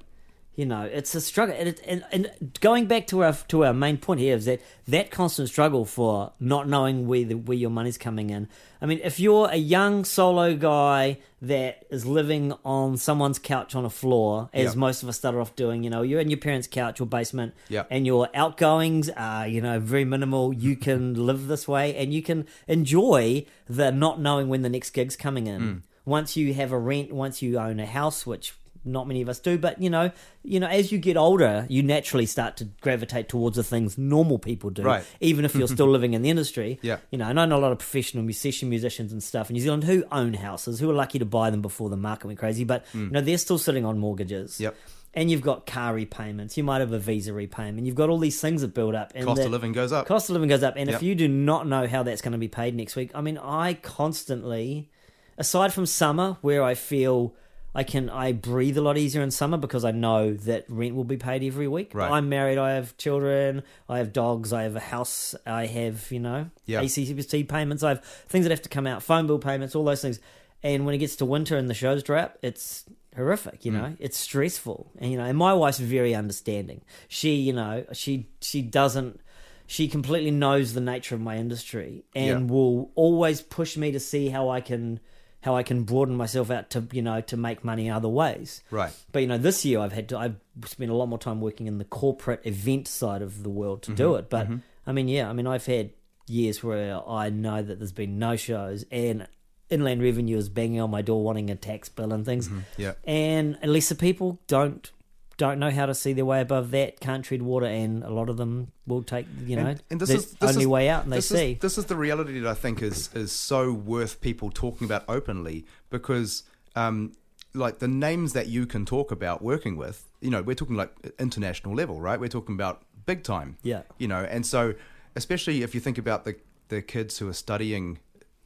F: you know, it's a struggle. And, it, and and going back to our to our main point here is that that constant struggle for not knowing where the, where your money's coming in. I mean, if you're a young solo guy that is living on someone's couch on a floor, as
B: Yeah.
F: most of us started off doing, you know, you're in your parents' couch or basement,
B: Yeah.
F: and your outgoings are you know very minimal.
B: [LAUGHS]
F: You can live this way, and you can enjoy the not knowing when the next gig's coming in.
B: Mm.
F: Once you have a rent, once you own a house, which not many of us do, but you know, you know, as you get older, you naturally start to gravitate towards the things normal people do,
B: Right.
F: even if you're
B: [LAUGHS]
F: still living in the industry.
B: Yeah.
F: You know, and I know a lot of professional musician musicians and stuff in New Zealand who own houses, who are lucky to buy them before the market went crazy, but you know, they're still sitting on mortgages.
B: Hmm. Yep.
F: And you've got car repayments, you might have a visa repayment, you've got all these things that build up. And
B: Cost of
F: that-
B: living goes up.
F: Cost of living goes up. And
B: Yep.
F: if you do not know how that's going to be paid next week, I mean, I constantly, aside from summer, where I feel I can, I breathe a lot easier in summer because I know that rent will be paid every week.
B: Right.
F: I'm married, I have children, I have dogs, I have a house, I have, you know,
B: Yeah.
F: ACCT payments, I have things that have to come out, phone bill payments, all those things. And when it gets to winter and the shows dry up, it's horrific,
B: Mm.
F: you know. It's stressful. And you know, and my wife's very understanding. She, you know, she she doesn't she completely knows the nature of my industry and
B: Yeah.
F: will always push me to see how I can how I can broaden myself out to, you know, to make money other ways.
B: Right.
F: But you know, this year I've had to, I've spent a lot more time working in the corporate event side of the world to
B: Mm-hmm.
F: do it. But I mean, yeah, I mean, I've had years where I know that there's been no shows and inland revenue is banging on my door wanting a tax bill and things.
B: Yeah.
F: And unless the people don't don't know how to see their way above that, can't tread water, and a lot of them will take you know the only way out, and they
B: this is-
F: see.
B: this is the reality that I think is is so worth people talking about openly because um, like the names that you can talk about working with, you know, we're talking like international level, right? We're talking about big time,
F: Yeah.
B: You know, and so especially if you think about the the kids who are studying,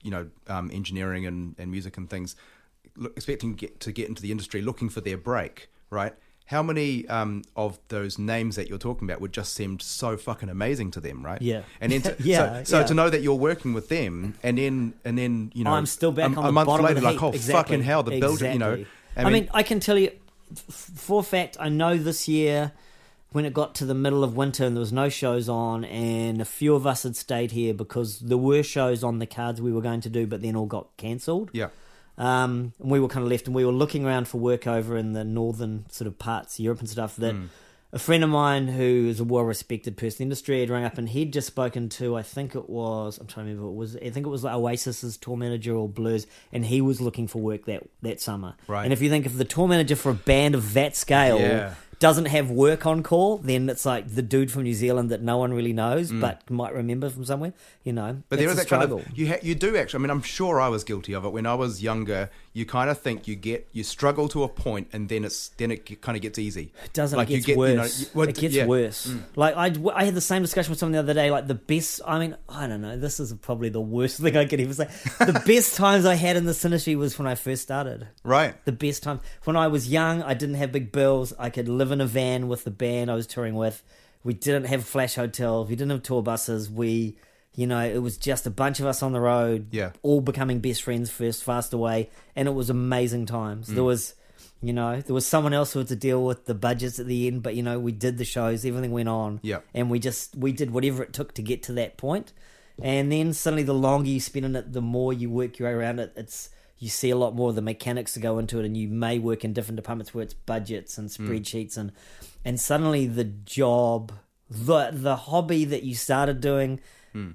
B: you know, um, engineering and, and music and things, look, expecting to get, to get into the industry, looking for their break, right? How many um, of those names that you're talking about would just seem so fucking amazing to them, right?
F: Yeah.
B: And then to,
F: [LAUGHS] Yeah,
B: so, so
F: yeah.
B: to know that you're working with them and then and then you know
F: I'm still back
B: a,
F: on
B: a
F: the
B: month
F: bottom
B: later
F: of the
B: like
F: heap.
B: oh
F: exactly.
B: fucking hell the build
F: exactly.
B: you know
F: I mean, I can tell you f- for a fact. I know this year when it got to the middle of winter and there was no shows on, and a few of us had stayed here because there were shows on the cards we were going to do, but then all got cancelled.
B: yeah
F: Um, and we were kind of left, and we were looking around for work over in the northern sort of parts, of Europe and stuff. That
B: Hmm.
F: a friend of mine who is a well-respected person in the industry had rang up, and he'd just spoken to, I think it was, I'm trying to remember, what it was I think it was like Oasis's tour manager or Blur's, and he was looking for work that that summer.
B: Right.
F: And if you think if the tour manager for a band of that scale
B: Yeah.
F: doesn't have work on call, then it's like the dude from New Zealand that no one really knows but might remember from somewhere. You know,
B: Hmm. but
F: it's
B: there is
F: a
B: that
F: struggle.
B: kind of you ha- you do actually I mean I'm sure I was guilty of it when I was younger you kind of think you get you struggle to a point and then it's then it kind of gets easy
F: It doesn't.
B: like
F: it gets
B: you get,
F: worse.
B: you know, you- well,
F: it gets
B: yeah. Mm.
F: worse. Like I, I had the same discussion with someone the other day. Like the best. I mean, I don't know. This is probably the worst [LAUGHS] thing I could even say. The best times I had in this industry was when I first started.
B: right
F: The best time when I was young, I didn't have big bills. I could live in a van with the band I was touring with. We didn't have flash hotels. We didn't have tour buses. We, you know, it was just a bunch of us on the road.
B: Yeah.
F: all becoming best friends first, fast away, and it was amazing times.
B: Mm.
F: There was, you know, there was someone else who had to deal with the budgets at the end, but you know, we did the shows. Everything went on.
B: Yeah.
F: and we just we did whatever it took to get to that point. And then suddenly, the longer you spend in it, the more you work your way around it. It's you see a lot more of the mechanics that go into it, and you may work in different departments where it's budgets and spreadsheets, and and suddenly the job, the the hobby that you started doing,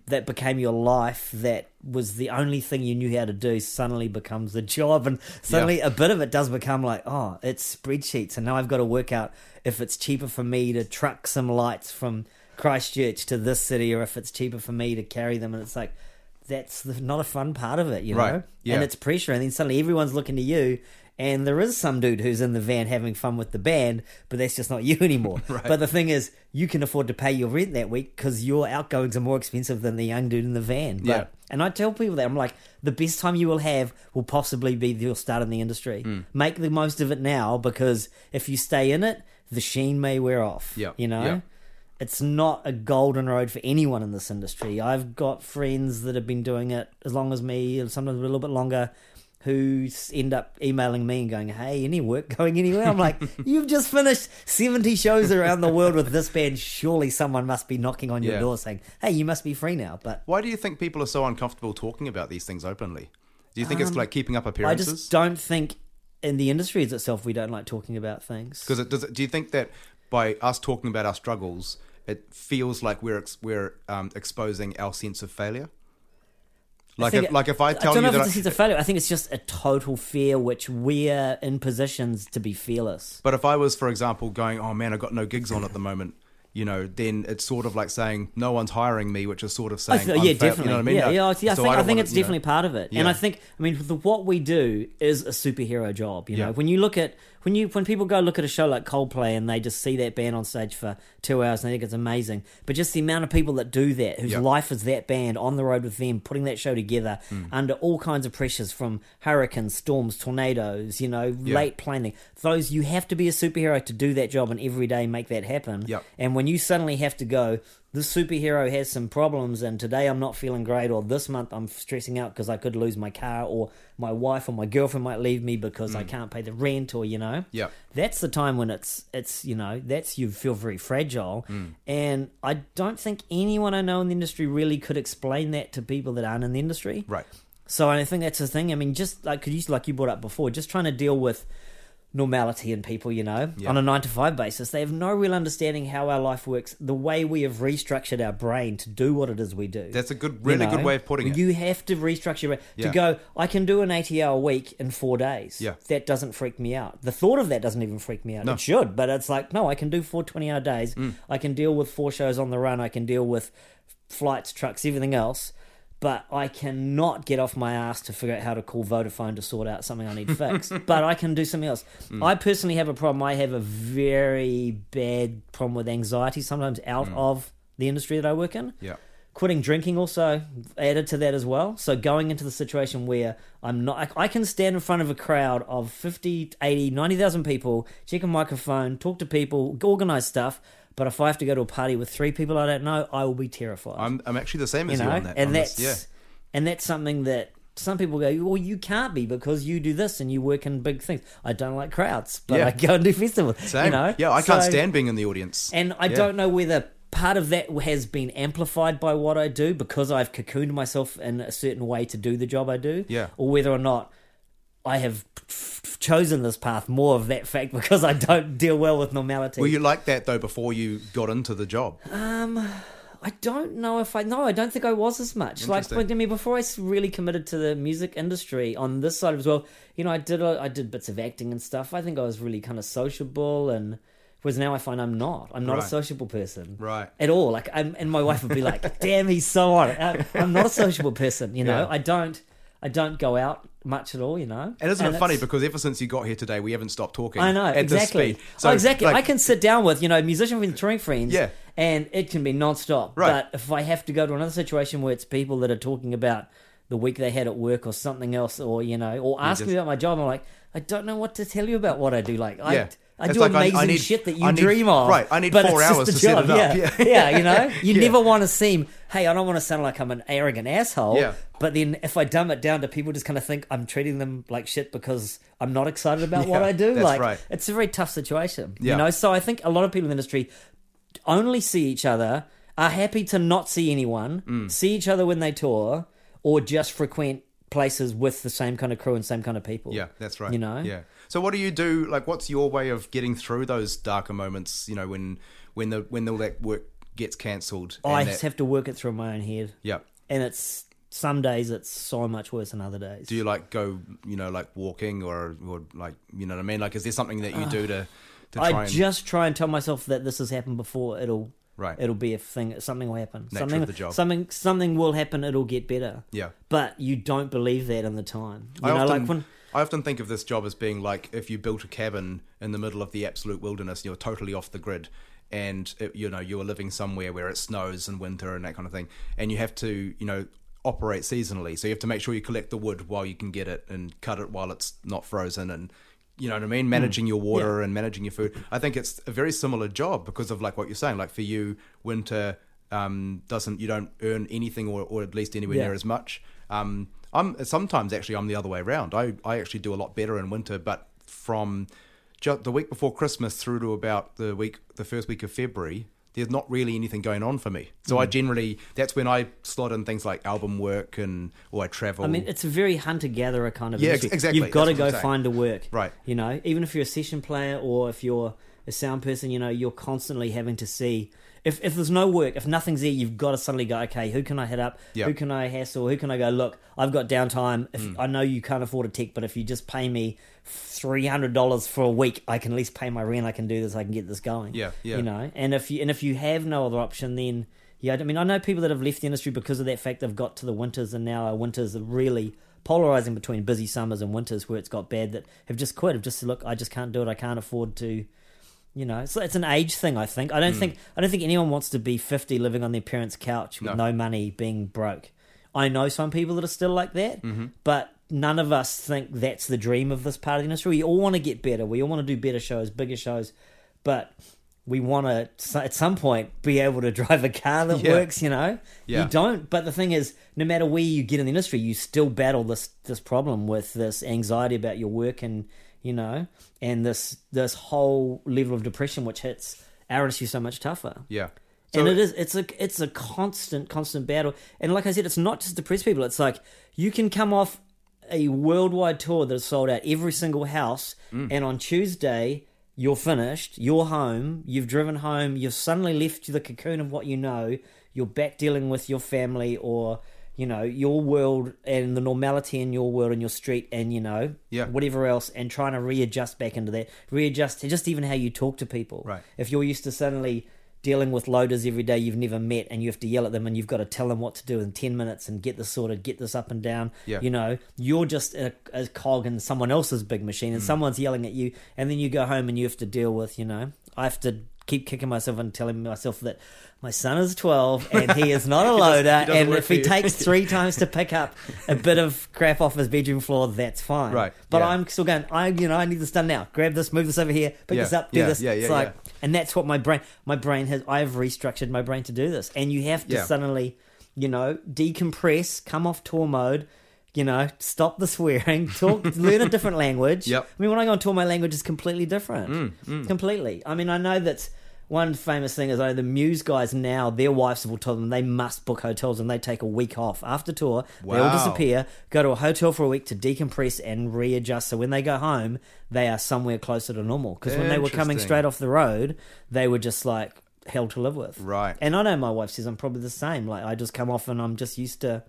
F: that became your life, that was the only thing you knew how to do, suddenly becomes the job, and suddenly a bit of it does become like, oh, it's spreadsheets, and now I've got to work out if it's cheaper for me to truck some lights from Christchurch to this city, or if it's cheaper for me to carry them, and it's like that's the, not a fun part of it, you
B: Right,
F: know.
B: yeah.
F: And it's pressure, and then suddenly everyone's looking to you, and there is some dude who's in the van having fun with the band, but that's just not you
B: [LAUGHS]
F: anymore. But the thing is, you can afford to pay your rent that week because your outgoings are more expensive than the young dude in the van. But,
B: Yeah.
F: And I tell people that I'm like, the best time you will have will possibly be your start in the industry.
B: Hmm.
F: Make the most of it now because if you stay in it, the sheen may wear off.
B: Yeah,
F: You know?
B: yeah.
F: It's not a golden road for anyone in this industry. I've got friends that have been doing it as long as me, and sometimes a little bit longer, who s- end up emailing me and going, Hey, any work [LAUGHS] going anywhere?
B: [LAUGHS]
F: I'm like, You've just finished 70 shows around the world with this band. Surely someone must be knocking on your
B: Yeah.
F: door saying, Hey, you must be free now. But
B: Why do you think people are so uncomfortable talking about these things openly? Do you think it's like keeping up
F: Um, I
B: appearances?
F: just don't think in the industry as itself we don't like talking about things.
B: Because it does. It, do you think that by us talking about our struggles, it feels like we're ex, we're um, exposing our sense of failure? Like
F: think
B: if, like if I tell
F: I don't
B: you
F: know
B: that,
F: if this is a failure. I think it's just a total fear, which we're in positions to be fearless.
B: but if I was, for example, going, oh man, I got no gigs on at the moment. You know, then it's sort of like saying no one's hiring me, which is sort of
F: I
B: saying,
F: th-
B: I'm
F: Oh, yeah,
B: fail-"
F: definitely.
B: You know what I mean?
F: Yeah, yeah. I,
B: So
F: yeah, I think, I
B: don't
F: think
B: wanna,
F: it's
B: you know-
F: definitely part of it. And I
B: Yeah.
F: think, I mean, the, what we do is a superhero job. You know,
B: Yeah.
F: when you look at when you when people go look at a show like Coldplay and they just see that band on stage for two hours and they think it's amazing, but just the amount of people that do that, whose
B: Yeah.
F: life is that band on the road with them, putting that show together
B: Hmm.
F: under all kinds of pressures from hurricanes, storms, tornadoes, you know, late planning. Those you have to be a superhero to do that job and every day make that happen.
B: Yep.
F: And when you suddenly have to go, this superhero has some problems, and today I'm not feeling great, or this month I'm stressing out because I could lose my car, or my wife or my girlfriend might leave me because I can't pay the rent, or you know,
B: Yeah.
F: that's the time when it's it's you know that's you feel very fragile, and I don't think anyone I know in the industry really could explain that to people that aren't in the industry,
B: [LAUGHS] right.
F: so I think that's the thing. I mean, just like could you like you brought up before, just trying to deal with normality in people, you know, on a nine to five basis. They have no real understanding how our life works, the way we have restructured our brain to do what it is we do.
B: That's a good,
F: You
B: really
F: know?
B: good way of putting it.
F: You have to restructure your brain
B: Yeah.
F: to go, I can do an 80 hour week in four days.
B: Yeah.
F: That doesn't freak me out. The thought of that doesn't even freak me out. It should, but it's like, no, I can do four 20 hour days.
B: Mm.
F: I can deal with four shows on the run. I can deal with flights, trucks, everything else. But I cannot get off my ass to figure out how to call Vodafone to sort out something I need
B: [LAUGHS]
F: fixed. but I can do something else.
B: Mm.
F: I personally have a problem. I have a very bad problem with anxiety, sometimes out of the industry that I work in
B: Mm. Yeah.
F: quitting drinking also added to that as well so going into the situation where i'm not i, I can stand in front of a crowd of 50 80 90000 people check a microphone talk to people organize stuff but if i have to go to a party with three people i don't know i will be terrified
B: I'm, I'm actually the same
F: you
B: as you,
F: know
B: on that.
F: and
B: on this,
F: that's and that's something that some people go well you can't be because you do this and you work in big things i don't like crowds but
B: Yeah.
F: i go and do festivals
B: yeah. Same.
F: you know
B: yeah, I can't
F: So-
B: stand being in the audience.
F: and I
B: Yeah.
F: don't know whether part of that has been amplified by what I do because I've cocooned myself in a certain way to do the job I do,
B: Yeah.
F: or whether or not I have f- f- chosen this path more of that fact [LAUGHS] because I don't deal well with normality.
B: Were you like that though before you got into the job?
F: I don't know if I no, I don't think I was as much. Like,
B: Interesting.
F: but I mean, before I s- really committed to the music industry on this side as well, you know, I did a- I did bits of acting and stuff. I think I was really kind of sociable and. Whereas now I find I'm not. I'm not a
B: Right.
F: sociable person,
B: Right.
F: At all. Like, I'm, and my wife would
B: [LAUGHS]
F: be like, "Damn, he's so on." it." I'm, I'm not a sociable person, you know.
B: Yeah.
F: I don't, I don't go out much at all, you know.
B: And isn't it funny
F: it's-
B: because ever since you got here today, we haven't stopped talking.
F: I know
B: at
F: exactly.
B: This speed. So
F: oh, exactly.
B: like,
F: I can sit down with you know musician friends, touring friends,
B: Yeah.
F: and it can be nonstop.
B: Right.
F: But if I have to go to another situation where it's people that are talking about the week they had at work or something else, or you know, or ask me
B: just-
F: about my job, I'm like, I don't know what to tell you about what I do. Like,
B: Yeah.
F: I. I
B: It's
F: do
B: like I- I
F: amazing
B: need-
F: shit that you
B: I need-
F: dream of.
B: right, I need
F: but
B: four
F: it's just
B: hours
F: the
B: to set
F: job,
B: it up,
F: Yeah,
B: yeah.
F: yeah,
B: [LAUGHS]
F: you know, you
B: Yeah.
F: never want to seem. Hey, I don't want to sound like I'm an arrogant asshole.
B: Yeah.
F: But then if I dumb it down to people, just kind of think I'm treating them like shit because I'm not excited about what
B: Yeah,
F: I do.
B: that's
F: like
B: right.
F: it's a very tough situation.
B: Yeah.
F: You know, so I think a lot of people in the industry only see each other, are happy to not see anyone,
B: Mm.
F: see each other when they tour, or just frequent places with the same kind of crew and same kind of people.
B: yeah, that's right.
F: You know?
B: yeah. So what do you do? Like, what's your way of getting through those darker moments? You know, when when the when all that work gets cancelled. and
F: Oh, I
B: that-
F: just have to work it through my own head.
B: Yeah.
F: And it's some days it's so much worse than other days.
B: Do you like go? You know, like walking or or like you know what I mean? Like, is there something that you do to to try
F: Uh, I
B: and
F: just try and tell myself that this has happened before. It'll
B: Right.
F: It'll be a thing. Something will happen.
B: Nature
F: something.
B: of the job.
F: Something. Something will happen. It'll get better.
B: Yeah.
F: But you don't believe that in the time.
B: I
F: You know,
B: often-
F: like when
B: I often think of this job as being like if you built a cabin in the middle of the absolute wilderness, you're totally off the grid, and it, you know you are living somewhere where it snows in winter and that kind of thing, and you have to you know operate seasonally, so you have to make sure you collect the wood while you can get it and cut it while it's not frozen and. You know what I mean?
F: Hmm.
B: Managing your water and managing your food. I think it's a very similar job because of like what you're saying. Like for you, winter um, doesn't you don't earn anything or, or at least anywhere
F: Yeah.
B: near as much. Um, I'm sometimes actually I'm the other way around. I, I actually do a lot better in winter, but from ju- the week before Christmas through to about the week the first week of February, there's not really anything going on for me. So
F: Mm.
B: I generally that's when I slot in things like album work and or I travel.
F: I mean, it's a very hunter gatherer kind of
B: Yeah,
F: industry.
B: ex- exactly.
F: You've got to
B: That's what
F: go
B: I'm saying.
F: find a work,
B: Right.
F: You know, even if you're a session player or if you're a sound person, you know, you're constantly having to see if if there's no work, if nothing's there, you've got to suddenly go, okay, who can I hit up?
B: Yeah. Mm.
F: Who can I hassle? Who can I go? Look, I've got downtime. If I know you can't afford a tech, but if you just pay me three hundred dollars for a week, I can at least pay my rent. I can do this. I can get this going.
B: Yeah, yeah.
F: You know, know? and if you and if you have no other option, then yeah, I mean, I know people that have left the industry because of that fact. They've got to the winters, and now our winters are really polarizing between busy summers and winters, where it's got bad. That have just quit. Have just said, look, I just can't do it. I can't afford to. You know, so it's an age thing. I think. I don't
B: Hmm.
F: think. I don't think anyone wants to be fifty living on their parents' couch with
B: No.
F: no, money, being broke. I know some people that are still like that,
B: Mm-hmm.
F: but none of us think that's the dream of this part of the industry. We all want to get better. We all want to do better shows, bigger shows, but we want to at some point be able to [LAUGHS] drive a car that
B: Yeah.
F: works. You know,
B: Yeah.
F: you don't. But the thing is, no matter where you get in the industry, you still battle this this problem with this anxiety about your work and you know, and this this whole level of depression which hits our issue so much tougher
B: yeah.
F: and it is it's a it's a constant constant battle and like i said it's not just depressed people it's like you can come off a worldwide tour that has sold out every single house
B: Mm.
F: and on tuesday you're finished you're home you've driven home you've suddenly left the cocoon of what you know you're back dealing with your family or you know your world and the normality in your world and your street and you know
B: Yeah.
F: whatever else and trying to readjust back into that readjust to just even how you talk to people
B: Right.
F: if you're used to suddenly dealing with loaders every day you've never met and you have to yell at them and you've got to tell them what to do in 10 minutes and get this sorted, get this up and down,
B: Yeah.
F: you know, you're just a, a cog in someone else's big machine
B: Hmm.
F: and someone's yelling at you and then you go home and you have to deal with, you know, I have to keep kicking myself and telling myself that my son is 12 and he
B: [LAUGHS]
F: is not a loader
B: doesn't
F: and
B: work
F: if
B: for
F: he
B: you. [LAUGHS]
F: takes three times to pick up a bit of crap off his bedroom floor, that's fine.
B: Right,
F: But
B: yeah.
F: I'm still going, I, you know, I need this done now. Grab this, move this over here, pick
B: Yeah,
F: this up, do
B: yeah,
F: this.
B: yeah, yeah,
F: it's like,
B: yeah.
F: and that's what my brain, my brain has. I've restructured my brain to do this, and you have to
B: Yeah.
F: suddenly, you know, decompress, come off tour mode, you know, stop the
B: [LAUGHS]
F: swearing, talk, learn a different language.
B: Yep. Mm,
F: I mean, when I go on tour, my language is completely different, completely. I mean, I know that. One famous thing is, oh, the Muse guys now, their wives will tell them they must book hotels and they take a week off after tour. They all
B: Wow.
F: disappear, go to a hotel for a week to decompress and readjust. So when they go home, they are somewhere closer to normal. Because when they were coming
B: Interesting.
F: straight off the road, they were just like hell to live with.
B: Right.
F: And I know my wife says I'm probably the same. Like I just come off and I'm just used to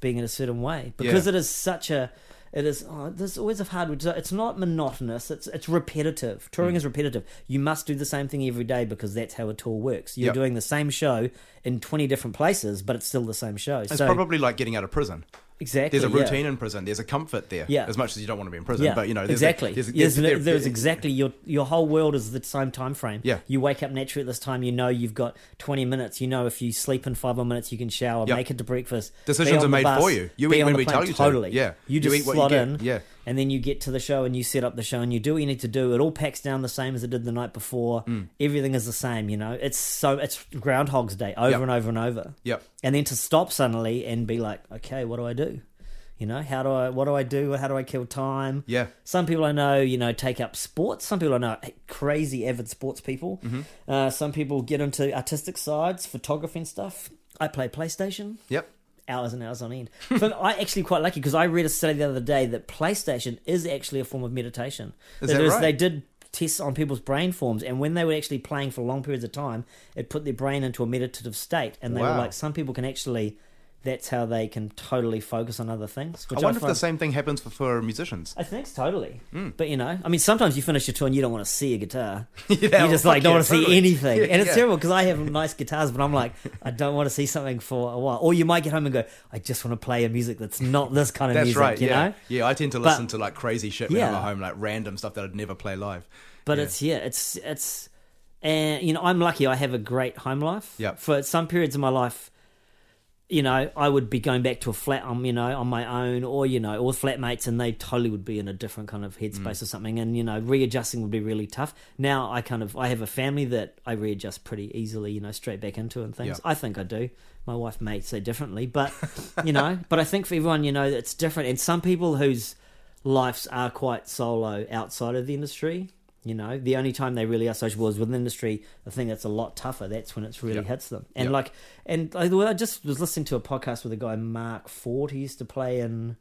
F: being in a certain way because
B: Yeah.
F: it is such a. It is. Oh, there's always a hard word. to- It's not monotonous. It's it's repetitive.
B: Mm.
F: Touring is repetitive. You must do the same thing every day because that's how a tour works. You're
B: Yep.
F: doing the same show in 20 different places, but it's still the same show.
B: It's
F: so
B: probably like getting out of prison.
F: exactly
B: There's a
F: yeah.
B: routine in prison. There's a comfort there.
F: Yeah.
B: As much as you don't want to be in prison, but you know, there's a-
F: exactly.
B: there's-
F: There's,
B: there-
F: there's exactly your your whole world is the same time frame.
B: Yeah.
F: you wake up naturally at this time. You know you've got 20 minutes. You know if you sleep in five more minutes, you can shower,
B: Yeah.
F: make it to breakfast.
B: Decisions
F: be on
B: are
F: the
B: made
F: bus,
B: for you. You
F: be
B: eat
F: on
B: when
F: the
B: we
F: plane.
B: tell you to.
F: Totally.
B: Yeah.
F: you
B: You
F: just
B: eat what you
F: slot
B: get.
F: in.
B: Yeah.
F: and then you get to the show and you set up the show and you do what you need to do. It all packs down the same as it did the night before.
B: Mm.
F: Everything is the same. You know, it's so it's Groundhog's Day over
B: Yep.
F: and over and over
B: Yep.
F: and then to stop suddenly and be like, okay, what do I do? You know, how do I? What do I do? How do I kill time?
B: Yeah.
F: Some people I know, you know, take up sports. Some people I know, are crazy avid sports people. Uh, some people get into artistic sides, photography and stuff. I play PlayStation
B: Yep.
F: hours and hours on end. so [LAUGHS] I actually quite lucky because I read a study the other day that PlayStation is actually a form of meditation.
B: Is
F: That
B: that
F: is,
B: right?
F: They did tests on people's brain forms, and when they were actually playing for long periods of time, it put their brain into a meditative state, and they were
B: Wow.
F: like, some people can actually that's how they can totally focus on other things. Which
B: I wonder if the
F: find-
B: same thing happens for, for musicians.
F: I think totally.
B: Hmm.
F: But you know, I mean, sometimes you finish your tour and you don't want to see a guitar. you
B: well,
F: just
B: fuck
F: like
B: [LAUGHS]
F: don't
B: yeah,
F: want to see
B: totally.
F: anything,
B: Yeah,
F: and it's
B: yeah.
F: terrible because I have nice guitars, but I'm like, I don't want to see something for a while. Or you might get home and go, I just want to play a music that's not this kind of
B: That's
F: music,
B: right.
F: you
B: yeah,
F: know.
B: yeah. I tend to
F: But-
B: listen to like crazy shit when I'm
F: Yeah.
B: at home, like random stuff that I'd never play live.
F: But
B: Yeah.
F: it's yeah, it's it's, and you know, I'm lucky. I have a great home life.
B: Yep.
F: For some periods of my life, you know, I would be going back to a flat on you know on my own, or you know, or with flatmates, and they totally would be in a different kind of headspace
B: Mm.
F: or something. And you know, readjusting would be really tough. Now I kind of I have a family that I readjust pretty easily. You know, straight back into and things.
B: Yeah.
F: I think I do. My wife may say
B: [LAUGHS]
F: differently, but you know, but I think for everyone, you know, it's different. And some people whose lives are quite solo outside of the industry. You know, the only time they really are sociable is with industry. The thing that's a lot tougher. That's when it's really
B: Yeah.
F: hits them. And
B: Yeah.
F: like, and I, well, I just was listening to a podcast with a guy Mark Ford. He used to play in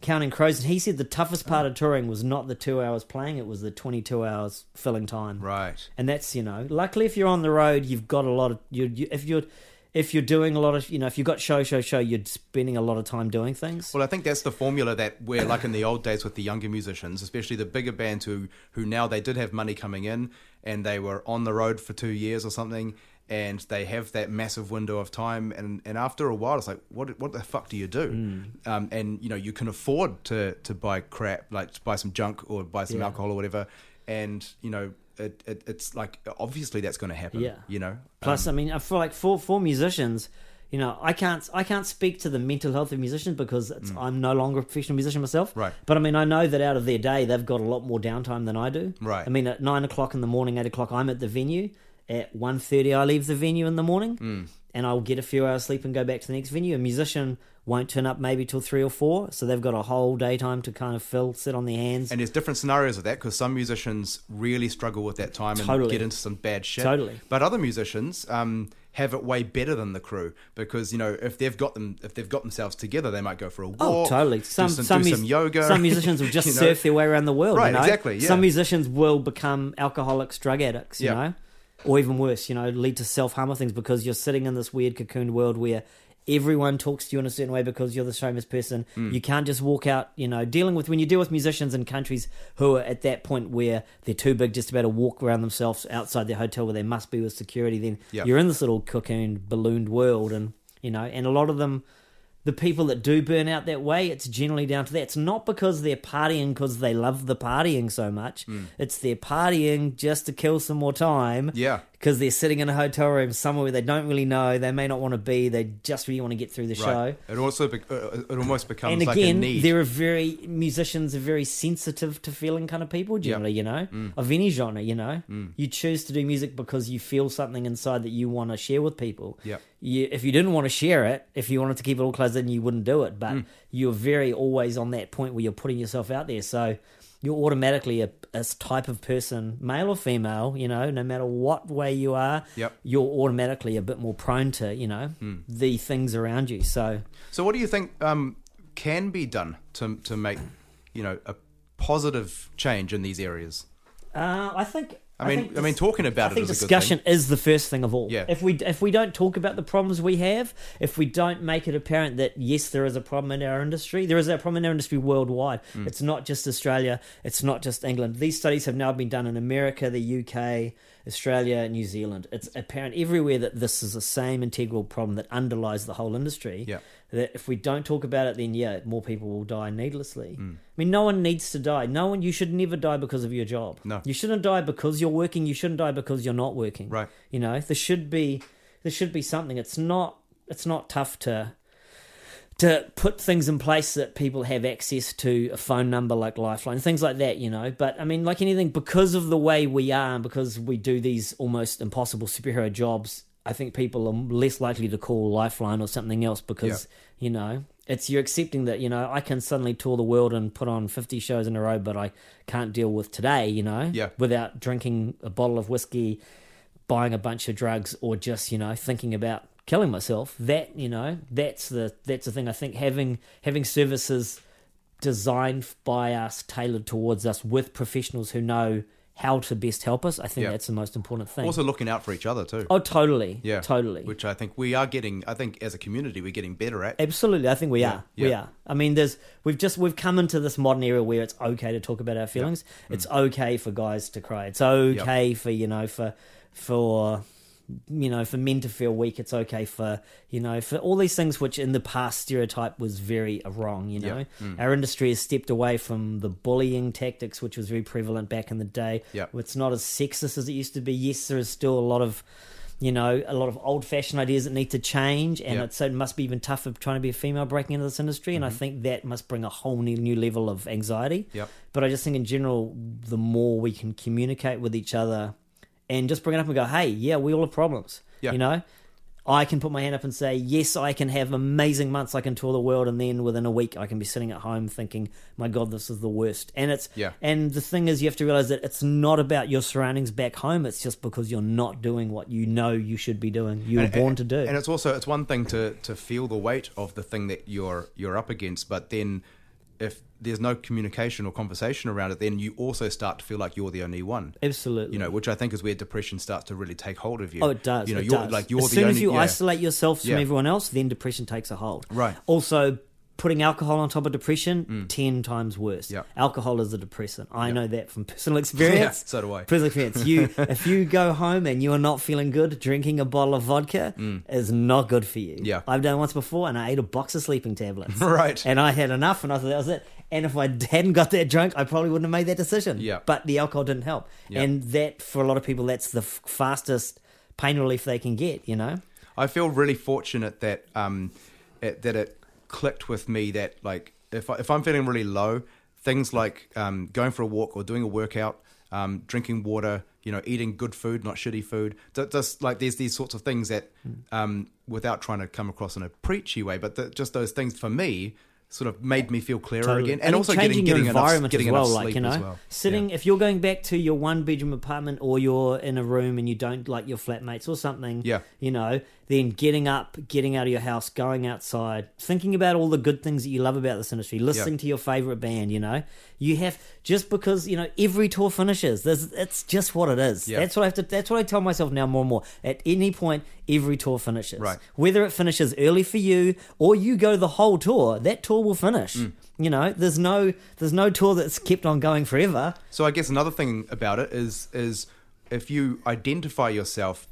F: Counting Crows, and he said the toughest part
B: Oh.
F: of touring was not the two hours playing; it was the twenty-two hours filling time.
B: Right.
F: And that's you know, luckily if you're on the road, you've got a lot of you. you if you're if you're doing a lot of you know, if you've got show, show, show, you're spending a lot of time doing things.
B: Well, I think that's the formula that we're like in the old days with the younger musicians, especially the bigger bands who who now they did have money coming in and they were on the road for two years or something, and they have that massive window of time, and and after a while, it's like what what the fuck do you do?
F: Hmm.
B: Um, and you know you can afford to to buy crap like to buy some junk or buy some
F: Yeah.
B: alcohol or whatever, and you know. It, it, it's like obviously that's going to happen.
F: Yeah.
B: You know.
F: Plus, I mean, I feel like for for musicians, you know, I can't I can't speak to the mental health of musicians because it's, I'm no longer a professional musician myself.
B: Mm. Right.
F: But I mean, I know that out of their day, they've got a lot more downtime than I do.
B: Right.
F: I mean, at nine o'clock in the morning, eight o'clock, I'm at the venue. At 1.30, I leave the venue in the morning,
B: Mm.
F: and I'll get a few hours sleep and go back to the next venue. A musician won't turn up maybe till three or four, so they've got a whole daytime to kind of fill, sit on their hands.
B: And there's different scenarios of that because some musicians really struggle with that time and
F: Totally.
B: get into some bad shit.
F: Totally.
B: But other musicians um, have it way better than the crew because you know if they've got them if they've got themselves together, they might go for a walk.
F: Oh, totally.
B: do
F: Some
B: some,
F: some,
B: do
F: mus-
B: some yoga. [LAUGHS]
F: Some musicians will just
B: you know?
F: surf their way around the world. you
B: Right,
F: know?
B: exactly, yeah.
F: Some musicians will become alcoholics, drug addicts. You
B: Yeah.
F: know, or even worse, you know, lead to self harm or things because you're sitting in this weird cocooned world where everyone talks to you in a certain way because you're this famous person.
B: Hmm.
F: You can't just walk out. You know, dealing with when you deal with musicians in countries who are at that point where they're too big just about to walk around themselves outside their hotel where they must be with security. Then
B: Yeah.
F: you're in this little cocooned ballooned world, and you know, and a lot of them the people that do burn out that way, it's generally down to that. It's not because they're partying because they love the partying so much.
B: Hmm.
F: It's they're partying just to kill some more time.
B: Yeah.
F: Because they're sitting in a hotel room somewhere where they don't really know, they may not want to be, they just really want to get through the show.
B: Right. It also be- uh, it almost becomes
F: And
B: like a
F: again,
B: need.
F: there are very musicians are very sensitive to feeling kind of people generally, you know,
B: Mm.
F: of any genre. You know, you choose to do music because you feel something inside that you want to share with people.
B: Yep.
F: You, if you didn't want to share it, if you wanted to keep it all closed in, you wouldn't do it. But
B: Mm.
F: you're very always on that point where you're putting yourself out there, so you're automatically a, a type of person, male or female. You know, no matter what way you are,
B: Yep. Mm.
F: you're automatically a bit more prone to you know the things around you. So
B: So, what do you think um, can be done to to make you know a positive change in these areas?
F: Uh, I think.
B: I mean-
F: think
B: I mean, talking about
F: I
B: it
F: think
B: is a good
F: discussion is the first thing of all.
B: Yeah.
F: If we if we don't talk about the problems we have, if we don't make it apparent that yes, there is a problem in our industry, there is a problem in our industry worldwide.
B: Mm.
F: It's not just Australia. It's not just England. These studies have now been done in America, the UK, Australia, New Zealand. It's apparent everywhere that this is the same integral problem that underlies the whole industry
B: Yeah.
F: that if we don't talk about it, then yeah, more people will die needlessly.
B: Mm.
F: I mean, no one needs to die. No one, you should never die because of your job.
B: No.
F: you shouldn't die because you're working. You shouldn't die because you're not working.
B: Right.
F: You know, there should be there should be something. It's not it's not tough to to put things in place that people have access to a phone number like Lifeline, things like that, you know. But I mean, like anything, because of the way we are and because we do these almost impossible superhero jobs, I think people are less likely to call Lifeline or something else because, you know, it's you're accepting that, you know, I can suddenly tour the world and put on 50 shows in a row, but I can't deal with today, you know,
B: Yeah.
F: without drinking a bottle of whiskey, buying a bunch of drugs or just you know thinking about killing myself that you know that's the that's the thing i think having having services designed by us tailored towards us with professionals who know how to best help us. I think
B: Yeah.
F: that's the most important thing.
B: Also looking out for each other too.
F: oh, totally.
B: yeah,
F: Totally.
B: Which I think we are getting. I think as a community, we're getting better at.
F: Absolutely, I think we are. We
B: yeah.
F: are. I mean, there's we've just we've come into this modern era where it's okay to talk about our feelings.
B: Mm.
F: It's okay for guys to cry. It's okay for you know for for you know for men to feel weak. It's okay for you know for all these things which in the past stereotype was very wrong. You know,
B: Mm.
F: our industry has stepped away from the bullying tactics which was very prevalent back in the day.
B: Yeah.
F: it's not as sexist as it used to be. Yes, there is still a lot of you know, a lot of old fashioned ideas that need to change, and
B: Yeah. Mm-hmm.
F: it's, so it must be even tougher trying to be a female breaking into this industry. And I think that must bring a whole new, new level of anxiety.
B: Yep.
F: But I just think in general, the more we can communicate with each other and just bring it up and go, hey, yeah, we all have problems.
B: Yeah.
F: You know, I can put my hand up and say, yes, I can have amazing months. I can tour the world. And then within a week, I can be sitting at home thinking, my God, this is the worst. And it's,
B: Yeah.
F: and the thing is, you have to realize that it's not about your surroundings back home. It's just because you're not doing what you know you should be doing. You were born to do.
B: And it's also it's one thing to to feel the weight of the thing that you're you're up against, but then if there's no communication or conversation around it, then you also start to feel like you're the only one.
F: Absolutely.
B: You know, which I think is where depression starts to really take hold of you.
F: Oh, it does.
B: You know,
F: it
B: you're
F: does.
B: like you're
F: as
B: the
F: soon
B: only.
F: as you
B: yeah.
F: isolate yourself from
B: Yeah.
F: everyone else, then depression takes a hold.
B: Right. Mm.
F: Also, putting alcohol on top of depression, ten times worse.
B: Yeah.
F: Alcohol is a depressant. I know that from personal [LAUGHS]
B: Yeah,
F: experience.
B: so do I.
F: Personal experience.
B: [LAUGHS]
F: You, if you go home and you are not feeling good, drinking a bottle of vodka is not good for you.
B: Mm. Yeah.
F: I've done it once before, and I ate a box of sleeping
B: [LAUGHS]
F: tablets.
B: Right.
F: And I had enough, and I thought that was it. And if I hadn't got that drunk, I probably wouldn't have made that decision.
B: Yeah.
F: But the alcohol didn't help. And that, for a lot of people, that's the f- fastest pain relief they can get, you know?
B: I feel really fortunate that um, it, that it clicked with me that like if I, if I'm feeling really low, things like um, going for a walk or doing a workout, um, drinking water, you know, eating good food, not shitty food. Just, just like there's these sorts of things that, um, without trying to come across in a preachy way, but that just those things for me sort of made me feel clearer
F: Totally.
B: again, and also getting
F: changing
B: getting
F: your
B: enough-
F: environment
B: getting
F: as well,
B: enough
F: like
B: sleep
F: you know,
B: as well.
F: sitting. If you're going back to your one bedroom apartment or you're in a room and you don't like your flatmates or something,
B: Yeah.
F: you know, then getting up, getting out of your house, going outside, thinking about all the good things that you love about this industry, listening to your favorite band, you know, you have just because you know every tour finishes. There's, it's just what it is.
B: Yeah.
F: That's what I have to. That's what I tell myself now more and more. At any point, every tour finishes.
B: Right.
F: Whether it finishes early for you or you go the whole tour, that tour will finish.
B: Mm.
F: You know, there's no there's no tour that's kept on going forever.
B: So I guess another thing about it is is if you identify yourself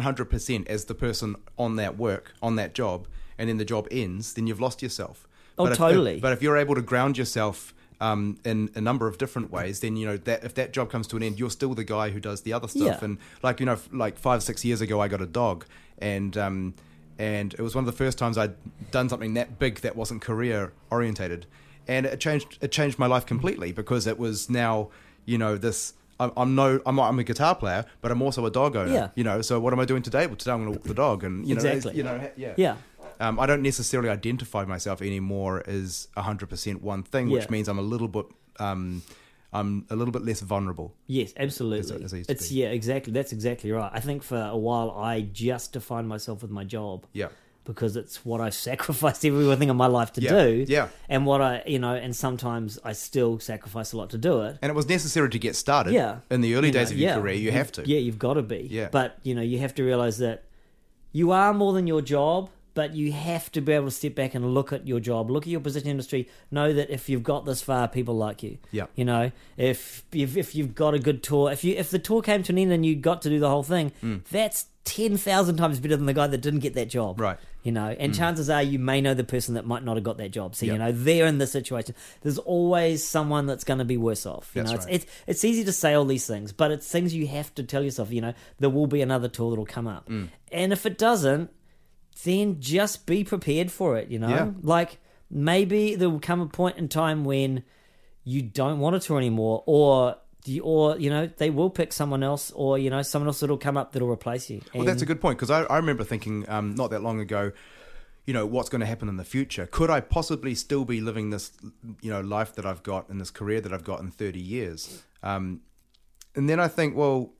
B: 100% as the person on that work, on that job, and then the job ends, then you've lost yourself.
F: Oh,
B: if-
F: totally.
B: but if you're able to ground yourself um, in a number of different ways, then you know that if that job comes to an end, you're still the guy who does the other stuff.
F: Yeah.
B: And like you know, f- like five six years ago, I got a dog, and um, and it was one of the first times I'd done something that big that wasn't career orientated, and it changed it changed my life completely because it was now you know this. I'm, I'm no, I'm, I'm a guitar player, but I'm also a dog owner.
F: Yeah.
B: You know, so what am I doing today? Well, today I'm going to walk the dog, and you know, it's-
F: Exactly.
B: you know, ha- yeah,
F: Yeah.
B: um, I don't necessarily identify myself anymore as 100% one thing,
F: Yeah.
B: which means I'm a little bit, um, I'm a little bit less vulnerable.
F: Yes, absolutely.
B: as I used to
F: It's
B: be.
F: yeah, exactly. That's exactly right. I think for a while I just defined myself with my job.
B: Yeah.
F: Because it's what I [LAUGHS] sacrificed everything in my life to
B: Yeah,
F: do.
B: yeah.
F: And what I you know, and sometimes I still sacrifice a lot to do it.
B: And it was necessary to get started.
F: Yeah.
B: In the early
F: You know,
B: days of your
F: yeah.
B: career, you have to.
F: Yeah, you've got to be.
B: Yeah.
F: But, you know, you have to realize that you are more than your job, but you have to be able to step back and look at your job, look at your position in the industry, know that if you've got this far, people like you.
B: Yeah.
F: You know, if if, if you've got a good tour, if you if the tour came to an end and you got to do the whole thing,
B: Hmm.
F: that's 10,000 times better than the guy that didn't get that job.
B: Right. Hmm.
F: You know, and chances are you may know the person that might not have got that job. So,
B: Yeah.
F: you know, they're in this situation. There's always someone that's going to be worse off. You
B: That's
F: know, it's,
B: right.
F: it's it's easy to say all these things, but it's things you have to tell yourself. You know, there will be another tour that'll come up,
B: Mm.
F: and if it doesn't, then just be prepared for it. You know,
B: Yeah.
F: like maybe there will come a point in time when you don't want a tour anymore, or you, or you know they will pick someone else, or you know someone else that'll come up that'll replace you.
B: Well, that's a good point because I, I remember thinking um, not that long ago, you know, what's going to happen in the future? Could I possibly still be living this, you know, life that I've got and this career that I've got in 30 years? Um, and then I think, well,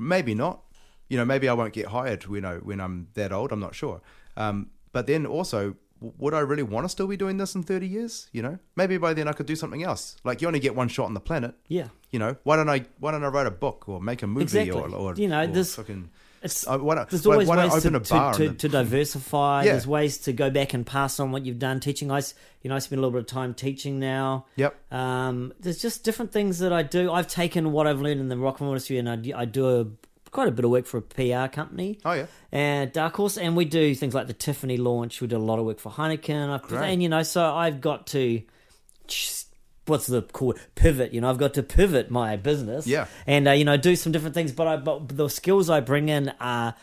B: maybe not. You know, maybe I won't get hired. You know, when I'm that old, I'm not sure. Um, but then also, w- would I really want to still be doing this in 30 years? You know, maybe by then I could do something else. Like you only get one shot on the planet.
F: Yeah.
B: you know, why don't I why don't I write a book or make a movie
F: Exactly.
B: or, or
F: You know,
B: or
F: there's-
B: fucking,
F: It's,
B: I- why don't,
F: there's
B: why-
F: always
B: why don't I
F: ways
B: open
F: to,
B: a bar
F: to, to,
B: and-
F: to
B: [LAUGHS]
F: diversify.
B: Yeah.
F: There's ways to go back and pass on what you've done teaching. I, s- you know, I spend a little bit of time teaching now.
B: Yep.
F: Um, there's just different things that I do. I've taken what I've learned in the rock and roll industry, and I, do- I do a, quite a bit of work for a PR company.
B: Oh, yeah.
F: And Dark Horse, and we do things like the Tiffany launch. We did a lot of work for Heineken. I've,
B: Great.
F: and you know, so I've got to. What's the cool pivot? You know, I've got to pivot my business
B: Yeah.
F: and uh, you know do some different things but i but the skills i bring in are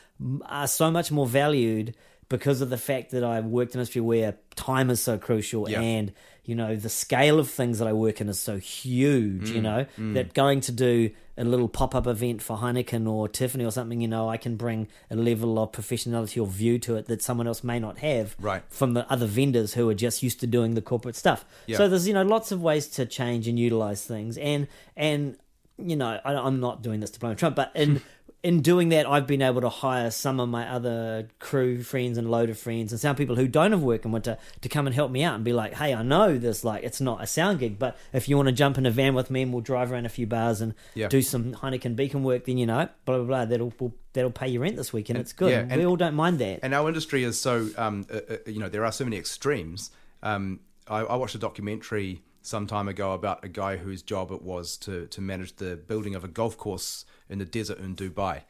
F: are so much more valued because of the fact that i've worked in industry where time is so crucial
B: Yeah.
F: and you know the scale of things that i work in is so huge
B: Mm,
F: you know that going to do a little pop-up event for heineken or tiffany or something you know i can bring a level of professionality or view to it that someone else may not have
B: Right.
F: from the other vendors who are just used to doing the corporate stuff
B: Yeah.
F: so there's you know lots of ways to change and utilize things, and and you know I, I'm not doing this to blame Trump, but
B: [LAUGHS]
F: in in doing that, I've been able to hire some of my other crew friends and load of friends and sound people who don't have work and want to to come and help me out and be like, hey, I know this like it's not a sound gig, but if you want to jump in a van with me and we'll drive around a few bars and
B: Yeah.
F: do some Heineken Beacon work, then you know blah blah blah that'll we'll, that'll pay your rent this week and it's good.
B: yeah,
F: and
B: and-
F: we all don't mind that.
B: and our industry is so um, uh, uh, you know there are so many extremes. Um, I, I watched a documentary some time ago about a guy whose job it was to to manage the building of a golf course in the desert in Dubai.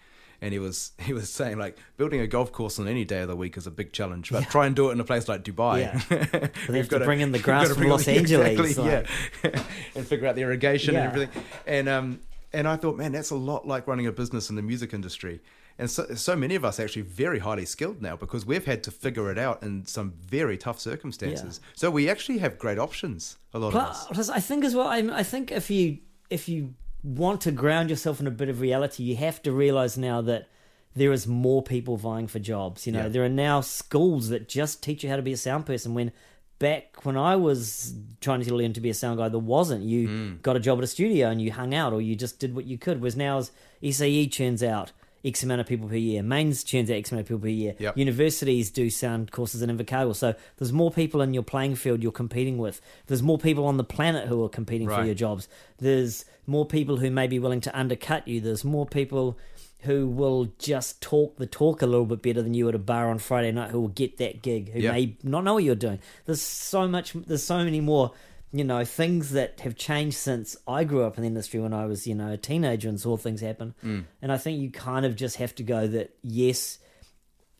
B: And he was [LAUGHS] he was saying like building a golf course on any day of the week is a big challenge, but try and do it in a place like Dubai.
F: Yeah.
B: [LAUGHS] You've
F: have to
B: gotta-
F: bring in
B: [LAUGHS]
F: the
B: you've
F: grass
B: gotta
F: from
B: bring all
F: Los
B: the-
F: Angeles,
B: exactly, yeah, [LAUGHS] and figure out the irrigation
F: Yeah.
B: and everything. And um, and I thought, man, that's a lot like running a business in the music industry. And so, so many of us are actually very highly skilled now because we've had to figure it out in some very tough circumstances. So we actually have great options. A lot of
F: Plus,
B: us.
F: plus I think as well. I, I think if you if you want to ground yourself in a bit of reality, you have to realize now that there is more people vying for jobs. You know,
B: Yeah.
F: there are now schools that just teach you how to be a sound person. When back when I was trying to learn to be a sound guy, there wasn't. You
B: Hmm.
F: got a job at a studio and you hung out, or you just did what you could. Whereas now, as ECE churns out. X amount of people per year. Mains churns out X amount of people per year
B: Yep.
F: universities do sound courses in Invercargill. So there's more people in your playing field you're competing with. There's more people on the planet who are competing for
B: Right.
F: your jobs. There's more people who may be willing to undercut you. There's more people who will just talk the talk a little bit better than you at a bar on Friday night who will get that gig, who
B: Yeah.
F: may not know what you're doing. There's so much, there's so many more. You know, things that have changed since I grew up in the industry when I was, you know, a teenager and saw things happen.
B: Mm.
F: And I think you kind of just have to go that, yes,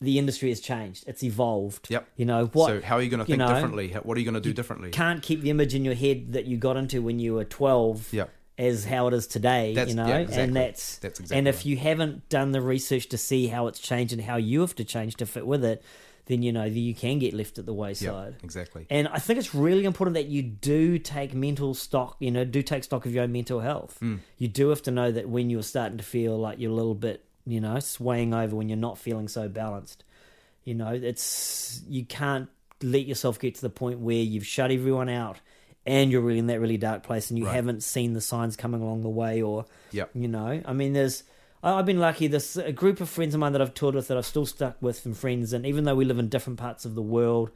F: the industry has changed. It's evolved.
B: Yep.
F: You know what?
B: so how are you going to think
F: know,
B: differently? How- What are you going to do differently?
F: Can't keep the image in your head that you got into when you were twelve.
B: Yep.
F: As how it is today.
B: That's-
F: you know,
B: yeah, exactly.
F: and that's
B: That's exactly
F: And if
B: right.
F: you haven't done the research to see how it's changed and how you have to change to fit with it, then you know you can get left at the
B: Yeah,
F: wayside.
B: exactly.
F: And I think it's really important that you do take mental stock, you know, do take stock of your own mental health.
B: Hmm.
F: You do have to know that when you're starting to feel like you're a little bit, you know, swaying over, when you're not feeling so balanced. You know, it's you can't let yourself get to the point where you've shut everyone out and you're really in that really dark place and you haven't seen the signs coming along the way or
B: Yep.
F: you know, I mean, there's. I- I've been lucky. There's a group of friends of mine that I've toured with that I've still stuck with from friends, and even though we live in different parts of the world,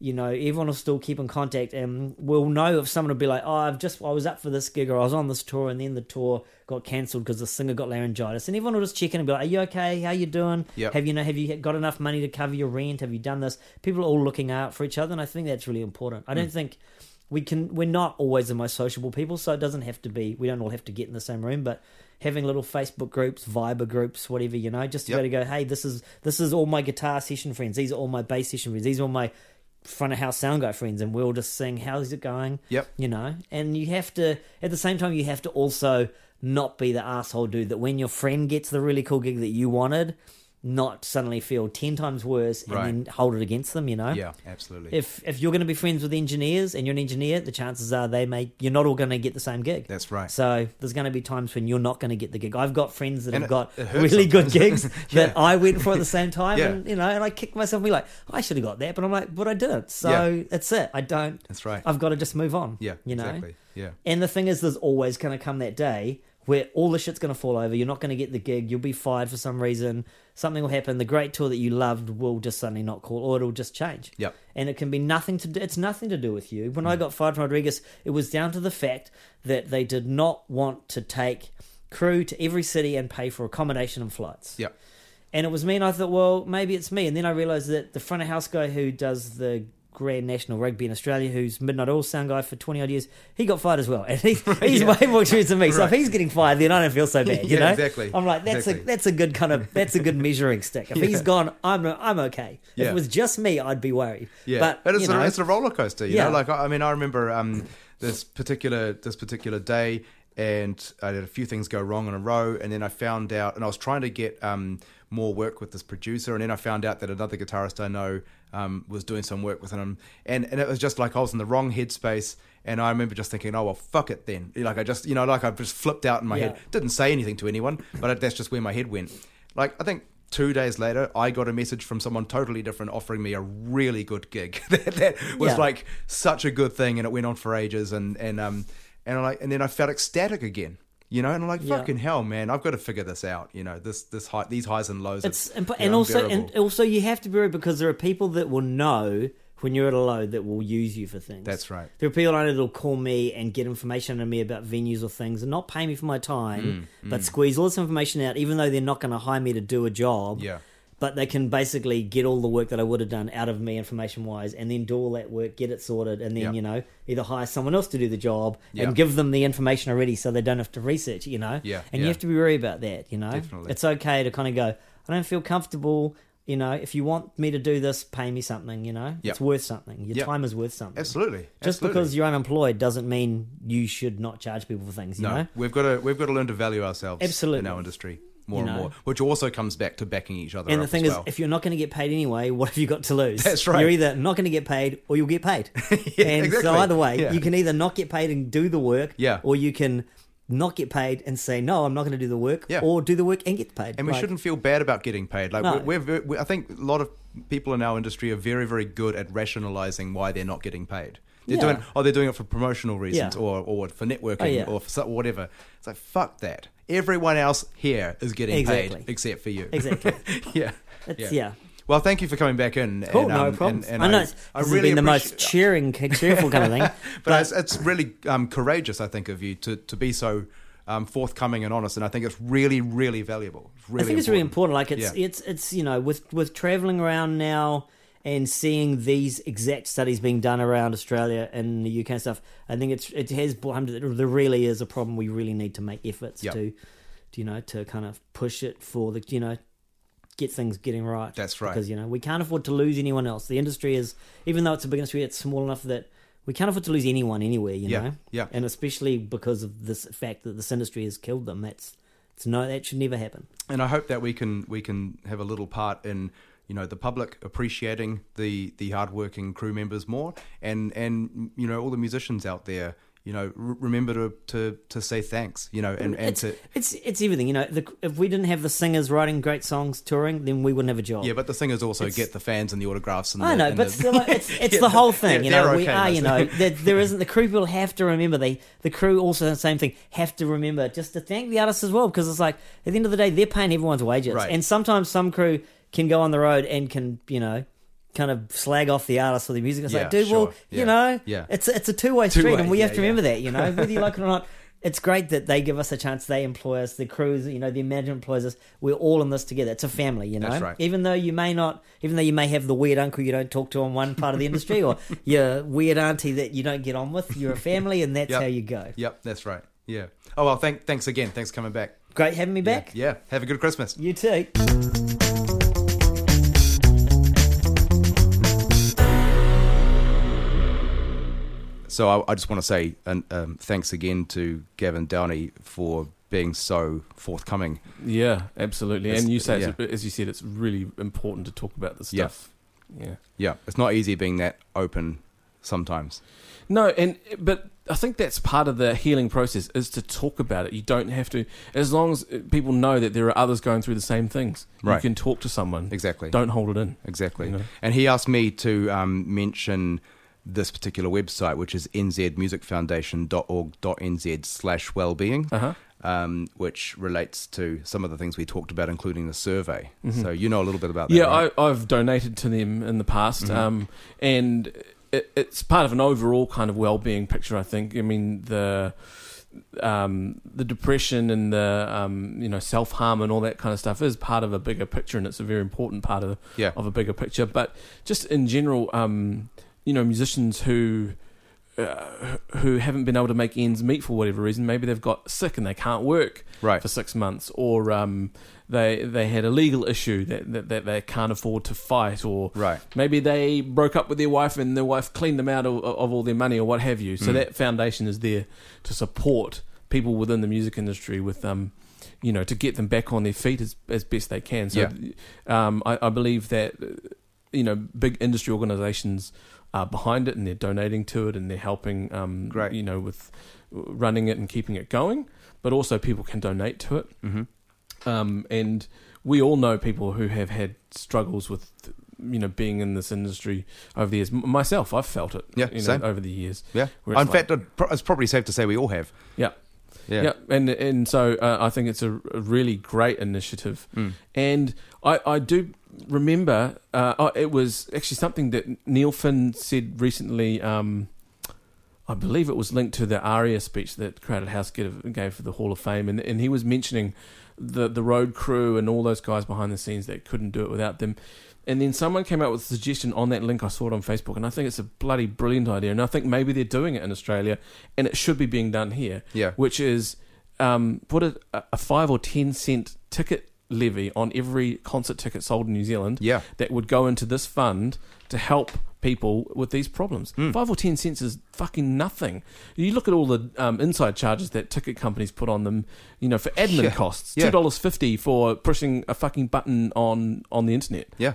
F: you know, everyone will still keep in contact, and we'll know if someone will be like, "Oh, I've just I was up for this gig, or I was on this tour, and then the tour got cancelled because the singer got laryngitis," and everyone will just check in and be like, "Are you okay? How you doing?
B: Yep.
F: Have you know have you got enough money to cover your rent? Have you done this?" People are all looking out for each other, and I think that's really important. I don't
B: Mm.
F: think we can we're not always the most sociable people so it doesn't have to be we don't all have to get in the same room but having little facebook groups viber groups whatever you know just to be
B: Yep.
F: able to go hey this is this is all my guitar session friends these are all my bass session friends these are all my front of house sound guy friends and we'll just sing how's it going
B: Yep.
F: you know and you have to at the same time you have to also not be the asshole dude that when your friend gets the really cool gig that you wanted not suddenly feel 10 times worse and
B: Right.
F: then hold it against them you know
B: Yeah, absolutely.
F: if if you're going to be friends with engineers and you're an engineer, the chances are they may you're not all going to get the same gig.
B: That's right.
F: So there's going to be times when you're not going to get the gig. I've got friends that
B: And it-
F: have got
B: it hurts
F: really good
B: sometimes.
F: gigs
B: [LAUGHS] Yeah.
F: that I went for at the same time,
B: Yeah.
F: and you know, and I kicked myself and be like, I should have got that, but I'm like, but I didn't. So
B: Yeah.
F: that's it. I don't.
B: That's right.
F: I've got to just move on.
B: yeah,
F: You know.
B: exactly. Yeah.
F: And the thing is, there's always going to come that day where all the shit's going to fall over. You're not going to get the gig. You'll be fired for some reason. Something will happen. The great tour that you loved will just suddenly not call, or it'll just change.
B: Yep. Mm.
F: And it can be nothing to do. It's nothing to do with you. When I got fired from Rodriguez, it was down to the fact that they did not want to take crew to every city and pay for accommodation and flights.
B: Yep.
F: And it was me, and I thought, well, maybe it's me. And then I realised that the front of house guy who does the Grand National Rugby in Australia, who's Midnight All sound guy for 20 odd years, he got fired as well. [LAUGHS]
B: [LAUGHS]
F: And he, he's way more experienced than me. So if he's getting fired, then I don't feel
B: [LAUGHS]
F: so bad. You
B: Yeah,
F: know?
B: exactly.
F: I'm like, that's, a,
B: Exactly.
F: that's a good kind of, that's a good measuring stick. If
B: [LAUGHS]
F: he's gone, I'm, I'm okay. If
B: Yeah.
F: it was just me, I'd be worried.
B: Yeah,
F: But,
B: but it's,
F: you know,
B: a, it's a roller coaster. You
F: Yeah.
B: know, like I I mean, I remember um, this particular this particular day, and I had a few things go wrong in a row, and then I found out, and I was trying to get um, more work with this producer, and then I found out that another guitarist I know um, was doing some work with him, and and it was just like I was in the wrong headspace. And I remember just thinking, oh well, fuck it then. Like I just, you know, like I just flipped out in my
F: Yeah.
B: head. Didn't say anything to anyone, but that's just where my head went. Like I think Two days later, I got a message from someone totally different offering me a really good gig. [LAUGHS] that, that was
F: Yeah.
B: like such a good thing, and it went on for ages. And and um and I like and then I felt ecstatic again, you know. And I'm like,
F: Yeah.
B: fucking hell, man, I've got to figure this out. You know, this this high, these highs and lows. are,
F: It's and,
B: you know,
F: and also
B: unbearable.
F: and also you have to be worried because there are people that will know when you're at a low that will use you for things.
B: That's right.
F: There are people I know that'll call me and get information out of me about venues or things and not pay me for my time,
B: Mm,
F: but squeeze all this information out, even though they're not going to hire me to do a job.
B: Yeah.
F: But they can basically get all the work that I would have done out of me information wise and then do all that work, get it sorted, and then,
B: Yeah.
F: you know, either hire someone else to do the job
B: Yeah.
F: and give them the information already so they don't have to research, it, you know?
B: Yeah,
F: And you
B: yeah.
F: have to be worried about that, you know?
B: Definitely.
F: It's okay to kind of go, I don't feel comfortable. You know, if you want me to do this, pay me something. You know,
B: Yep.
F: it's worth something. Your
B: Yep.
F: time is worth something.
B: absolutely
F: Just
B: absolutely.
F: because you're unemployed doesn't mean you should not charge people for things. You
B: no,
F: know,
B: we've got to we've got to learn to value ourselves in
F: Absolutely.
B: our industry more
F: You
B: and
F: know.
B: more, which also comes back to backing each other.
F: and
B: up
F: the thing
B: as
F: is,
B: well.
F: if you're not going to get paid anyway, what have you got to lose?
B: That's right.
F: You're either not going to get paid or you'll
B: [LAUGHS]
F: get paid. and
B: exactly.
F: so either way,
B: Yeah.
F: you can either not get paid and do the work,
B: Yeah.
F: or you can not get paid and say no, I'm not going to do the work,
B: Yeah.
F: or do the work and get paid.
B: And we
F: Like,
B: shouldn't feel bad about getting paid. Like
F: No.
B: we're, we're, we I think a lot of people in our industry are very, very good at rationalizing why they're not getting paid. They're
F: Yeah.
B: doing, oh, they're doing it for promotional reasons
F: Yeah.
B: or, or for networking
F: Oh, yeah.
B: or for so- whatever. It's like fuck that. Everyone else here is getting
F: Exactly.
B: paid except for you.
F: Exactly.
B: [LAUGHS] yeah.
F: It's- yeah.
B: Well, thank you for coming back in.
F: Cool,
B: and,
F: no
B: um,
F: problem.
B: and- and
F: I know it's,
B: I
F: this has been the most
B: appreciate- [LAUGHS]
F: cheering, cheerful kind of thing.
B: but, it's, it's really um, courageous, I think, of you to to be so um, forthcoming and honest. And I think it's really, really valuable. It's really
F: I think it's really important. Like it's
B: Yeah.
F: it's it's you know with with traveling around now and seeing these exact studies being done around Australia and the UK and stuff. I think it's it has brought home that there really is a problem. We really need to make efforts
B: Yeah.
F: to, to, you know, to kind of push it for the you know. Get things getting right.
B: That's right.
F: Because you know we can't afford to lose anyone else. The industry is, even though it's a big industry, it's small enough that we can't afford to lose anyone anywhere. You
B: Yeah,
F: know.
B: yeah.
F: And especially because of this fact that this industry has killed them. That's it's no that should never happen.
B: and I hope that we can we can have a little part in you know the public appreciating the the hardworking crew members more, and and you know all the musicians out there. You know, r- remember to, to to say thanks. You know, and and
F: it's,
B: to
F: it's it's everything. You know, the, if we didn't have the singers writing great songs touring, then we wouldn't have a job.
B: yeah, but the singers also get the fans and the autographs. And
F: I
B: the,
F: know,
B: and
F: but
B: the-
F: still, it's, it's
B: Yeah,
F: the whole thing.
B: they're-
F: You know,
B: they're
F: we
B: okay,
F: are. You know,
B: mostly.
F: there, there isn't the crew will have to remember. They the crew also the same thing have to remember just to thank the artists as well because it's like at the end of the day they're paying everyone's wages,
B: Right.
F: and sometimes some crew can go on the road and can you know. Kind of slag off the artist or the music. It's
B: Yeah,
F: like, dude, well,
B: sure. Yeah.
F: you know,
B: Yeah.
F: it's it's a two way street,
B: Two-way,
F: and we have
B: yeah,
F: to remember
B: yeah.
F: that. You
B: [LAUGHS]
F: know, whether you like it or not, it's great that they give us a chance. They employ us, the crews, you know, the management employs us. We're all in this together. It's a family, you know.
B: That's right.
F: Even though you may not, even though you may have the weird uncle you don't talk to on one part of the
B: [LAUGHS]
F: industry, or your weird auntie that you don't get on with, you're a family, and that's
B: Yep.
F: how you go.
B: [LAUGHS] Yep, that's right. Yeah. Oh well, thank thanks again. Thanks for coming back.
F: Great having me back.
B: Yeah. Have a good Christmas.
F: You too.
B: So I, I just want to say and um, thanks again to Gavin Downey for being so forthcoming.
A: Yeah, absolutely.
B: It's-
A: and you say,
B: yeah.
A: it's, as you said, it's really important to talk about this
B: Yeah.
A: stuff. Yeah.
B: Yeah, it's not easy being that open sometimes.
A: No, and but I think that's part of the healing process is to talk about it. You don't have to, as long as uh, people know that there are others going through the same things. You
B: Right.
A: can talk to someone.
B: Exactly.
A: Don't hold it in.
B: Exactly.
A: You know?
B: And he asked me to um, mention this particular website, which is nzmusicfoundation.org.nz slash wellbeing.
A: Uh huh.
B: um, which relates to some of the things we talked about, including the survey. So you know a little bit about that.
A: Mm-hmm. Yeah,
B: right? Mm-hmm.
A: I, I've donated to them in the past, um, and it, it's part of an overall kind of well-being picture. I think. I mean the um, the depression and the um, you know self harm and all that kind of stuff is part of a bigger picture, and it's a very important part of
B: Yeah.
A: of a bigger picture. But just in general, um, you know, musicians who uh, who haven't been able to make ends meet for whatever reason, maybe they've got sick and they can't work
B: Right.
A: for six months, or um, they they had a legal issue that, that, that they can't afford to fight, or
B: Right.
A: maybe they broke up with their wife and their wife cleaned them out of, of all their money or what have you. So that foundation is there to support people within the music industry with um, you know, to get them back on their feet as as best they can. So um, I, I believe that uh, you know big industry organisations are behind it and they're donating to it and they're helping. Um,
B: Great.
A: you know, with running it and keeping it going, but also people can donate to it.
B: Mhm.
A: Um, and we all know people who have had struggles with, you know, being in this industry over the years. M- Myself, I've felt it.
B: Yeah,
A: you know,
B: same.
A: over the years.
B: Yeah.
A: Where
B: In
A: it's like-
B: fact, I'd pro- it's probably safe to say we all have.
A: Yeah.
B: Yeah.
A: Yeah, and and so uh, I think it's a, a really great initiative, and I, I do remember uh, oh, it was actually something that Neil Finn said recently. Um, I believe it was linked to the ARIA speech that Crowded House gave, gave for the Hall of Fame, and and he was mentioning the the road crew and all those guys behind the scenes that couldn't do it without them. And then someone came out with a suggestion on that link I saw it on Facebook, and I think it's a bloody brilliant idea. And I think maybe they're doing it in Australia, and it should be being done here
B: Yeah.
A: which is um, put a, a five or ten cent ticket levy on every concert ticket sold in New Zealand.
B: Yeah.
A: that would go into this fund to help people with these problems.
B: Hmm.
A: Five or ten cents is fucking nothing. You look at all the um, inside charges that ticket companies put on them. You know, for admin
B: Yeah.
A: costs,
B: Yeah.
A: two dollars fifty for pushing a fucking button on on the internet.
B: Yeah.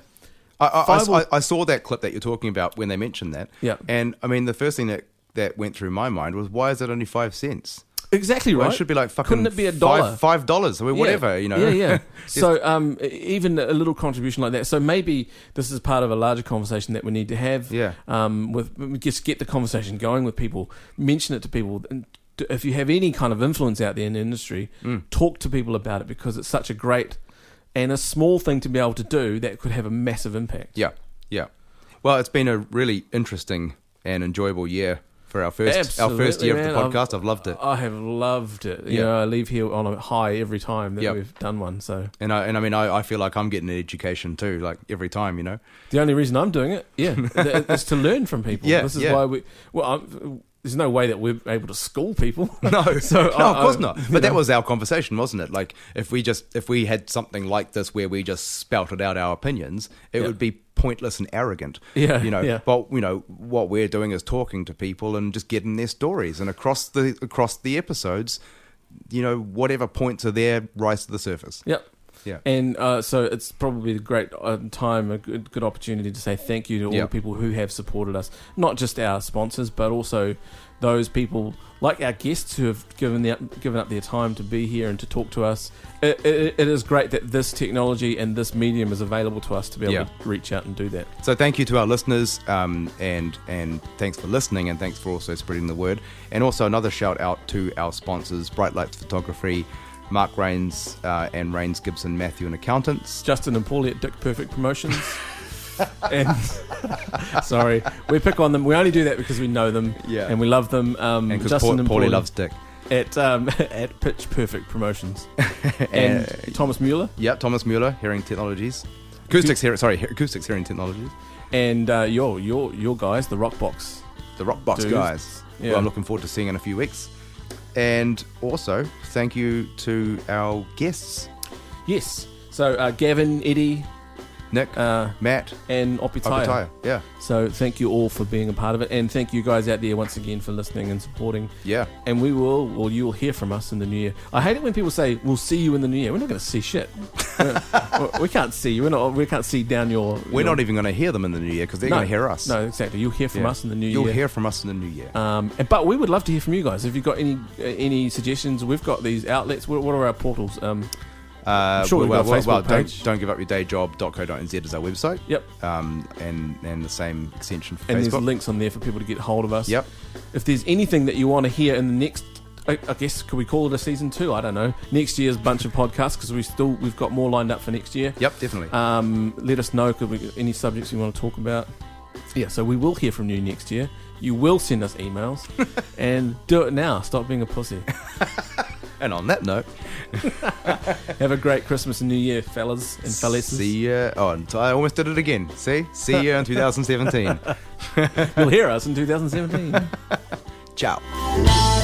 B: I, I- I,
A: Five or-
B: I- I saw that clip that you're talking about when they mentioned that.
A: Yeah.
B: And I mean, the first thing that, that went through my mind was why is it only five cents?
A: Exactly
B: Well,
A: right.
B: it should be like fucking
A: Couldn't it be a
B: five-
A: dollar?
B: Five dollars. I mean,
A: Yeah.
B: whatever, you know.
A: Yeah, yeah. [LAUGHS] so um, e- even a little contribution like that. So maybe this is part of a larger conversation that we need to have.
B: Yeah.
A: Um, with just get the conversation going with people, mention it to people. And d- if you have any kind of influence out there in the industry,
B: Mm.
A: talk to people about it because it's such a great and a small thing to be able to do that could have a massive impact.
B: [LAUGHS] Yeah, yeah. Well, it's been a really interesting and enjoyable year for our first
A: Absolutely,
B: our first year
A: man.
B: of the podcast. I've, loved it,
A: I have loved it. You
B: Yeah.
A: know, I leave here on a high every time that
B: Yeah.
A: we've done one. So
B: and I and I mean, I, I feel like I'm getting an education too, like every time, you know.
A: The only reason I'm doing it,
B: [LAUGHS]
A: yeah, th- is to learn from people.
B: Yeah,
A: this is
B: yeah.
A: why we. Well, I'm, there's no way that we're able to school people.
B: [LAUGHS]
A: [LAUGHS]
B: No,
A: So,
B: no,
A: I-
B: of course
A: I-
B: not.
A: you
B: But that
A: know.
B: was our conversation, wasn't it? Like, if we just if we had something like this where we just spouted out our opinions, it
A: Yeah.
B: would be pointless and arrogant.
A: Yeah,
B: you know.
A: yeah.
B: Well, you know what we're doing is talking to people and just getting their stories, and across the across the episodes, you know, whatever points are there rise to the surface.
A: Yep.
B: Yeah.
A: And uh, so it's probably a great uh, time, a good, good opportunity to say thank you to all
B: Yeah.
A: the people who have supported us, not just our sponsors, but also those people like our guests who have given the, given up their time to be here and to talk to us. It, it, it is great that this technology and this medium is available to us to be able
B: Yeah.
A: to reach out and do that.
B: So thank you to our listeners, um, and and thanks for listening, and thanks for also spreading the word. And also another shout out to our sponsors: Bright Lights Photography, Mark Rains uh, and Rains Gibson Matthew and Accountants.
A: Justin and Paulie at Dick Perfect Promotions. [LAUGHS] and sorry, we pick on them. We only do that because we know them
B: Yeah.
A: and we love them. Um,
B: And because
A: Justin
B: Paul,
A: and
B: Paulie loves Dick.
A: at um, [LAUGHS] at Pitch Perfect
B: [LAUGHS]
A: Promotions and Thomas Mueller
B: Yeah, Thomas Mueller, Hearing Technologies, Acoustics Hearing. Sorry, Acoustics Hearing Technologies.
A: and uh, your your your guys, the Rock Box.
B: the Rock Box
A: Dudes.
B: guys,
A: Yeah.
B: who I'm looking forward to seeing in a few weeks. And also thank you to our guests,
A: Yes. So uh, Gavin, Eddie,
B: Nick,
A: uh,
B: Matt,
A: and Opitaya.
B: Opataya. Yeah,
A: So thank you all for being a part of it, and thank you guys out there once again for listening and supporting.
B: yeah.
A: And we will, well, you will hear from us in the new year. I hate it when people say, "We'll see you in the new year." We're not going to see
B: [LAUGHS]
A: shit. We're- we we can't see you. We're not. We can't see down your.
B: We're
A: your-
B: not even going to hear them in the new year because they're
A: No.
B: going to hear us.
A: No, exactly. You'll hear from
B: Yeah.
A: us in the new
B: You'll
A: year.
B: hear from us in the new year.
A: Um, and- but we would love to hear from you guys. If you've got any uh, any suggestions, we've got these outlets. What, what are our portals? Um,
B: Uh,
A: sure we've got a Facebook
B: don't,
A: page.
B: don't give up your day job.co.nz is our website.
A: yep.
B: Um, and and the same extension for
A: And
B: Facebook.
A: there's links on there for people to get hold of us.
B: Yep.
A: If there's anything that you want to hear in the next I, I guess could we call it a season two? I don't know. Next year's bunch of podcasts because we still we've got more lined up for next year.
B: Yep, definitely.
A: Um, let us know could we, any subjects you want to talk about. Yeah, so we will hear from you next year. You will send us emails, and do it now. Stop being a pussy.
B: and on that note,
A: Have a great Christmas and New Year, fellas and fellas.
B: see ya. Oh, and I almost did it again. See? See
A: [LAUGHS]
B: you in 2017.
A: You'll hear us in 2017.
B: Ciao.
D: La